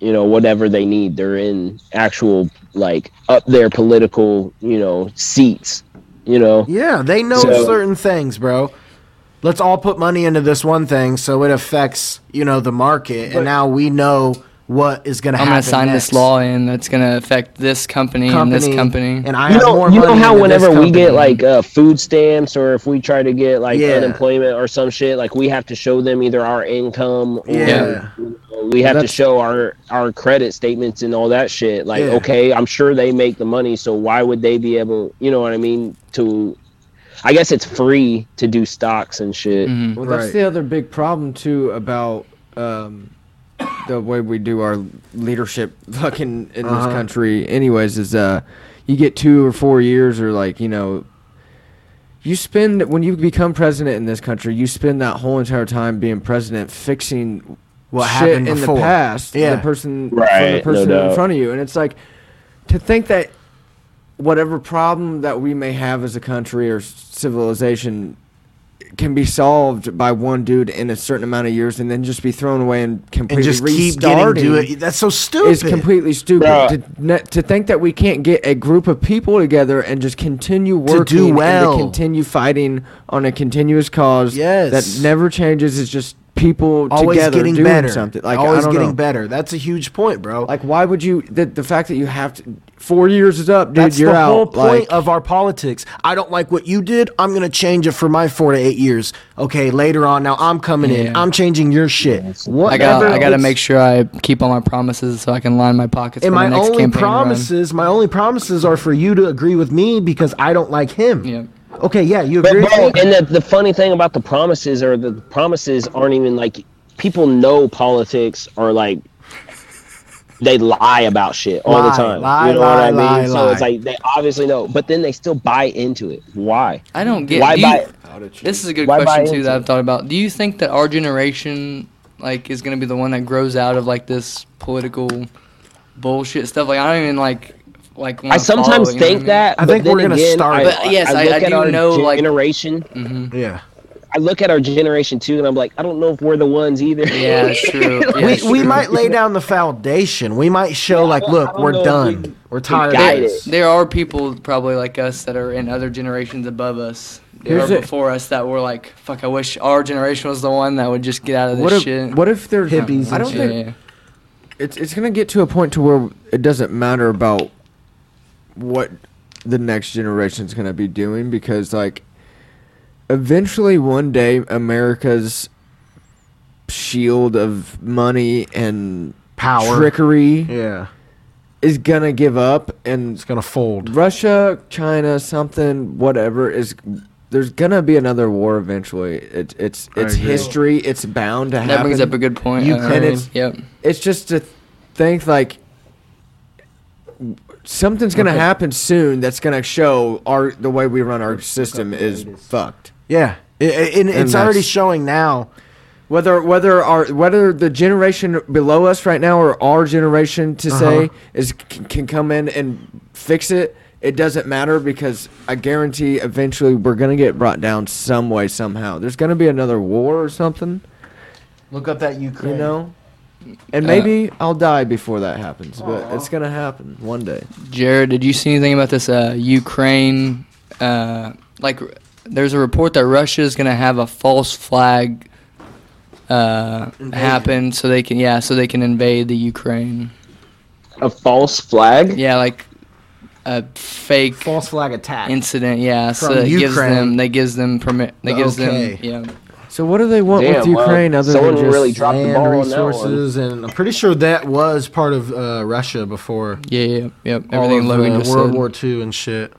Speaker 5: you know, whatever they need. They're in actual like up their political, you know, seats. You know,
Speaker 6: Yeah, they know
Speaker 5: So-
Speaker 6: certain things, bro. Let's all put money into this one thing so it affects, you know, the market and now we know what is going to
Speaker 4: I'm
Speaker 6: happen.
Speaker 4: going to sign
Speaker 6: next.
Speaker 4: this law in that's going to affect this company, and this company.
Speaker 6: And I
Speaker 5: you
Speaker 6: have
Speaker 5: know,
Speaker 6: more
Speaker 5: you know
Speaker 6: money
Speaker 5: how
Speaker 6: into this
Speaker 5: whenever we get
Speaker 6: company.
Speaker 5: like uh, food stamps or if we try to get like
Speaker 6: Yeah.
Speaker 5: unemployment or some shit, like we have to show them either our income or
Speaker 6: Yeah.
Speaker 5: you know, we have to
Speaker 7: That's-
Speaker 5: show our our credit statements and all that shit. Like,
Speaker 6: Yeah.
Speaker 5: okay, I'm sure they make the money, so why would they be able? You know what I mean? To, I guess it's free to do stocks and shit.
Speaker 7: Well, that's
Speaker 6: Right.
Speaker 7: the other big problem too about um, the way we do our leadership, fucking in
Speaker 6: Uh-huh.
Speaker 7: this country. Anyways, is uh, you get two or four years, or like you know, you spend when you become president in this country, you spend that whole entire time being president fixing
Speaker 6: What
Speaker 7: shit
Speaker 6: happened
Speaker 7: in
Speaker 6: before.
Speaker 7: the past.
Speaker 6: Yeah.
Speaker 7: the person, from the
Speaker 5: Right, no
Speaker 7: person in
Speaker 5: doubt.
Speaker 7: front of you, and it's like to think that whatever problem that we may have as a country or civilization can be solved by one dude in a certain amount of years and then just be thrown away and
Speaker 6: and
Speaker 7: completely
Speaker 6: just keep getting
Speaker 7: restarting
Speaker 6: to it. That's so stupid.
Speaker 7: is completely stupid.
Speaker 5: Bruh.
Speaker 7: To, ne- to think that we can't get a group of people together and just continue working
Speaker 6: do well.
Speaker 7: and to continue fighting on a continuous cause
Speaker 6: Yes.
Speaker 7: that never changes is just people
Speaker 6: always
Speaker 7: together
Speaker 6: getting
Speaker 7: doing
Speaker 6: better.
Speaker 7: something. Like
Speaker 6: always
Speaker 7: I don't
Speaker 6: getting
Speaker 7: know.
Speaker 6: better. That's a huge point, bro.
Speaker 7: Like why would you? The, the fact that you have to four years is up, dude.
Speaker 6: That's
Speaker 7: you're
Speaker 6: the
Speaker 7: out.
Speaker 6: whole point
Speaker 7: like,
Speaker 6: of our politics. I don't like what you did. I'm gonna change it for my four to eight years. Okay, later on. Now I'm coming in.
Speaker 4: Yeah.
Speaker 6: I'm changing your shit. Whatever.
Speaker 4: I got. I got to
Speaker 6: it's-
Speaker 4: make sure I keep all my promises so I can line my pockets
Speaker 6: And
Speaker 4: for
Speaker 6: my
Speaker 4: the next
Speaker 6: only
Speaker 4: campaign
Speaker 6: promises, my only promises are for you to agree with me because I don't like him.
Speaker 4: run. Yeah.
Speaker 6: Okay, yeah, you
Speaker 5: But
Speaker 6: agree
Speaker 5: bro,
Speaker 6: with me.
Speaker 5: and the, the funny thing about the promises are that the promises aren't even like people know politics or like they lie about shit all the
Speaker 6: Lie,
Speaker 5: time.
Speaker 6: lie,
Speaker 5: you know
Speaker 6: lie,
Speaker 5: what I mean?
Speaker 6: lie,
Speaker 5: so it's
Speaker 6: lie.
Speaker 5: like they obviously know, but then they still buy into it. Why?
Speaker 4: I don't get.
Speaker 5: Why
Speaker 4: do
Speaker 5: buy?
Speaker 4: you, this is a good
Speaker 5: Why buy
Speaker 4: question too
Speaker 5: into
Speaker 4: that
Speaker 5: it?
Speaker 4: I've thought about. Do you think that our generation like is gonna be the one that grows out of like this political bullshit stuff? Like I don't even like like.
Speaker 5: I
Speaker 6: Oh,
Speaker 4: wanna
Speaker 5: sometimes
Speaker 4: follow, you know
Speaker 5: think
Speaker 4: what
Speaker 5: that.
Speaker 6: I
Speaker 5: but
Speaker 6: think
Speaker 5: then
Speaker 6: we're gonna
Speaker 5: again,
Speaker 6: start-
Speaker 4: But yes, I-
Speaker 5: look
Speaker 4: I
Speaker 5: at
Speaker 4: do
Speaker 5: our
Speaker 4: know, like-
Speaker 5: generation.
Speaker 4: I mean? Mhm.
Speaker 6: Yeah,
Speaker 5: I look at our generation too, and I'm like, I don't know if we're the ones either.
Speaker 4: Yeah, it's true. Yeah, it's
Speaker 6: we, we
Speaker 4: true.
Speaker 6: might lay down the foundation. We might show like,
Speaker 5: don't- I
Speaker 6: look,
Speaker 5: don't
Speaker 6: we're
Speaker 5: know if
Speaker 6: done.
Speaker 5: we-
Speaker 6: We, are tired.
Speaker 5: got
Speaker 6: of
Speaker 5: it.
Speaker 6: this.
Speaker 4: There are people probably like us that are in other generations above us
Speaker 7: Here's
Speaker 4: or
Speaker 7: a-
Speaker 4: before us that were like, "Fuck, I wish our generation was the one that would just get out of this
Speaker 7: what
Speaker 4: shit."
Speaker 7: if, what if they're
Speaker 6: Hippies
Speaker 7: I
Speaker 6: and
Speaker 7: don't
Speaker 6: shit.
Speaker 7: think
Speaker 4: Yeah.
Speaker 7: it's it's gonna get to a point to where it doesn't matter about what the next generation's gonna be doing because like eventually one day America's shield of money and
Speaker 6: Power.
Speaker 7: trickery
Speaker 6: Yeah,
Speaker 7: is gonna give up and
Speaker 6: it's gonna fold.
Speaker 7: Russia, China, something, whatever is. There's gonna be another war eventually. It, it's it's
Speaker 6: agree.
Speaker 7: history. It's bound to
Speaker 4: That
Speaker 7: happen.
Speaker 4: brings up a good point.
Speaker 7: Ukraine.
Speaker 4: Uh,
Speaker 7: And it's-
Speaker 4: yep.
Speaker 7: it's just to think like something's gonna happen soon that's gonna show our the way we run our system is fucked.
Speaker 6: Yeah, I- I- and
Speaker 7: And
Speaker 6: it's already
Speaker 7: that's-
Speaker 6: showing now.
Speaker 7: Whether whether our whether the generation below us right now or our generation to say is can, can come in and fix it, it doesn't matter because I guarantee eventually we're gonna get brought down some way somehow. There's gonna be another war or something,
Speaker 6: Look up that
Speaker 7: you
Speaker 6: Ukraine.
Speaker 7: know. And
Speaker 4: Uh,
Speaker 7: maybe I'll die before that happens, but it's gonna happen one day.
Speaker 4: Jared, did you see anything about this uh, Ukraine? Uh, like, r- there's a report that Russia is going to have a false flag uh, happen, so they can yeah, so they can invade the Ukraine.
Speaker 5: A false flag.
Speaker 4: Yeah, like a fake
Speaker 6: false flag attack.
Speaker 4: incident. Yeah, so
Speaker 6: From
Speaker 4: it gives
Speaker 6: Ukraine.
Speaker 4: them that gives them permit. That
Speaker 6: The
Speaker 4: gives
Speaker 6: okay.
Speaker 4: them yeah.
Speaker 7: So what do they want with
Speaker 5: Damn, well,
Speaker 7: Ukraine other than
Speaker 5: someone
Speaker 7: just
Speaker 5: really dropped the
Speaker 6: Land
Speaker 5: ball on that one.
Speaker 6: resources, and I'm pretty sure that was part of uh, Russia before
Speaker 4: Yeah, yeah, yep.
Speaker 6: all
Speaker 4: Everything
Speaker 6: of,
Speaker 4: Logan
Speaker 6: uh,
Speaker 4: just
Speaker 6: World
Speaker 4: said.
Speaker 6: War II and shit.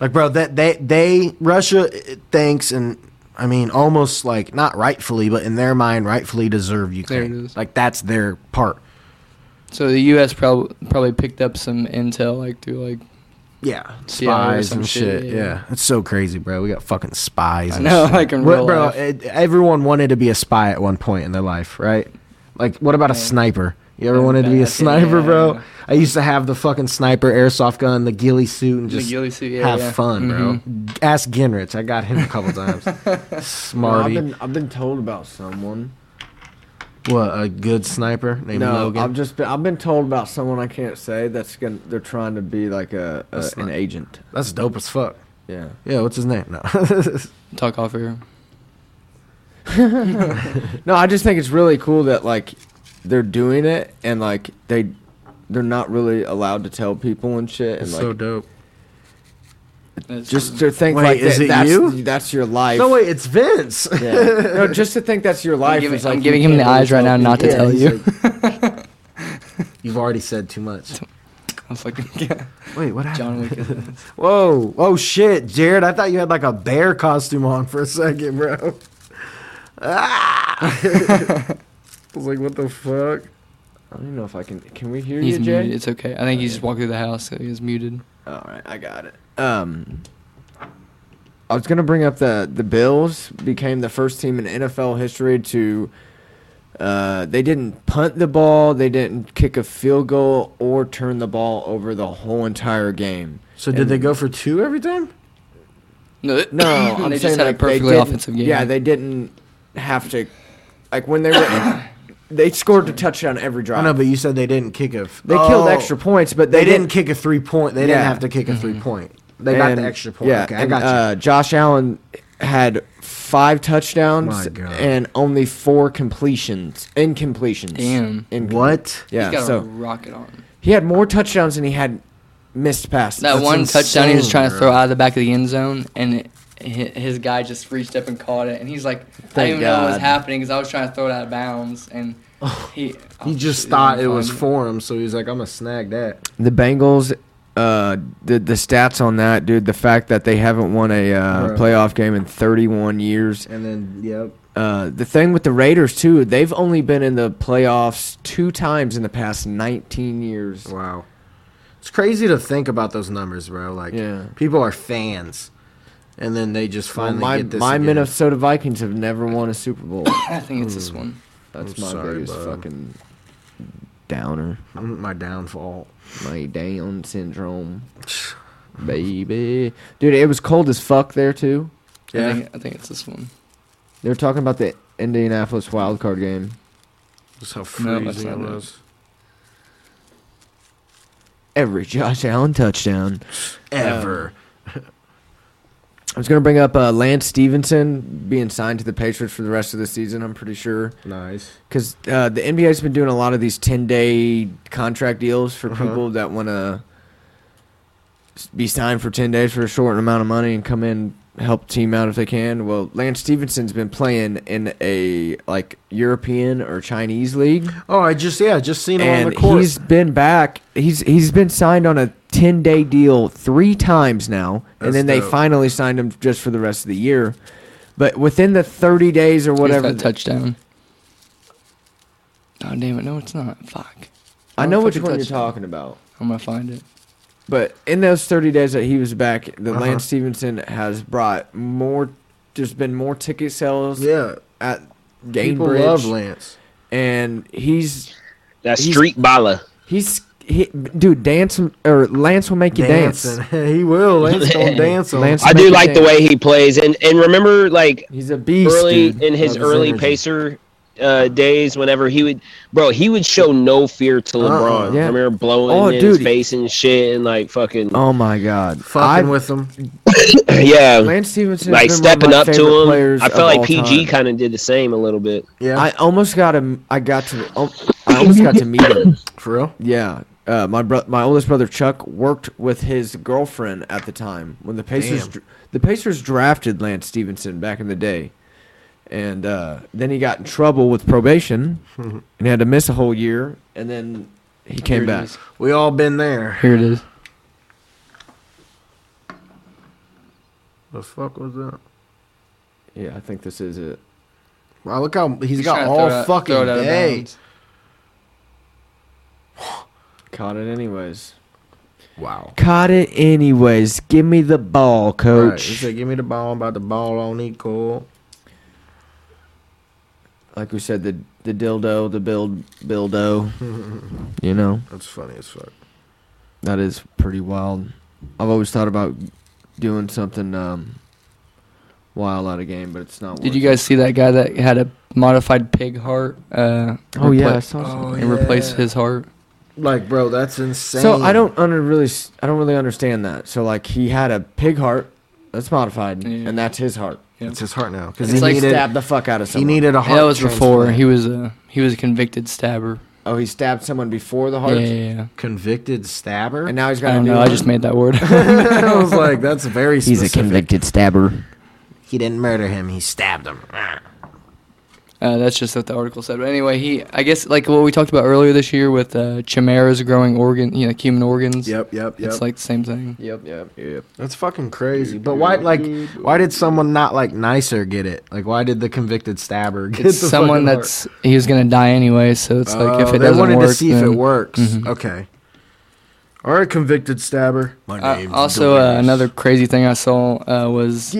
Speaker 6: Like, bro, that they they Russia uh, thanks and I mean almost like not rightfully, but in their mind, rightfully deserve Ukraine.
Speaker 4: There it is.
Speaker 6: Like that's their part.
Speaker 4: So the U.S. probably probably picked up some intel, like through like
Speaker 6: Yeah,
Speaker 4: Yeah, or
Speaker 6: spies
Speaker 4: some
Speaker 6: and
Speaker 4: shit,
Speaker 6: shit.
Speaker 4: yeah.
Speaker 6: Yeah. it's so crazy, bro. We got fucking spies.
Speaker 4: I
Speaker 6: and
Speaker 4: know,
Speaker 6: shit.
Speaker 4: like in
Speaker 6: What-
Speaker 4: real
Speaker 6: bro,
Speaker 4: life.
Speaker 6: it- everyone wanted to be a spy at one point in their life, right? Like, what about a
Speaker 4: Yeah.
Speaker 6: sniper? You ever
Speaker 4: Yeah,
Speaker 6: wanted to be a
Speaker 4: back in-
Speaker 6: sniper,
Speaker 4: yeah,
Speaker 6: bro?
Speaker 4: yeah.
Speaker 6: I used to have the fucking sniper airsoft gun, the ghillie suit, and
Speaker 4: The
Speaker 6: just
Speaker 4: ghillie suit, yeah,
Speaker 6: have
Speaker 4: yeah.
Speaker 6: fun, bro. Ask Ginrich. I got him a couple times. Smarty.
Speaker 7: I've been I've been told about someone.
Speaker 6: what, a good sniper named
Speaker 7: no,
Speaker 6: Logan?
Speaker 7: I've just been I've been told about someone I can't say that's gonna they're trying to be like a, a an agent.
Speaker 6: That's dope as fuck.
Speaker 7: Yeah.
Speaker 6: Yeah, what's his name? No.
Speaker 4: talk off here.
Speaker 7: No, I just think it's really cool that like they're doing it and like they they're not really allowed to tell people and shit and
Speaker 6: it's
Speaker 7: like
Speaker 6: so dope.
Speaker 4: That's-
Speaker 7: just to think
Speaker 6: Wait,
Speaker 7: like
Speaker 6: is
Speaker 7: that,
Speaker 6: it
Speaker 7: that's
Speaker 6: you?
Speaker 7: that's your life.
Speaker 6: No, wait, it's Vince.
Speaker 7: Yeah. no, just to think that's your life.
Speaker 4: giving-
Speaker 7: is, like,
Speaker 4: I'm
Speaker 7: you
Speaker 4: giving him
Speaker 7: can't
Speaker 4: the
Speaker 7: really
Speaker 4: eyes right
Speaker 7: tell
Speaker 4: now
Speaker 7: people.
Speaker 4: not to tell
Speaker 6: he's
Speaker 4: you.
Speaker 6: like- You've already said too much.
Speaker 4: I was like, yeah,
Speaker 6: Wait, what happened?
Speaker 4: John Wick. Is
Speaker 6: Whoa. Oh, shit. Jared, I thought you had like a bear costume on for a second, bro. Ah! I was like, what the fuck?
Speaker 7: I don't even know if I can. Can we hear
Speaker 4: he's
Speaker 7: you, Jay? Oh,
Speaker 4: muted. It's okay. I think he just walked through the house. So he was muted.
Speaker 7: All right, I got it. Um, I was gonna bring up the the Bills became the first team in NFL history to. Uh, they didn't punt the ball. They didn't kick a field goal or turn the ball over the whole entire game.
Speaker 6: So, did they go for two every time?
Speaker 4: No,
Speaker 7: No, I'm
Speaker 4: they
Speaker 7: saying
Speaker 4: just had
Speaker 7: like, they
Speaker 4: a perfectly
Speaker 7: didn't-
Speaker 4: offensive game.
Speaker 7: Yeah, they didn't have to. Like when they were, they scored a touchdown every drive.
Speaker 6: I know, but you said they didn't kick a. f-
Speaker 7: they killed
Speaker 6: Oh,
Speaker 7: extra points, but
Speaker 6: They,
Speaker 7: they,
Speaker 6: didn't kick a three point. They didn't
Speaker 7: Yeah. Mm-hmm.
Speaker 6: have to kick a three point. They got the
Speaker 7: And-
Speaker 6: extra point. okay, I
Speaker 7: and,
Speaker 6: got you.
Speaker 7: Uh, Josh Allen had five touchdowns
Speaker 6: My God.
Speaker 7: and only four completions, incompletions.
Speaker 4: Damn.
Speaker 7: Incom-
Speaker 6: what?
Speaker 4: He's got
Speaker 7: Yeah,
Speaker 4: a
Speaker 7: so
Speaker 4: rocket on.
Speaker 7: he had more touchdowns than he had missed passes.
Speaker 4: That one touchdown he was
Speaker 6: insane,
Speaker 4: trying
Speaker 6: bro.
Speaker 4: to throw out of the back of the end zone, and it, hi- his guy just reached up and caught it, and he's like, I
Speaker 7: Thank
Speaker 4: didn't even know what was
Speaker 7: God.
Speaker 4: happening because I was trying to throw it out of bounds, and he
Speaker 6: He
Speaker 4: oh,
Speaker 6: just
Speaker 4: shoot,
Speaker 6: thought
Speaker 4: didn't
Speaker 6: it was
Speaker 4: find
Speaker 6: for him, so he's like, "I'm gonna snag that."
Speaker 7: The Bengals, uh, the the stats on that, dude. The fact that they haven't won a uh,
Speaker 6: Bro.
Speaker 7: playoff game in 31 years.
Speaker 6: And then, yep.
Speaker 7: Uh, the thing with the Raiders too, they've only been in the playoffs two times in the past 19 years.
Speaker 6: Wow. It's crazy to think about those numbers, bro. Like,
Speaker 7: Yeah.
Speaker 6: people are fans, and then they just
Speaker 7: Well,
Speaker 6: finally
Speaker 7: my
Speaker 6: get this.
Speaker 7: my
Speaker 6: again.
Speaker 7: Minnesota Vikings have never won a Super Bowl.
Speaker 4: I think it's this one.
Speaker 7: That's
Speaker 6: I'm
Speaker 7: my
Speaker 6: sorry,
Speaker 7: biggest
Speaker 6: bud.
Speaker 7: fucking downer.
Speaker 6: Mm, my downfall.
Speaker 7: My Down syndrome, baby. Dude, it was cold as fuck there too.
Speaker 4: I,
Speaker 6: Yeah,
Speaker 4: think, I think it's this one.
Speaker 7: They were talking about the Indianapolis wild card game.
Speaker 6: that's how
Speaker 4: No,
Speaker 6: freezing
Speaker 4: that's
Speaker 6: it
Speaker 4: not it.
Speaker 6: was.
Speaker 7: Every Josh Allen touchdown.
Speaker 6: Ever.
Speaker 7: I was gonna bring up uh, Lance Stevenson being signed to the Patriots for the rest of the season. I'm pretty sure.
Speaker 6: nice.
Speaker 7: because uh, the NBA's been doing a lot of these ten day contract deals for
Speaker 6: Uh-huh.
Speaker 7: people that want to be signed for ten days for a short amount of money and come in help team out if they can. Well, Lance Stevenson's been playing in a like European or Chinese league,
Speaker 6: Oh, I just yeah, just seen him on
Speaker 7: and
Speaker 6: the court.
Speaker 7: he's been back. He's he's been signed on a ten day deal three times now,
Speaker 6: That's
Speaker 7: and then they
Speaker 6: dope.
Speaker 7: finally signed him just for the rest of the year. But within the thirty days or whatever,
Speaker 4: It's that touchdown. Oh damn it! No, it's not. Fuck.
Speaker 7: I know
Speaker 4: Oh,
Speaker 7: which
Speaker 4: fucking
Speaker 7: one you're
Speaker 4: touchdown.
Speaker 7: talking about.
Speaker 4: I'm gonna find it.
Speaker 7: But in those 30 days that he was back, the
Speaker 6: Uh-huh.
Speaker 7: Lance Stevenson has brought more. There's been more ticket sales
Speaker 6: yeah,
Speaker 7: at
Speaker 6: people love
Speaker 7: Gainbridge,
Speaker 6: Lance.
Speaker 7: and he's
Speaker 5: That
Speaker 7: He's-
Speaker 5: street baller.
Speaker 7: he's he, dude dance or Lance will make you
Speaker 6: Dancing,
Speaker 7: dance.
Speaker 6: he will. Lance gonna dance. on
Speaker 7: Lance-
Speaker 6: Lance,
Speaker 5: I
Speaker 7: Make
Speaker 5: do
Speaker 7: it
Speaker 5: like the
Speaker 7: dance.
Speaker 5: way he plays, and and remember like
Speaker 7: He's a beast.
Speaker 5: early
Speaker 7: dude.
Speaker 5: in his
Speaker 7: Love
Speaker 5: early
Speaker 7: energy.
Speaker 5: pacer uh, days whenever he would bro he would show no fear to lebron
Speaker 7: Uh-uh, yeah.
Speaker 5: i remember blowing
Speaker 7: Oh,
Speaker 5: in his
Speaker 7: dude.
Speaker 5: face and shit and like fucking
Speaker 7: Oh my god!
Speaker 6: fucking
Speaker 7: I-
Speaker 6: with him.
Speaker 5: yeah
Speaker 7: Lance Stevenson,
Speaker 5: like stepping up to him i felt like
Speaker 7: PG.
Speaker 5: pg kind of did the same a little bit
Speaker 6: Yeah,
Speaker 7: I almost got him. I got to. Oh, I almost got to meet him.
Speaker 6: for real.
Speaker 7: Yeah. Uh, my bro- my oldest brother Chuck worked with his girlfriend at the time when the Pacers
Speaker 6: Damn.
Speaker 7: dr- the Pacers drafted Lance Stevenson back in the day, and uh, then he got in trouble with probation and he had to miss a whole year, and then he came
Speaker 4: Here it
Speaker 7: back.
Speaker 4: is.
Speaker 6: We all been there.
Speaker 4: Here it is.
Speaker 6: The fuck was that?
Speaker 7: Yeah, I think this is it.
Speaker 6: Wow, look how he's
Speaker 4: He's
Speaker 6: got
Speaker 4: trying to
Speaker 6: all
Speaker 4: throw it out-
Speaker 6: fucking
Speaker 4: throw it out of
Speaker 6: day.
Speaker 4: bounds.
Speaker 7: Caught it anyways.
Speaker 6: Wow.
Speaker 7: Caught it anyways. Give me the ball,
Speaker 6: Right, he
Speaker 7: coach.
Speaker 6: said, "Give me the ball, I'm about the ball on equal."
Speaker 7: like we said, the the dildo, the build buildo. you know.
Speaker 6: That's funny as fuck.
Speaker 7: That is pretty wild. I've always thought about doing something um, wild out of game, but it's not.
Speaker 4: Did you guys see that guy that had a modified pig heart? Uh,
Speaker 7: Oh, yeah,
Speaker 4: repla-
Speaker 7: I saw something.
Speaker 6: Oh,
Speaker 4: and replaced
Speaker 6: yeah.
Speaker 4: his heart.
Speaker 6: Like, bro, that's insane.
Speaker 7: So I don't under really, s- I don't really understand that. So like he had a pig heart that's modified,
Speaker 4: Yeah.
Speaker 7: and that's his heart.
Speaker 6: It's his heart now
Speaker 7: Because
Speaker 6: because he
Speaker 7: he like
Speaker 6: needed.
Speaker 7: stabbed the fuck out of
Speaker 6: he
Speaker 7: someone.
Speaker 6: needed a
Speaker 4: Yeah,
Speaker 6: heart.
Speaker 4: that was before
Speaker 6: transplant.
Speaker 4: he was a he was a convicted stabber.
Speaker 7: oh, he stabbed someone before the
Speaker 4: Yeah,
Speaker 7: heart,
Speaker 4: yeah, yeah.
Speaker 6: convicted stabber.
Speaker 7: and now he's
Speaker 4: I
Speaker 7: got a
Speaker 4: don't
Speaker 7: new.
Speaker 4: know. I
Speaker 7: one.
Speaker 4: just made that word.
Speaker 6: I was like, that's very. Specific.
Speaker 7: stabber.
Speaker 6: He didn't murder him. He stabbed him.
Speaker 4: Uh, that's just what the article said. But anyway, he, I guess, like what we talked about earlier this year with uh, chimeras growing organ, you know, like human organs.
Speaker 6: Yep, yep, yep.
Speaker 4: It's like the same thing.
Speaker 7: Yep, yep, yep.
Speaker 6: that's fucking crazy. But why, like, why did someone not like nicer get it? Like, why did the convicted stabber get
Speaker 4: It's
Speaker 6: the
Speaker 4: someone
Speaker 6: fucking heart?
Speaker 4: that's he was gonna die anyway, so it's like
Speaker 6: Oh,
Speaker 4: if it
Speaker 6: they
Speaker 4: doesn't
Speaker 6: wanted
Speaker 4: work,
Speaker 6: to see if it
Speaker 4: then- Mm-hmm.
Speaker 6: works. Okay. Or a convicted stabber.
Speaker 4: Uh, also, uh, another crazy thing I saw uh, was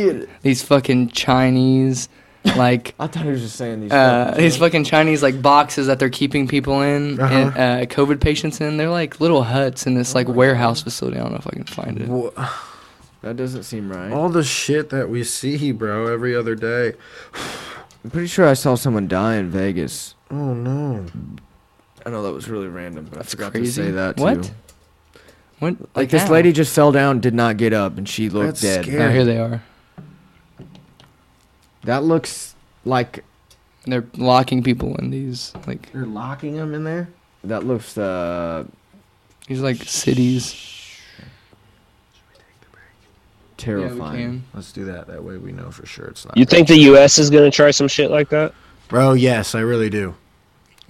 Speaker 4: these fucking Chinese, like
Speaker 7: I thought he was just saying these.
Speaker 4: uh,
Speaker 7: fucking-
Speaker 4: these fucking Chinese like boxes that they're keeping people in and uh, COVID patients in. They're like little huts in this like warehouse facility. I don't know if I can find it.
Speaker 6: Wha-
Speaker 7: That doesn't seem right.
Speaker 3: All the shit that we see, bro, every other day.
Speaker 7: I'm pretty sure I saw someone die in Vegas.
Speaker 3: Oh no.
Speaker 7: I know that was really random, but I forgot
Speaker 4: crazy.
Speaker 7: to say that too.
Speaker 4: What? What?
Speaker 7: Like, this
Speaker 4: how?
Speaker 7: lady just fell down, did not get up, and she
Speaker 3: That's
Speaker 7: looked dead.
Speaker 3: scary.
Speaker 4: Oh, here they are.
Speaker 7: That looks like
Speaker 4: They're locking people in these like
Speaker 6: You're locking them in there.
Speaker 7: that looks uh
Speaker 4: these like cities.
Speaker 7: terrifying.
Speaker 3: Let's do that. That way we know for sure it's not.
Speaker 5: You think the U.S. is gonna try some shit like that?
Speaker 3: Bro, yes, I really do.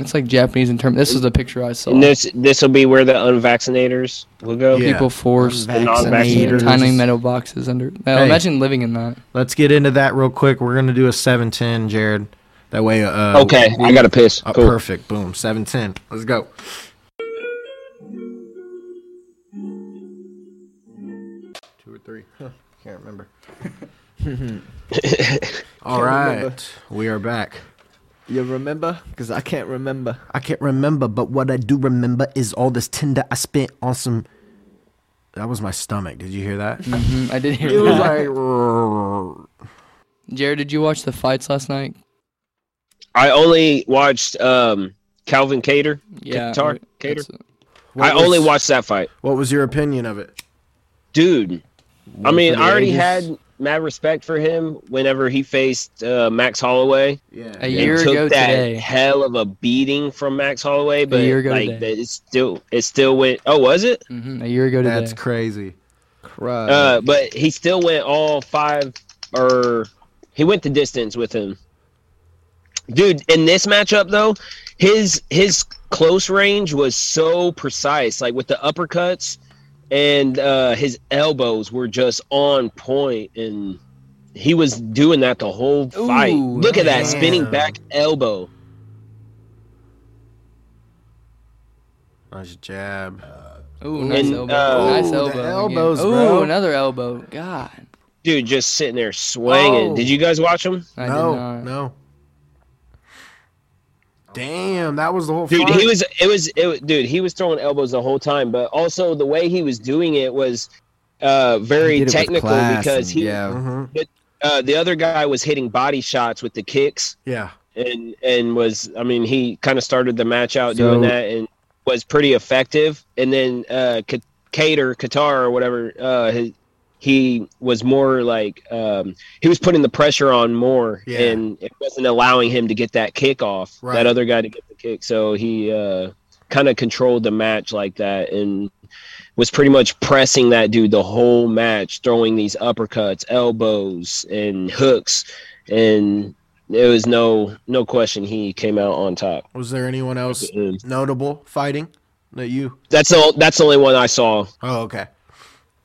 Speaker 4: It's like Japanese in term. This is the picture I saw.
Speaker 5: And this this will be where the unvaccinators will go.
Speaker 3: Yeah.
Speaker 4: People forced
Speaker 5: The
Speaker 4: in
Speaker 5: non-vaccinators.
Speaker 4: tiny metal boxes under. Now,
Speaker 3: Hey.
Speaker 4: Imagine living in that.
Speaker 6: Let's get into that real quick. We're gonna do a seven ten, Jared. That way, uh,
Speaker 5: Okay, I gotta piss.
Speaker 6: uh,
Speaker 5: Cool.
Speaker 6: perfect. Boom, seven ten. Let's go.
Speaker 3: Two or three.
Speaker 6: Can't remember. All right, we are back.
Speaker 2: You remember? Because I can't remember.
Speaker 6: I can't remember, but what I do remember is all this tinder I spent on some. That was my stomach. Did you hear that?
Speaker 4: Mhm, I did hear
Speaker 6: It
Speaker 4: that.
Speaker 6: was like.
Speaker 4: Jared, did you watch the fights last night?
Speaker 5: I only watched um, Calvin Cater. Tar-
Speaker 4: or-
Speaker 5: Cater.
Speaker 4: that's-
Speaker 5: I
Speaker 6: was-
Speaker 5: only watched that fight,
Speaker 6: What was your opinion of it?
Speaker 5: dude. I mean,
Speaker 6: for the
Speaker 5: I already
Speaker 6: ages.
Speaker 5: had mad respect for him whenever he faced uh, Max Holloway.
Speaker 6: Yeah.
Speaker 4: A
Speaker 5: and
Speaker 4: year
Speaker 5: took
Speaker 4: ago
Speaker 5: that
Speaker 4: today.
Speaker 5: hell of a beating from Max Holloway, but
Speaker 4: year ago
Speaker 5: like
Speaker 4: today.
Speaker 5: that it still it still went. Oh, was it?
Speaker 4: mhm, a year ago today.
Speaker 6: That's crazy.
Speaker 2: Cry.
Speaker 5: Uh, but he still went all five, or he went the distance with him. Dude, in this matchup though, his his close range was so precise. Like with the uppercuts and uh, his elbows were just on point, and he was doing that the whole fight.
Speaker 4: Ooh,
Speaker 5: Look at that
Speaker 4: damn.
Speaker 5: spinning back elbow.
Speaker 6: Nice jab.
Speaker 4: Ooh, nice
Speaker 5: And,
Speaker 4: elbow.
Speaker 5: uh,
Speaker 4: nice
Speaker 6: Ooh, the
Speaker 4: elbow. again.
Speaker 6: elbows,
Speaker 4: Ooh,
Speaker 6: bro.
Speaker 4: another elbow. God.
Speaker 5: Dude, just sitting there swinging.
Speaker 6: Oh.
Speaker 5: Did you guys watch him?
Speaker 4: I did
Speaker 6: no,
Speaker 4: not.
Speaker 6: no. Damn, that was the whole
Speaker 5: dude
Speaker 6: fight.
Speaker 5: he was it was it was- dude he was throwing elbows the whole time but also the way he was doing it was uh very technical because he
Speaker 7: yeah.
Speaker 6: Mhm.
Speaker 5: uh, the other guy was hitting body shots with the kicks
Speaker 6: Yeah.
Speaker 5: and and was i mean he kind of started the match out
Speaker 7: So-
Speaker 5: doing that and was pretty effective and then uh K- cater qatar or whatever uh his, he was more like um he was putting the pressure on more
Speaker 6: Yeah.
Speaker 5: and it wasn't allowing him to get that kick off
Speaker 6: Right.
Speaker 5: that other guy to get the kick so he uh kind of controlled the match like that and was pretty much pressing that dude the whole match throwing these uppercuts elbows and hooks and there was no no question he came out on top.
Speaker 6: Was there anyone else
Speaker 5: Mm.
Speaker 6: notable fighting? That you?
Speaker 5: That's the that's the only one I saw.
Speaker 6: Oh, okay.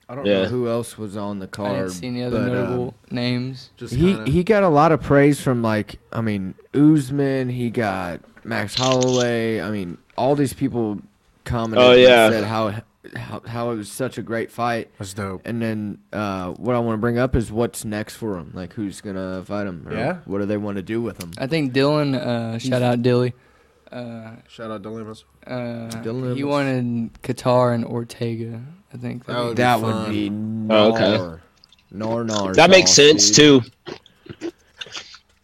Speaker 7: I don't
Speaker 5: Yeah.
Speaker 7: know who else was on the
Speaker 4: I
Speaker 7: card.
Speaker 4: didn't see any other
Speaker 7: but, um,
Speaker 4: notable names.
Speaker 6: Just
Speaker 7: he
Speaker 6: kinda-
Speaker 7: he got a lot of praise from like I mean Usman. He got Max Holloway. I mean all these people commented.
Speaker 5: Oh,
Speaker 7: and
Speaker 5: yeah.
Speaker 7: said how, how how it was such a great fight.
Speaker 6: That's dope.
Speaker 7: And then uh, what I want to bring up is what's next for him. Like who's gonna fight him? Or
Speaker 6: Yeah.
Speaker 7: What do they want to do with him?
Speaker 4: I think Dylan, uh, shout out Dilly. Uh,
Speaker 6: Shout out Delimas.
Speaker 4: uh,
Speaker 7: Dylan
Speaker 4: he
Speaker 7: was-
Speaker 4: wanted Qatar and Ortega. I think.
Speaker 6: That would be
Speaker 7: that
Speaker 6: fun.
Speaker 7: would be gnarly.
Speaker 5: Oh, okay.
Speaker 7: Gnar, gnar
Speaker 5: That makes
Speaker 7: sauce,
Speaker 5: sense
Speaker 7: dude.
Speaker 5: too.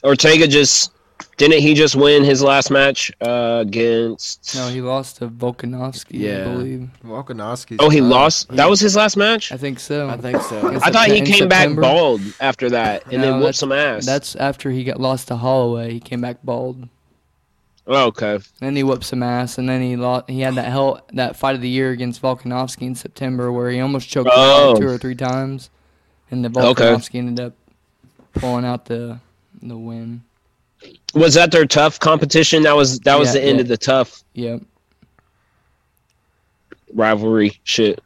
Speaker 5: Ortega just didn't he just win his last match uh, against?
Speaker 4: no, he lost to Volkanovski, I
Speaker 7: Yeah.
Speaker 4: believe.
Speaker 6: Volkanovski's.
Speaker 5: oh, he lost. That was his last match.
Speaker 4: I think so.
Speaker 7: I think so.
Speaker 5: I thought he
Speaker 4: in
Speaker 5: came back
Speaker 4: September.
Speaker 5: bald after that and
Speaker 4: No,
Speaker 5: then whooped
Speaker 4: that's-
Speaker 5: some ass.
Speaker 4: That's after he got lost to Holloway. He came back bald.
Speaker 5: oh, okay.
Speaker 4: Then he whooped some ass, and then he lost. He had that hell that fight of the year against Volkanovski in September, where he almost choked him
Speaker 5: Oh.
Speaker 4: out two or three times, and the
Speaker 5: Okay.
Speaker 4: Volkanovski ended up pulling out the the win.
Speaker 5: Was that their tough competition? That was that was
Speaker 4: Yeah,
Speaker 5: the end
Speaker 4: yeah.
Speaker 5: of the tough
Speaker 4: Yep.
Speaker 5: rivalry shit.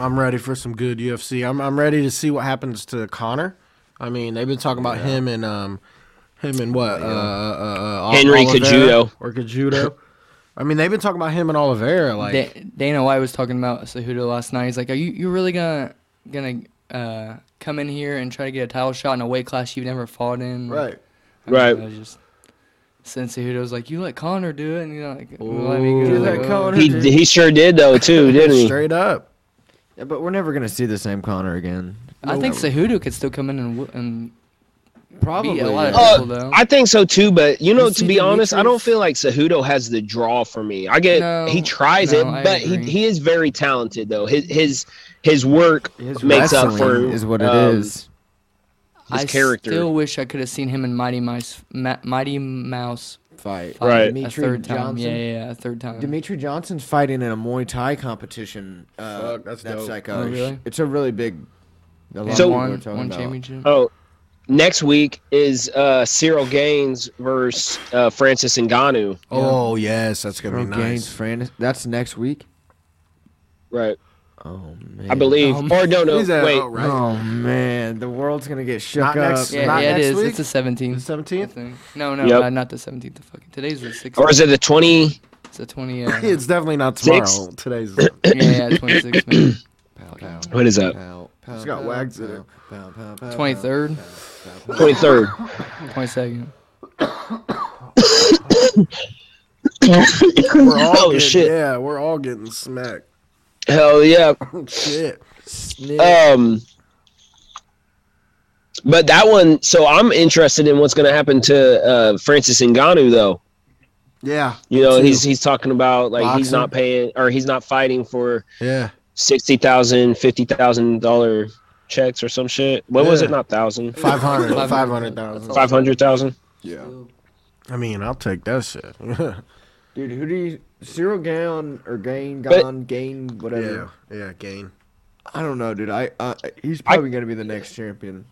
Speaker 6: I'm ready for some good UFC. I'm I'm ready to see what happens to Connor. I mean, they've been talking about him and um, him and what uh, uh, uh,
Speaker 5: Henry Cejudo.
Speaker 6: or Kajudo. I mean, they've been talking about him and Oliveira. Like,
Speaker 4: Da- Dana White was talking about Cejudo last night. He's like, "Are you you really gonna gonna uh, come in here and try to get a title shot in a weight class you've never fought in?"
Speaker 6: right?
Speaker 4: I mean,
Speaker 5: Right.
Speaker 4: I was just since Cejudo's like, "You let Connor do it," and you're like, "Let
Speaker 6: Ooh.
Speaker 4: me go."
Speaker 6: You
Speaker 7: let
Speaker 4: Whoa.
Speaker 7: Conor-
Speaker 5: He he sure did though too, didn't he?
Speaker 6: Straight up.
Speaker 7: Yeah, but we're never gonna see the same Connor again.
Speaker 4: I think Cejudo could still come in and w- and
Speaker 7: Probably.
Speaker 4: beat a lot of
Speaker 5: yeah.
Speaker 4: people though.
Speaker 5: Uh, I think so too, but you know,
Speaker 7: You
Speaker 5: to
Speaker 7: see
Speaker 5: be honest, I don't
Speaker 7: Demetrius?
Speaker 5: feel like Cejudo has the draw for me. I get
Speaker 4: No,
Speaker 5: he tries
Speaker 4: no,
Speaker 5: it,
Speaker 4: I
Speaker 5: but he,
Speaker 4: agree.
Speaker 5: he is very talented though. His his his work makes up for
Speaker 7: is what it is.
Speaker 5: um, his
Speaker 4: I
Speaker 5: character.
Speaker 4: still wish I could have seen him in Mighty Mouse, Ma- Mighty Mouse
Speaker 7: Fight.
Speaker 4: fight
Speaker 5: Right.
Speaker 4: a
Speaker 7: Dimitri
Speaker 4: third time.
Speaker 7: Johnson?
Speaker 4: Yeah, yeah, yeah, a third time.
Speaker 7: Uh-huh. Dimitri Johnson's fighting in a Muay Thai competition. Uh,
Speaker 6: Fuck, that's dope.
Speaker 7: like
Speaker 4: Oh,
Speaker 7: a,
Speaker 4: really?
Speaker 7: It's a really big. a lot
Speaker 4: And
Speaker 5: So-
Speaker 7: of what we're
Speaker 4: one,
Speaker 7: talking
Speaker 4: one
Speaker 7: about.
Speaker 4: championship.
Speaker 5: Oh, next week is uh, Cyril Gaines versus uh, Francis Ngannou.
Speaker 6: Oh yes, that's gonna
Speaker 7: Earl
Speaker 6: be
Speaker 7: Gaines,
Speaker 6: nice.
Speaker 7: Fran- That's next week.
Speaker 5: Right,
Speaker 7: Oh man.
Speaker 5: I believe.
Speaker 4: Um,
Speaker 5: or no, no,
Speaker 6: He's at
Speaker 5: wait.
Speaker 6: all right.
Speaker 7: Oh man, the world's gonna get shook
Speaker 6: Not
Speaker 7: up.
Speaker 6: next-
Speaker 4: yeah,
Speaker 6: not
Speaker 4: yeah, it
Speaker 6: next
Speaker 4: is.
Speaker 6: week?
Speaker 4: It's the
Speaker 6: The
Speaker 4: seventeenth.
Speaker 6: seventeenth.
Speaker 4: No, no,
Speaker 5: Yep.
Speaker 4: uh, not the seventeenth. Fucking today's the sixteenth.
Speaker 5: Or is it the twenty?
Speaker 4: It's the twenty. Uh, yeah,
Speaker 6: It's definitely not tomorrow.
Speaker 5: Six.
Speaker 6: Today's.
Speaker 4: yeah, twenty sixth. man.
Speaker 7: Pow, pow,
Speaker 5: What is that?
Speaker 7: pow, pow,
Speaker 6: It's got
Speaker 7: pow,
Speaker 6: wags in it.
Speaker 7: pow, pow, pow,
Speaker 4: Twenty
Speaker 7: pow.
Speaker 4: third,
Speaker 5: Twenty third.
Speaker 4: twenty second.
Speaker 6: We're all
Speaker 5: Oh,
Speaker 6: getting,
Speaker 5: shit.
Speaker 6: Yeah, we're all getting smacked.
Speaker 5: Hell yeah.
Speaker 6: Shit. Uh,
Speaker 5: Um, but that one. So I'm interested in what's going to happen to uh, Francis Ngannou though.
Speaker 6: Yeah.
Speaker 5: You know,
Speaker 6: Too.
Speaker 5: he's he's talking about like he's not paying or he's not fighting for
Speaker 6: Yeah.
Speaker 5: sixty thousand, fifty thousand dollar checks or some shit. What was
Speaker 6: Yeah.
Speaker 5: it? Not thousand.
Speaker 6: 500.
Speaker 4: 500.
Speaker 6: 500,000.
Speaker 5: Five hundred thousand.
Speaker 6: I mean, I'll take that shit.
Speaker 7: Dude, who do you Cyril Gaon or Gain
Speaker 5: But-
Speaker 7: Gaon Gain whatever?
Speaker 6: yeah. Yeah, gain.
Speaker 7: I don't know, dude. I uh, he's probably gonna be the next champion.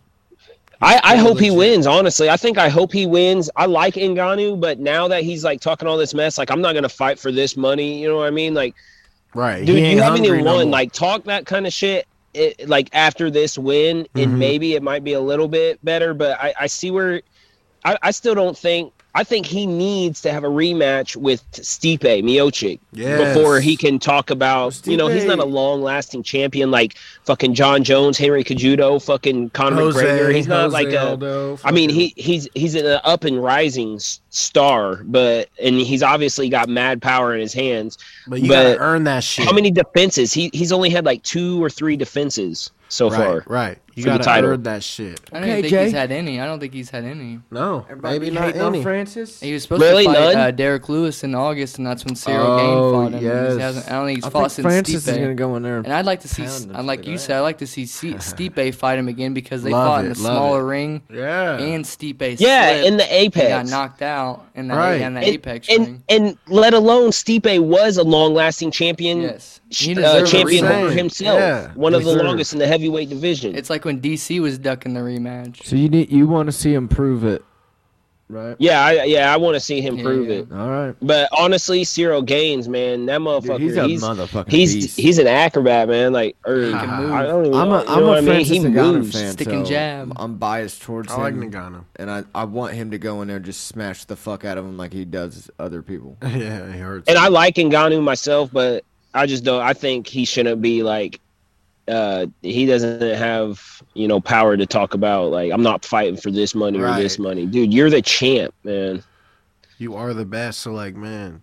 Speaker 5: I, I hope he wins, honestly. I think I hope he wins. I like Ngannou, but now that he's like talking all this mess, like I'm not gonna fight for this money. You know what I mean? Like,
Speaker 6: Right.
Speaker 5: dude,
Speaker 6: he ain't
Speaker 5: you haven't
Speaker 6: hungry
Speaker 5: even
Speaker 6: no
Speaker 5: won.
Speaker 6: more.
Speaker 5: like, talk that kind of shit. It, like after this win,
Speaker 6: Mm-hmm.
Speaker 5: and maybe it might be a little bit better. But I, I see where I, I still don't think. I think he needs to have a rematch with Stipe Miocic
Speaker 6: Yes.
Speaker 5: before he can talk about. you know, he's not a
Speaker 7: Stipe-
Speaker 5: long-lasting champion like fucking John Jones, Henry Cejudo, fucking Conor McGregor. He's not
Speaker 6: Jose
Speaker 5: like a.
Speaker 6: Aldo,
Speaker 5: I mean,
Speaker 6: fucking-
Speaker 5: he he's he's an up and rising s- star, but and he's obviously got mad power in his hands.
Speaker 6: But you
Speaker 5: but-
Speaker 6: gotta earn that shit.
Speaker 5: How many defenses? He he's only had like two or three defenses so
Speaker 6: right,
Speaker 5: far.
Speaker 6: Right. You
Speaker 5: for the
Speaker 6: gotta
Speaker 5: title.
Speaker 6: earn that shit.
Speaker 4: I don't
Speaker 7: Okay,
Speaker 4: think
Speaker 7: Jay.
Speaker 4: he's had any. I don't think he's had any.
Speaker 6: No, maybe
Speaker 7: be
Speaker 6: not
Speaker 7: hating on
Speaker 6: any.
Speaker 7: Francis.
Speaker 4: He was supposed
Speaker 5: Really?
Speaker 4: to fight
Speaker 5: None?
Speaker 4: uh, Derek Lewis in August, and that's when Cyril
Speaker 6: Oh,
Speaker 4: Gain fought him.
Speaker 6: yes.
Speaker 4: He hasn't, I don't think he's
Speaker 7: I
Speaker 4: fought
Speaker 7: think
Speaker 4: since
Speaker 7: Francis
Speaker 4: Stipe.
Speaker 7: is gonna go in there.
Speaker 4: eh? and I'd like to see,
Speaker 7: Pound him
Speaker 4: I like
Speaker 7: to
Speaker 4: you
Speaker 7: the
Speaker 4: said, I'd like to see C- Stipe fight him again because they
Speaker 6: Love
Speaker 4: fought in
Speaker 6: it,
Speaker 4: a
Speaker 6: love
Speaker 4: smaller
Speaker 6: it.
Speaker 4: ring,
Speaker 6: Yeah.
Speaker 4: and Stipe
Speaker 5: Yeah,
Speaker 4: slipped
Speaker 5: in the
Speaker 4: and got
Speaker 5: apex.
Speaker 4: knocked out in the,
Speaker 6: Right.
Speaker 4: in the
Speaker 5: And-
Speaker 4: apex
Speaker 5: and,
Speaker 4: ring.
Speaker 5: and let alone Stipe was a long-lasting champion,
Speaker 4: Yes,
Speaker 5: sh-
Speaker 4: He
Speaker 5: uh,
Speaker 4: deserves a
Speaker 5: champion
Speaker 4: rematch.
Speaker 5: over
Speaker 6: rematch.
Speaker 5: himself,
Speaker 6: Yeah,
Speaker 5: one of the
Speaker 6: deserved.
Speaker 5: longest in the heavyweight division.
Speaker 4: It's like when DC was ducking the rematch.
Speaker 7: so you need you want to see him prove it, right?
Speaker 5: yeah, I, yeah, I want to see him prove
Speaker 4: Yeah.
Speaker 5: it.
Speaker 7: All right.
Speaker 5: But honestly, Cyril Gaines, man, that motherfucker,
Speaker 7: Dude, he's a
Speaker 5: he's
Speaker 7: motherfucking
Speaker 5: he's
Speaker 7: beast.
Speaker 5: he's an acrobat, man. Like, er,
Speaker 4: can move.
Speaker 5: I don't even
Speaker 7: I'm
Speaker 5: know,
Speaker 7: a
Speaker 5: you know
Speaker 7: I'm
Speaker 5: what I
Speaker 7: a
Speaker 5: mean?
Speaker 7: Francis
Speaker 5: He
Speaker 7: Ngannou
Speaker 5: moves.
Speaker 7: fan,
Speaker 4: Stick and
Speaker 7: so
Speaker 4: jab.
Speaker 7: I'm biased towards
Speaker 6: I like
Speaker 7: him,
Speaker 6: Nagano.
Speaker 7: and I I want him to go in there and just smash the fuck out of him like he does other people.
Speaker 6: Yeah, he hurts.
Speaker 5: And I like Ngannou myself, but I just don't. I think he shouldn't be like. Uh, he doesn't have you know power to talk about like I'm not fighting for this money or this
Speaker 6: Right.
Speaker 5: money, dude. You're the champ, man.
Speaker 6: you are the best. So like, man,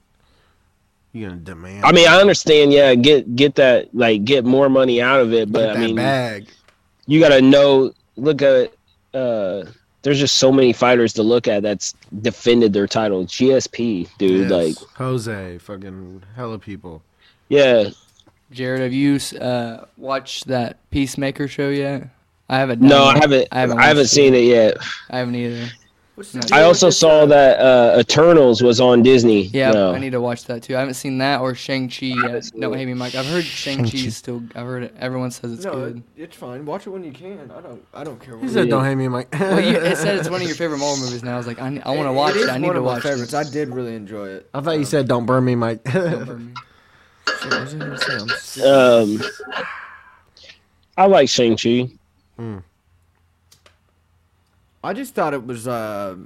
Speaker 6: you gonna demand.
Speaker 5: I mean, I understand, yeah. Get get that like get more money out of it,
Speaker 6: get
Speaker 5: but
Speaker 6: that
Speaker 5: I mean,
Speaker 6: bag.
Speaker 5: you gotta know. Look at uh, there's just so many fighters to look at that's defended their title. GSP, dude,
Speaker 6: Yes.
Speaker 5: like
Speaker 6: Jose, fucking hella people.
Speaker 5: yeah,
Speaker 4: Jared, have you uh, watched that Peacemaker show yet? I haven't.
Speaker 5: No,
Speaker 4: done
Speaker 5: I
Speaker 4: it.
Speaker 5: haven't. I haven't,
Speaker 4: watched
Speaker 5: seen it yet.
Speaker 4: I haven't either.
Speaker 5: I also saw that uh, Eternals was on Disney.
Speaker 4: Yeah,
Speaker 5: now.
Speaker 4: I need to watch that too. I haven't seen that or Shang Chi yet.
Speaker 5: seen
Speaker 4: Don't
Speaker 5: it.
Speaker 4: hate me, Mike. I've heard Shang Chi's still. I've heard it. Everyone says it's
Speaker 7: No,
Speaker 4: good.
Speaker 7: it's fine. Watch it when you can. I don't I don't care.
Speaker 6: He
Speaker 7: What
Speaker 6: said,
Speaker 5: Yeah.
Speaker 6: "Don't hate me, Mike."
Speaker 4: Well, you, it said it's one of your favorite Marvel movies. Now I was like, I, ne- I want to watch it. I need to watch
Speaker 7: favorites.
Speaker 4: it.
Speaker 7: I did really enjoy it.
Speaker 6: I thought you said, "Don't burn me, Mike."
Speaker 5: Um, I like Shang Chi.
Speaker 7: I just thought it was uh,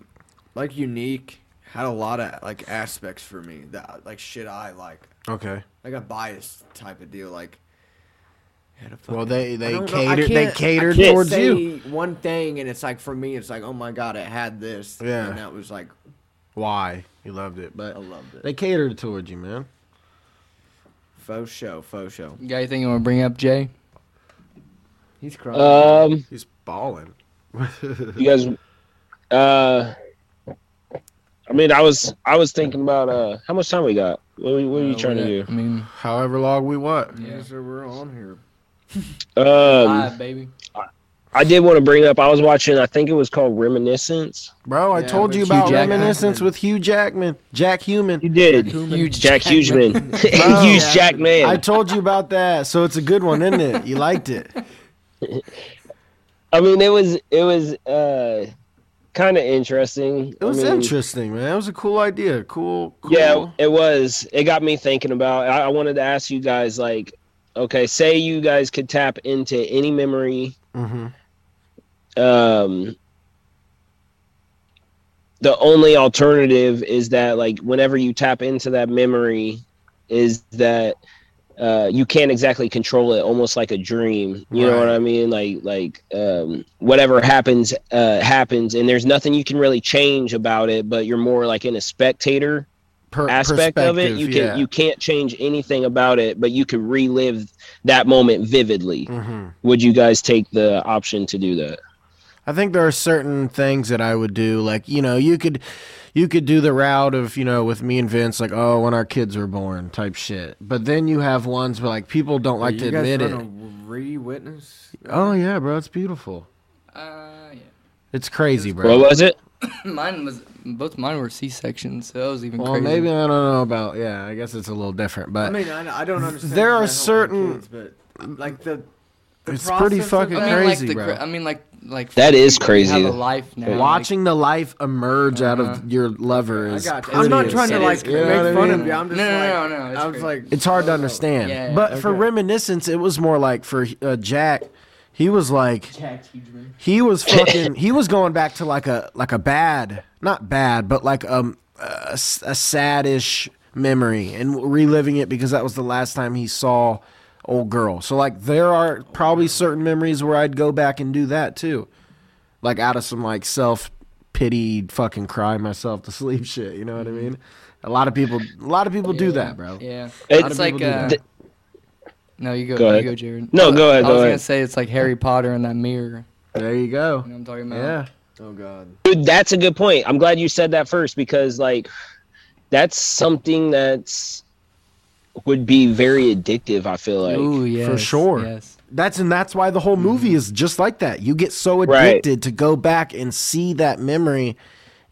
Speaker 7: like unique. Had a lot of like aspects for me that like shit I like,
Speaker 6: okay.
Speaker 7: like a bias type of deal. Like, had a
Speaker 6: Well,
Speaker 7: fucking-
Speaker 6: they
Speaker 7: I
Speaker 6: they
Speaker 7: don't know, I
Speaker 6: catered they
Speaker 7: can't-
Speaker 6: catered
Speaker 7: I can't
Speaker 6: towards
Speaker 7: say
Speaker 6: you.
Speaker 7: One thing, and it's like for me, it's like oh my god, it had this.
Speaker 6: Yeah.
Speaker 7: and that was like
Speaker 6: Why you loved it,
Speaker 7: I
Speaker 6: but
Speaker 7: loved it.
Speaker 6: they catered towards you, man.
Speaker 7: Faux show, faux show.
Speaker 4: You got anything you want to bring up, Jay?
Speaker 2: He's crying.
Speaker 5: Um,
Speaker 6: He's balling.
Speaker 5: you guys, uh, I mean, I was I was thinking about uh, how much time we got. What are, we- what are you
Speaker 4: Uh,
Speaker 5: trying
Speaker 4: what
Speaker 5: to
Speaker 4: it- I mean,
Speaker 6: However long we want.
Speaker 7: Oh,
Speaker 4: yeah.
Speaker 2: we're on here.
Speaker 5: do? Um,
Speaker 4: Live, baby.
Speaker 5: I did want to bring up. I was watching. I think it was called Reminiscence.
Speaker 6: Bro, I
Speaker 2: Yeah,
Speaker 6: told
Speaker 2: with
Speaker 6: you
Speaker 2: Hugh
Speaker 6: about
Speaker 4: Jackman.
Speaker 6: reminiscence with Hugh Jackman. Jack Human.
Speaker 5: You did.
Speaker 4: Huge
Speaker 5: Jack Hugeman.
Speaker 6: Bro.
Speaker 5: Huge Jack Man.
Speaker 6: I told you about that. So it's a good one, isn't it? You liked it.
Speaker 5: I mean, it was it was uh, kind of interesting.
Speaker 6: It was
Speaker 5: I mean,
Speaker 6: interesting, man. It was a cool idea. Cool. cool.
Speaker 5: Yeah, it was. It got me thinking about. I, I wanted to ask you guys, like, okay, say you guys could tap into any memory.
Speaker 6: hmm
Speaker 5: Um, the only alternative is that, like, whenever you tap into that memory, is that uh, you can't exactly control it, almost like a dream. You know what
Speaker 6: Right.
Speaker 5: I mean? Like, like um, whatever happens, uh, happens, and there's nothing you can really change about it. But you're more like in a spectator
Speaker 6: Per-
Speaker 5: aspect of it you can
Speaker 6: yeah.
Speaker 5: you can't change anything about it but you can relive that moment vividly
Speaker 6: Mhm.
Speaker 5: would you guys take the option to do that
Speaker 6: I think there are certain things that I would do. Like, you know, you could you could do the route of, you know, with me and Vince, like, oh, when our kids were born type shit. But then you have ones where like people don't like to admit it.
Speaker 2: Re-witness.
Speaker 6: Oh yeah, bro, it's beautiful.
Speaker 4: Uh,
Speaker 6: It's crazy, bro.
Speaker 5: what was it
Speaker 4: yeah. Mine was both mine were C sections, so that was even
Speaker 6: Well,
Speaker 4: crazy.
Speaker 6: maybe I don't know about yeah, I guess it's a little different, but
Speaker 2: I mean, I, I don't understand.
Speaker 6: There are
Speaker 2: 'cause I don't have
Speaker 6: certain-
Speaker 2: kids, but like the. the
Speaker 6: It's pretty
Speaker 2: process
Speaker 6: fucking
Speaker 2: of
Speaker 4: I
Speaker 2: that-
Speaker 4: mean,
Speaker 6: crazy,
Speaker 4: like the,
Speaker 6: bro.
Speaker 4: cra- I mean, like like
Speaker 5: That is
Speaker 4: you
Speaker 5: crazy.
Speaker 4: Have a life now.
Speaker 6: watching the life emerge out
Speaker 4: Uh-huh.
Speaker 6: of your lover
Speaker 2: I
Speaker 6: is
Speaker 2: got you.
Speaker 6: it
Speaker 2: I'm not
Speaker 6: is.
Speaker 2: trying to
Speaker 4: It
Speaker 2: like
Speaker 4: is
Speaker 2: make
Speaker 6: You know what I
Speaker 2: fun
Speaker 6: mean?
Speaker 2: of you. I'm just
Speaker 4: No, no,
Speaker 2: like,
Speaker 4: no, no, it's
Speaker 2: I was
Speaker 4: great.
Speaker 2: like,
Speaker 6: It's hard to
Speaker 2: oh.
Speaker 6: understand.
Speaker 4: Yeah,
Speaker 6: but for
Speaker 2: okay.
Speaker 6: reminiscence, it was more like for uh, Jack, he was like
Speaker 4: Jack Hugeman.
Speaker 6: he was fucking he was going back to like a like a bad not bad but like um a, s- a saddish memory and reliving it because that was the last time he saw old girl so like there are probably certain memories where i'd go back and do that too like out of some like self pity fucking cry myself to sleep shit you know what i mean a lot of people a lot of people do that bro
Speaker 4: Mm-hmm. Yeah,
Speaker 5: It's-
Speaker 4: it's
Speaker 6: A lot of
Speaker 4: like
Speaker 6: people do
Speaker 4: uh,
Speaker 6: that.
Speaker 4: no, you go,
Speaker 5: Go ahead.
Speaker 4: you go, Jared.
Speaker 5: No, go ahead,
Speaker 4: I
Speaker 5: go
Speaker 4: was gonna
Speaker 5: ahead.
Speaker 4: say it's like Harry Potter and that mirror.
Speaker 6: there you go
Speaker 4: You know what I'm talking about?
Speaker 6: yeah
Speaker 2: Oh god.
Speaker 5: Dude, that's a good point i'm glad you said that first because like that's something that's would be very addictive i feel like
Speaker 4: Ooh, yes,
Speaker 6: sure.
Speaker 4: Yes.
Speaker 6: That's and that's why the whole movie is just like that. You get so
Speaker 5: Right.
Speaker 6: addicted to go back and see that memory,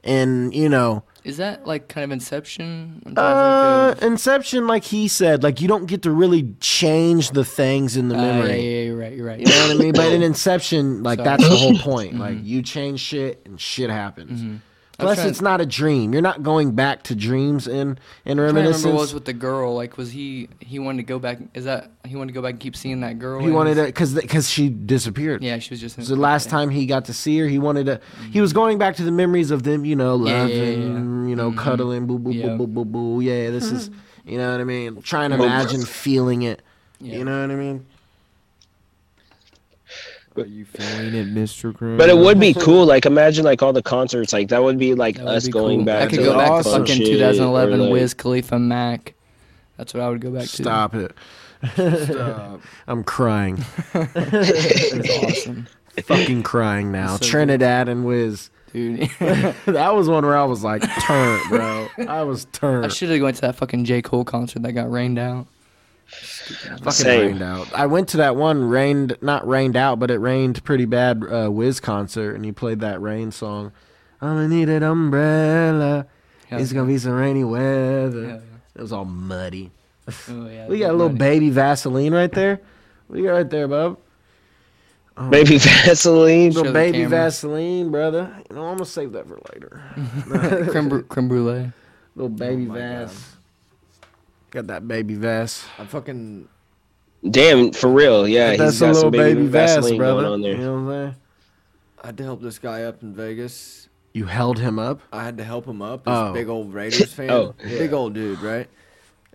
Speaker 6: and you know,
Speaker 4: Is that like kind of Inception? Sometimes I
Speaker 6: uh,
Speaker 4: think of-
Speaker 6: Inception, like he said, like you don't get to really change the things in the
Speaker 4: Uh, yeah,
Speaker 6: memory.
Speaker 4: yeah, you're right. You're right.
Speaker 6: You know what I mean? But in Inception, like
Speaker 4: Sorry. Mm-hmm.
Speaker 6: that's the whole point. Like you change shit and shit happens. Plus,
Speaker 4: trying-
Speaker 6: it's not a dream. You're not going back to dreams in in
Speaker 4: I can't remember what was
Speaker 6: reminiscence.
Speaker 4: with the girl. Like, was he he wanted to go back? Is that he wanted to go back and keep seeing that girl?
Speaker 6: He
Speaker 4: and-
Speaker 6: wanted it because because she disappeared.
Speaker 4: Yeah, she was just.
Speaker 6: It
Speaker 4: in-
Speaker 6: was the last
Speaker 4: okay. Mm-hmm.
Speaker 6: time he got to see her. He wanted to. He was going back to the memories of them, you know,
Speaker 4: Yeah, yeah,
Speaker 6: loving,
Speaker 4: yeah,
Speaker 6: you know,
Speaker 4: Mhm.
Speaker 6: cuddling, boo, boo,
Speaker 4: Yeah.
Speaker 6: boo, boo, boo, boo. Yeah, this is, you know what I mean. Trying to
Speaker 5: Boo.
Speaker 6: imagine feeling it.
Speaker 4: Yeah.
Speaker 6: You know what I mean.
Speaker 2: Are you feeling it, Mr. Grimm?
Speaker 5: but it would be cool like imagine like all the concerts like that would be like
Speaker 4: That would
Speaker 5: us
Speaker 4: be
Speaker 5: going
Speaker 4: cool.
Speaker 5: back
Speaker 4: I could
Speaker 5: to
Speaker 4: go
Speaker 5: like,
Speaker 4: back
Speaker 6: awesome
Speaker 5: fun
Speaker 4: to fucking
Speaker 5: shit or,
Speaker 4: 2011
Speaker 5: like-
Speaker 4: Wiz Khalifa Mac. That's what I would go back to.
Speaker 6: Stop it.
Speaker 2: Stop.
Speaker 6: I'm crying,
Speaker 4: That's awesome,
Speaker 6: fucking crying now.
Speaker 4: so good.
Speaker 6: Trinidad and Wiz.
Speaker 4: dude.
Speaker 6: that was one where I was like, turn, bro. I was
Speaker 4: I
Speaker 6: turned.
Speaker 4: should have went to that fucking J Cole concert that got rained out.
Speaker 6: Fucking
Speaker 5: Same.
Speaker 6: rained out. I went to that one rained, not rained out, but it rained pretty bad. Uh, Wiz concert, and he played that rain song. I'm gonna need an umbrella.
Speaker 4: Yeah.
Speaker 6: it's gonna be some rainy weather.
Speaker 4: Yeah,
Speaker 6: It was all muddy.
Speaker 4: Oh, yeah,
Speaker 6: We got a little baby Vaseline right there. What do you got right there, bub?
Speaker 5: maybe vaseline
Speaker 4: Show
Speaker 6: Little
Speaker 4: the
Speaker 6: baby
Speaker 4: camera.
Speaker 6: Vaseline, brother. You know, I'm gonna save that for later.
Speaker 4: creme, br- creme brulee. Oh
Speaker 6: Little baby
Speaker 2: my
Speaker 6: Vas. Got that baby Vas.
Speaker 2: I'm fucking.
Speaker 5: Damn, for real. Yeah,
Speaker 6: That's
Speaker 5: he's got
Speaker 6: a little
Speaker 5: some baby,
Speaker 6: baby, Vas,
Speaker 5: Vaseline
Speaker 6: brother.
Speaker 5: going on
Speaker 6: You
Speaker 5: there.
Speaker 6: know what I'm saying?
Speaker 2: I had to help this guy up in Vegas.
Speaker 6: You held him up.
Speaker 2: I had to help him up. This
Speaker 6: Oh.
Speaker 2: big old Raiders fan.
Speaker 5: Oh,
Speaker 2: Big old dude, right?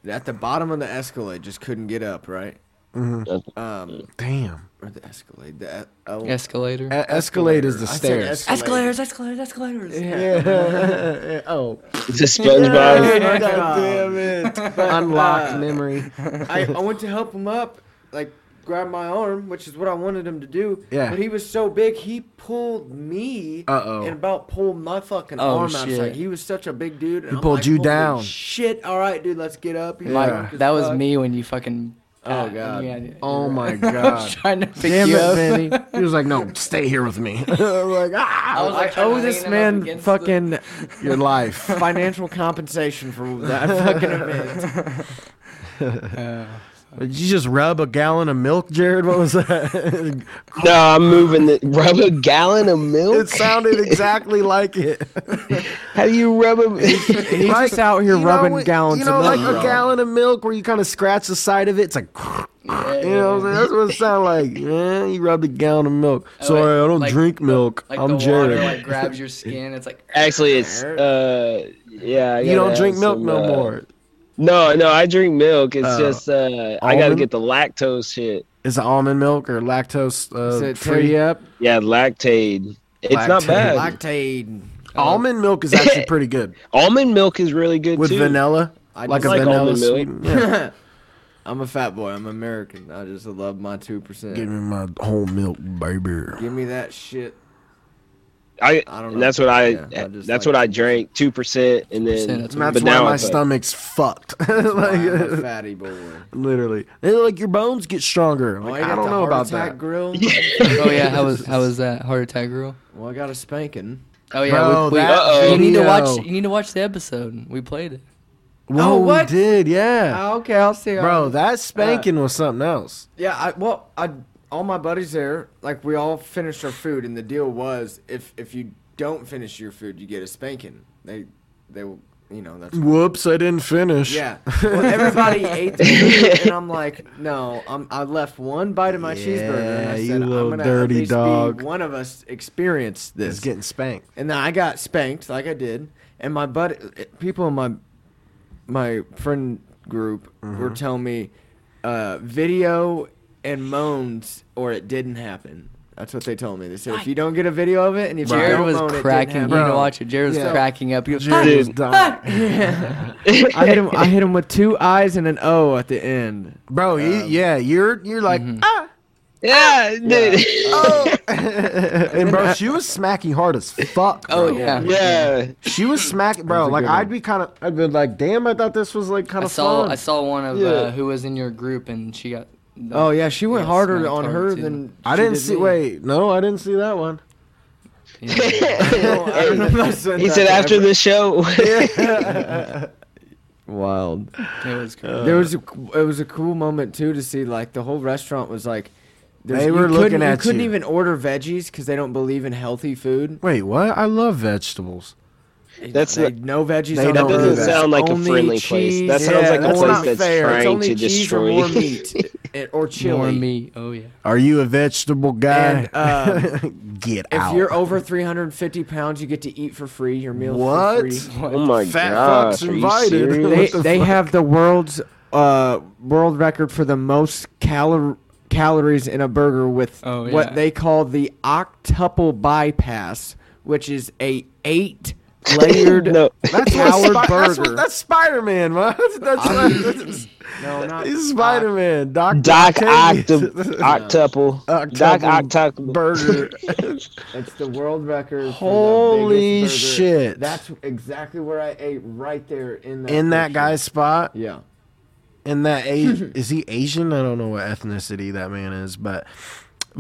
Speaker 2: At the bottom of the Escalade, just couldn't get up, right?
Speaker 5: Mhm.
Speaker 2: Um,
Speaker 6: Damn.
Speaker 2: or the Escalade. The, e- oh,
Speaker 4: Escalator.
Speaker 6: E- escalate is the
Speaker 2: I said
Speaker 6: stairs.
Speaker 2: escalade. Escalators,
Speaker 4: escalators, escalators.
Speaker 6: Yeah. oh.
Speaker 5: It's a SpongeBob.
Speaker 6: Yeah,
Speaker 2: God damn it.
Speaker 6: Unlocked memory.
Speaker 2: I, I went to help him up. Like
Speaker 7: grabbed my arm, which is what I wanted him to do.
Speaker 6: Yeah.
Speaker 7: But he was so big, he pulled me.
Speaker 6: Uh-oh.
Speaker 7: And about pulled my fucking
Speaker 4: Oh,
Speaker 7: arm out. It's Like
Speaker 4: shit.
Speaker 7: he was such a big dude. And
Speaker 6: He
Speaker 7: I'm
Speaker 6: pulled
Speaker 7: like,
Speaker 6: you
Speaker 7: "Holy
Speaker 6: down."
Speaker 7: Shit. All right, dude. Let's get up. He's
Speaker 6: Like,
Speaker 7: drunk as
Speaker 4: That was
Speaker 7: fuck.
Speaker 4: me when you fucking.
Speaker 7: Oh,
Speaker 4: when
Speaker 7: God.
Speaker 4: you had-
Speaker 6: Oh my
Speaker 4: I was
Speaker 6: god.
Speaker 4: trying to pick
Speaker 6: Damn
Speaker 4: you
Speaker 6: it,
Speaker 4: up.
Speaker 6: Benny. He was like, "No, stay here with me." I'm like, ah,
Speaker 4: I was like, "Oh,
Speaker 7: I
Speaker 4: trying to
Speaker 7: owe
Speaker 4: lean
Speaker 7: this
Speaker 4: him up
Speaker 7: man
Speaker 4: against
Speaker 7: fucking
Speaker 6: your life.
Speaker 7: financial compensation for that fucking event.
Speaker 4: the- uh,
Speaker 6: Did you just rub a gallon of milk, Jared? What was that?
Speaker 5: No, I'm moving the rub a gallon of milk.
Speaker 6: it sounded exactly like it.
Speaker 5: How do you rub a?
Speaker 7: He's
Speaker 6: Like,
Speaker 7: just out here
Speaker 6: you know,
Speaker 7: rubbing
Speaker 6: when-
Speaker 7: gallons
Speaker 6: You know,
Speaker 7: of
Speaker 6: like
Speaker 7: milk.
Speaker 6: a gallon of milk where you kind of scratch the side of it. It's like, you know, what I'm saying? that's what it sounded like. Yeah, you rubbed a gallon of milk.
Speaker 4: Oh,
Speaker 6: Sorry,
Speaker 4: like-
Speaker 6: I don't
Speaker 4: like
Speaker 6: drink
Speaker 4: the-
Speaker 6: milk.
Speaker 4: like the
Speaker 6: I'm
Speaker 4: water
Speaker 6: Jared.
Speaker 4: like grabs your skin. It's like
Speaker 5: Actually, it's uh, yeah. I
Speaker 6: you
Speaker 5: gotta
Speaker 6: don't drink
Speaker 5: have
Speaker 6: milk
Speaker 5: some,
Speaker 6: no
Speaker 5: uh,
Speaker 6: more.
Speaker 5: No, no, I drink milk. It's
Speaker 6: Oh.
Speaker 5: just uh, I gotta
Speaker 6: Almond?
Speaker 5: get the lactose shit.
Speaker 6: Is it almond milk or lactose
Speaker 7: Does
Speaker 6: uh,
Speaker 7: it tear
Speaker 6: free?
Speaker 7: you up?
Speaker 5: Yeah, lactaid. It's not
Speaker 6: Lactaid.
Speaker 5: bad.
Speaker 7: Lactaid.
Speaker 6: Almond milk is actually pretty good
Speaker 5: Almond milk is really good
Speaker 6: with
Speaker 5: too.
Speaker 6: vanilla,
Speaker 7: I
Speaker 6: like a
Speaker 7: just like
Speaker 6: vanilla.
Speaker 5: almond milk.
Speaker 6: sweeten- yeah.
Speaker 7: I'm a fat boy. I'm American. I just love my two
Speaker 6: Give
Speaker 7: percent.
Speaker 6: me my whole milk, baby.
Speaker 7: Give me that shit.
Speaker 5: I,
Speaker 7: I don't
Speaker 5: and
Speaker 7: know.
Speaker 5: That's what I.
Speaker 7: Yeah, I just
Speaker 5: that's
Speaker 7: like
Speaker 5: what I drank. Two percent, and then.
Speaker 4: 2%, that's
Speaker 6: And that's
Speaker 5: but
Speaker 6: why
Speaker 5: now
Speaker 6: my
Speaker 5: it's like-
Speaker 6: stomach's fucked.
Speaker 7: That's why I'm a
Speaker 6: like,
Speaker 7: fatty boy.
Speaker 6: literally, They're like your bones get stronger.
Speaker 7: Oh,
Speaker 6: Like,
Speaker 7: got
Speaker 6: I don't
Speaker 7: the
Speaker 6: know
Speaker 7: heart
Speaker 6: about
Speaker 7: attack
Speaker 6: that.
Speaker 7: Grill.
Speaker 4: oh yeah, how was how was that heart attack girl?
Speaker 7: Well, I got a spanking.
Speaker 4: Oh yeah,
Speaker 6: Bro,
Speaker 4: we, we,
Speaker 6: that
Speaker 5: Uh-oh.
Speaker 4: you need to
Speaker 6: video.
Speaker 4: watch you need to watch the episode. We played it.
Speaker 6: Whoa,
Speaker 7: Oh, what? Oh,
Speaker 6: we did, yeah,
Speaker 7: okay, I'll see.
Speaker 6: bro. That spanking was something else.
Speaker 7: Yeah, I, well, I all my buddies there, like we all finished our food, and the deal was if if you don't finish your food, you get a spanking. They they will- you know that's
Speaker 6: Whoops, I didn't finish.
Speaker 7: yeah. Well, everybody ate the food, and I'm like, no, I'm I left one bite of my cheeseburger, and
Speaker 6: Yeah,
Speaker 7: I said,
Speaker 6: you
Speaker 7: I'm
Speaker 6: little
Speaker 7: gonna
Speaker 6: dirty
Speaker 7: at least
Speaker 6: dog.
Speaker 7: Be one of us experience
Speaker 6: it's
Speaker 7: this,
Speaker 6: getting spanked.
Speaker 7: and then I got spanked like I did, and my buddy, people in my my friend group were telling me uh, video and moans or it didn't happen. That's what they told me. They said if you don't get a video of it and if you
Speaker 4: Jared
Speaker 7: don't
Speaker 4: was
Speaker 7: moan,
Speaker 4: cracking.
Speaker 7: it
Speaker 4: You
Speaker 7: didn't
Speaker 4: need
Speaker 7: happen.
Speaker 4: to watch it. Jared was
Speaker 6: Yeah.
Speaker 4: cracking up. He was,
Speaker 6: Jared was dying.
Speaker 7: I hit him. I hit him with two eyes and an O at the end.
Speaker 6: bro. you, yeah, you're you're like ah,
Speaker 5: Yeah, dude.
Speaker 6: and bro, she was smacking hard as fuck.
Speaker 4: oh
Speaker 6: bro.
Speaker 4: yeah.
Speaker 5: yeah.
Speaker 6: she was smacking, bro. Like I'd be kind of, I'd be like, damn, I thought this was like kind
Speaker 4: I
Speaker 6: of
Speaker 4: saw
Speaker 6: fun.
Speaker 4: I saw one of
Speaker 6: Yeah.
Speaker 4: uh, who was in your group and she got.
Speaker 7: Oh yeah, she went
Speaker 4: Yeah,
Speaker 7: harder
Speaker 4: smacked
Speaker 7: on
Speaker 4: hard,
Speaker 7: her
Speaker 4: too.
Speaker 7: than
Speaker 6: I
Speaker 7: she
Speaker 6: didn't
Speaker 7: did
Speaker 6: see.
Speaker 7: me.
Speaker 6: Wait, no, I didn't see that one.
Speaker 7: Oh, I don't know if I said
Speaker 5: He
Speaker 7: that,
Speaker 5: said
Speaker 7: but
Speaker 5: after the show.
Speaker 7: wild.
Speaker 4: it was. Crazy.
Speaker 7: There
Speaker 6: Uh,
Speaker 7: was a, it was a cool moment too to see like the whole restaurant was like there's-
Speaker 6: They
Speaker 7: you
Speaker 6: were
Speaker 7: couldn't-
Speaker 6: looking at
Speaker 7: you couldn't
Speaker 6: you.
Speaker 7: even order veggies because they don't believe in healthy food.
Speaker 6: Wait, what? I love vegetables.
Speaker 5: That's
Speaker 7: They-
Speaker 5: not-
Speaker 7: no veggies.
Speaker 6: They
Speaker 7: on
Speaker 6: don't
Speaker 5: that
Speaker 7: the
Speaker 5: doesn't
Speaker 7: menu.
Speaker 6: do that.
Speaker 5: sound like a
Speaker 7: Only
Speaker 5: friendly place. That
Speaker 7: cheese-
Speaker 5: sounds
Speaker 6: Yeah,
Speaker 5: like a
Speaker 6: that's
Speaker 5: place
Speaker 6: not
Speaker 5: that's
Speaker 6: fair.
Speaker 7: It's
Speaker 5: trying
Speaker 7: only
Speaker 5: to
Speaker 7: cheese or more
Speaker 5: destroy.
Speaker 7: meat and- or chili.
Speaker 4: more me. Oh yeah.
Speaker 6: Are you a vegetable guy?
Speaker 7: And uh,
Speaker 6: Get
Speaker 7: if
Speaker 6: out.
Speaker 7: you're over 350 pounds, you get to eat for free. Your meal
Speaker 6: What?
Speaker 7: for free.
Speaker 5: oh my
Speaker 6: Fat
Speaker 5: god!
Speaker 6: fucks invited.
Speaker 7: they,
Speaker 6: What the
Speaker 7: they have the world's uh, world record for the most calor- calories in a burger with
Speaker 4: Oh, yeah.
Speaker 7: what they call the octuple bypass, which is a eight layered
Speaker 5: No.
Speaker 6: that's
Speaker 7: powered
Speaker 6: what Spi- That's,
Speaker 7: burger.
Speaker 6: what, that's Spider-Man, man. That's, that's,
Speaker 7: no, not
Speaker 6: he's Spider-Man. Doc,
Speaker 5: Doc
Speaker 6: Octavius.
Speaker 5: Octa Octuple.
Speaker 6: Octuple.
Speaker 5: Doc Octuple.
Speaker 6: burger.
Speaker 7: It's the world record.
Speaker 6: Holy
Speaker 7: for the biggest burger.
Speaker 6: shit.
Speaker 7: That's exactly where I ate right there in that
Speaker 6: in that
Speaker 7: picture.
Speaker 6: guy's spot.
Speaker 7: Yeah.
Speaker 6: In that a- is he Asian? I don't know what ethnicity that man is, but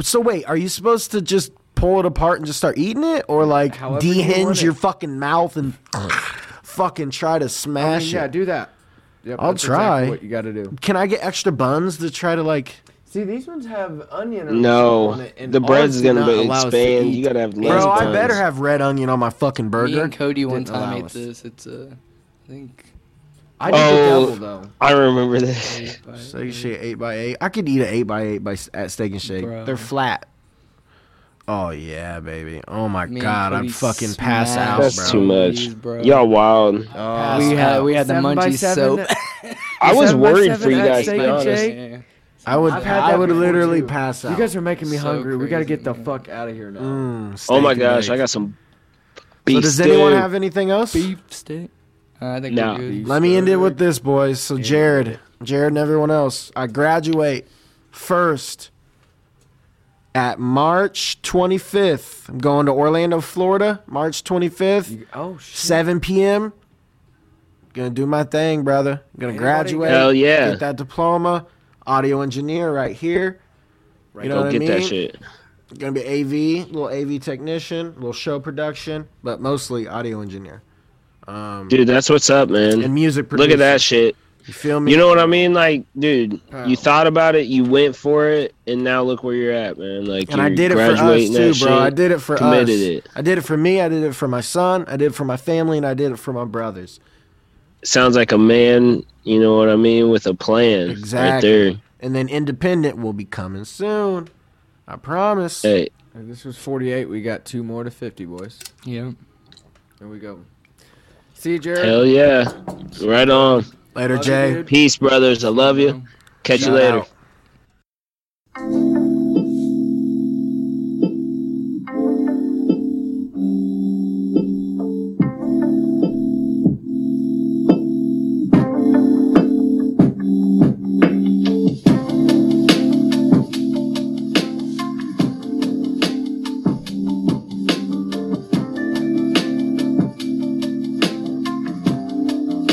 Speaker 6: so wait, are you supposed to just pull it apart and just start eating it, or like
Speaker 7: However you want
Speaker 6: dehinge
Speaker 7: it.
Speaker 6: your fucking mouth and fucking try to
Speaker 7: I
Speaker 6: smash
Speaker 7: mean, yeah,
Speaker 6: it?
Speaker 7: do that. Yep,
Speaker 6: I'll
Speaker 7: that's
Speaker 6: try.
Speaker 7: what you got to do.
Speaker 6: Can I get extra buns to try to like?
Speaker 7: See, these ones have onion. or
Speaker 5: No,
Speaker 7: something on it, and
Speaker 5: the bread's
Speaker 7: ours do
Speaker 5: gonna
Speaker 7: not
Speaker 5: be
Speaker 7: allow us to
Speaker 5: expand.
Speaker 7: eat.
Speaker 5: You gotta have
Speaker 7: Bro,
Speaker 5: less
Speaker 6: Bro, I
Speaker 5: buns.
Speaker 6: better have red onion on my fucking
Speaker 4: Me
Speaker 6: burger.
Speaker 4: and Cody one
Speaker 7: Didn't allow
Speaker 4: time ate
Speaker 7: us.
Speaker 4: this. It's a. I think.
Speaker 7: I did
Speaker 5: Oh.
Speaker 7: the double though.
Speaker 5: I remember that.
Speaker 4: eight by-
Speaker 6: Steak and Shake eight by eight. I could eat an eight by eight by s- at Steak and Shake.
Speaker 4: Bro.
Speaker 6: They're flat. Oh yeah, baby. Oh my
Speaker 4: Me and
Speaker 6: god, I'd
Speaker 4: Cody
Speaker 6: fucking pass
Speaker 4: smashed
Speaker 6: out,
Speaker 5: That's
Speaker 6: bro.
Speaker 5: too much.
Speaker 4: Please, bro.
Speaker 5: Y'all wild.
Speaker 7: Oh,
Speaker 4: we had we had the
Speaker 7: Seven by
Speaker 4: munchie
Speaker 7: seven
Speaker 4: soap.
Speaker 5: I was
Speaker 7: Seven by
Speaker 5: worried
Speaker 7: seven
Speaker 5: for you
Speaker 7: at
Speaker 5: guys. To
Speaker 7: Steak
Speaker 5: be
Speaker 7: and
Speaker 5: honest.
Speaker 7: Shake.
Speaker 4: Yeah.
Speaker 6: I would,
Speaker 7: I've had
Speaker 6: I
Speaker 7: that
Speaker 6: would
Speaker 7: before,
Speaker 6: literally
Speaker 7: too.
Speaker 6: pass out.
Speaker 7: You guys are making me
Speaker 4: So
Speaker 7: hungry. we gotta get
Speaker 4: crazy,
Speaker 7: the
Speaker 4: man.
Speaker 7: fuck out of here now.
Speaker 6: Mm, steak
Speaker 5: Oh my
Speaker 6: and
Speaker 5: gosh,
Speaker 6: egg.
Speaker 5: I got some beef
Speaker 6: So does
Speaker 5: stew.
Speaker 6: anyone have anything else?
Speaker 4: Beef steak. Uh, I think
Speaker 5: Nah.
Speaker 4: we're good.
Speaker 6: Let me end it with this, boys. So Jared, Jared, and everyone else, I graduate. first at March 25th. I'm going to Orlando, Florida, March 25th,
Speaker 2: Oh shit.
Speaker 6: 7 p.m. Gonna do my thing, brother. Gonna graduate.
Speaker 5: Hell yeah.
Speaker 6: Get that diploma. Audio engineer right here. You know
Speaker 5: Go
Speaker 6: what
Speaker 5: get
Speaker 6: I mean?
Speaker 5: that shit.
Speaker 6: Gonna be AV, little AV technician, little show production, but mostly audio engineer
Speaker 5: Dude, that's what's up,
Speaker 6: Um, and
Speaker 5: man.
Speaker 6: music producer.
Speaker 5: Look at that shit.
Speaker 6: You feel me?
Speaker 5: You know what I mean? Like, dude,
Speaker 6: Pal.
Speaker 5: you thought about it, you went for it, and now look where you're at, man. Like,
Speaker 6: and I
Speaker 5: you're
Speaker 6: did it for us
Speaker 5: graduating
Speaker 6: too, bro.
Speaker 5: that
Speaker 6: I
Speaker 5: shit,
Speaker 6: did it for
Speaker 5: committed
Speaker 6: us.
Speaker 5: it.
Speaker 6: I did it for me. I did it for my son. I did it for my family, and I did it for my brothers.
Speaker 5: Sounds like a man. You know what I mean? With a plan,
Speaker 6: Exactly.
Speaker 5: right there.
Speaker 6: And then independent will be coming soon. I promise.
Speaker 5: Hey,
Speaker 2: This was 48. We got two more to 50, boys.
Speaker 4: Yeah.
Speaker 2: Here we go. See you, Jared.
Speaker 5: hell yeah, right on.
Speaker 6: Later,
Speaker 2: Love you,
Speaker 6: Jay.
Speaker 2: dude.
Speaker 5: Peace, brothers. I love you. Catch you
Speaker 6: Shout
Speaker 5: later.
Speaker 6: out.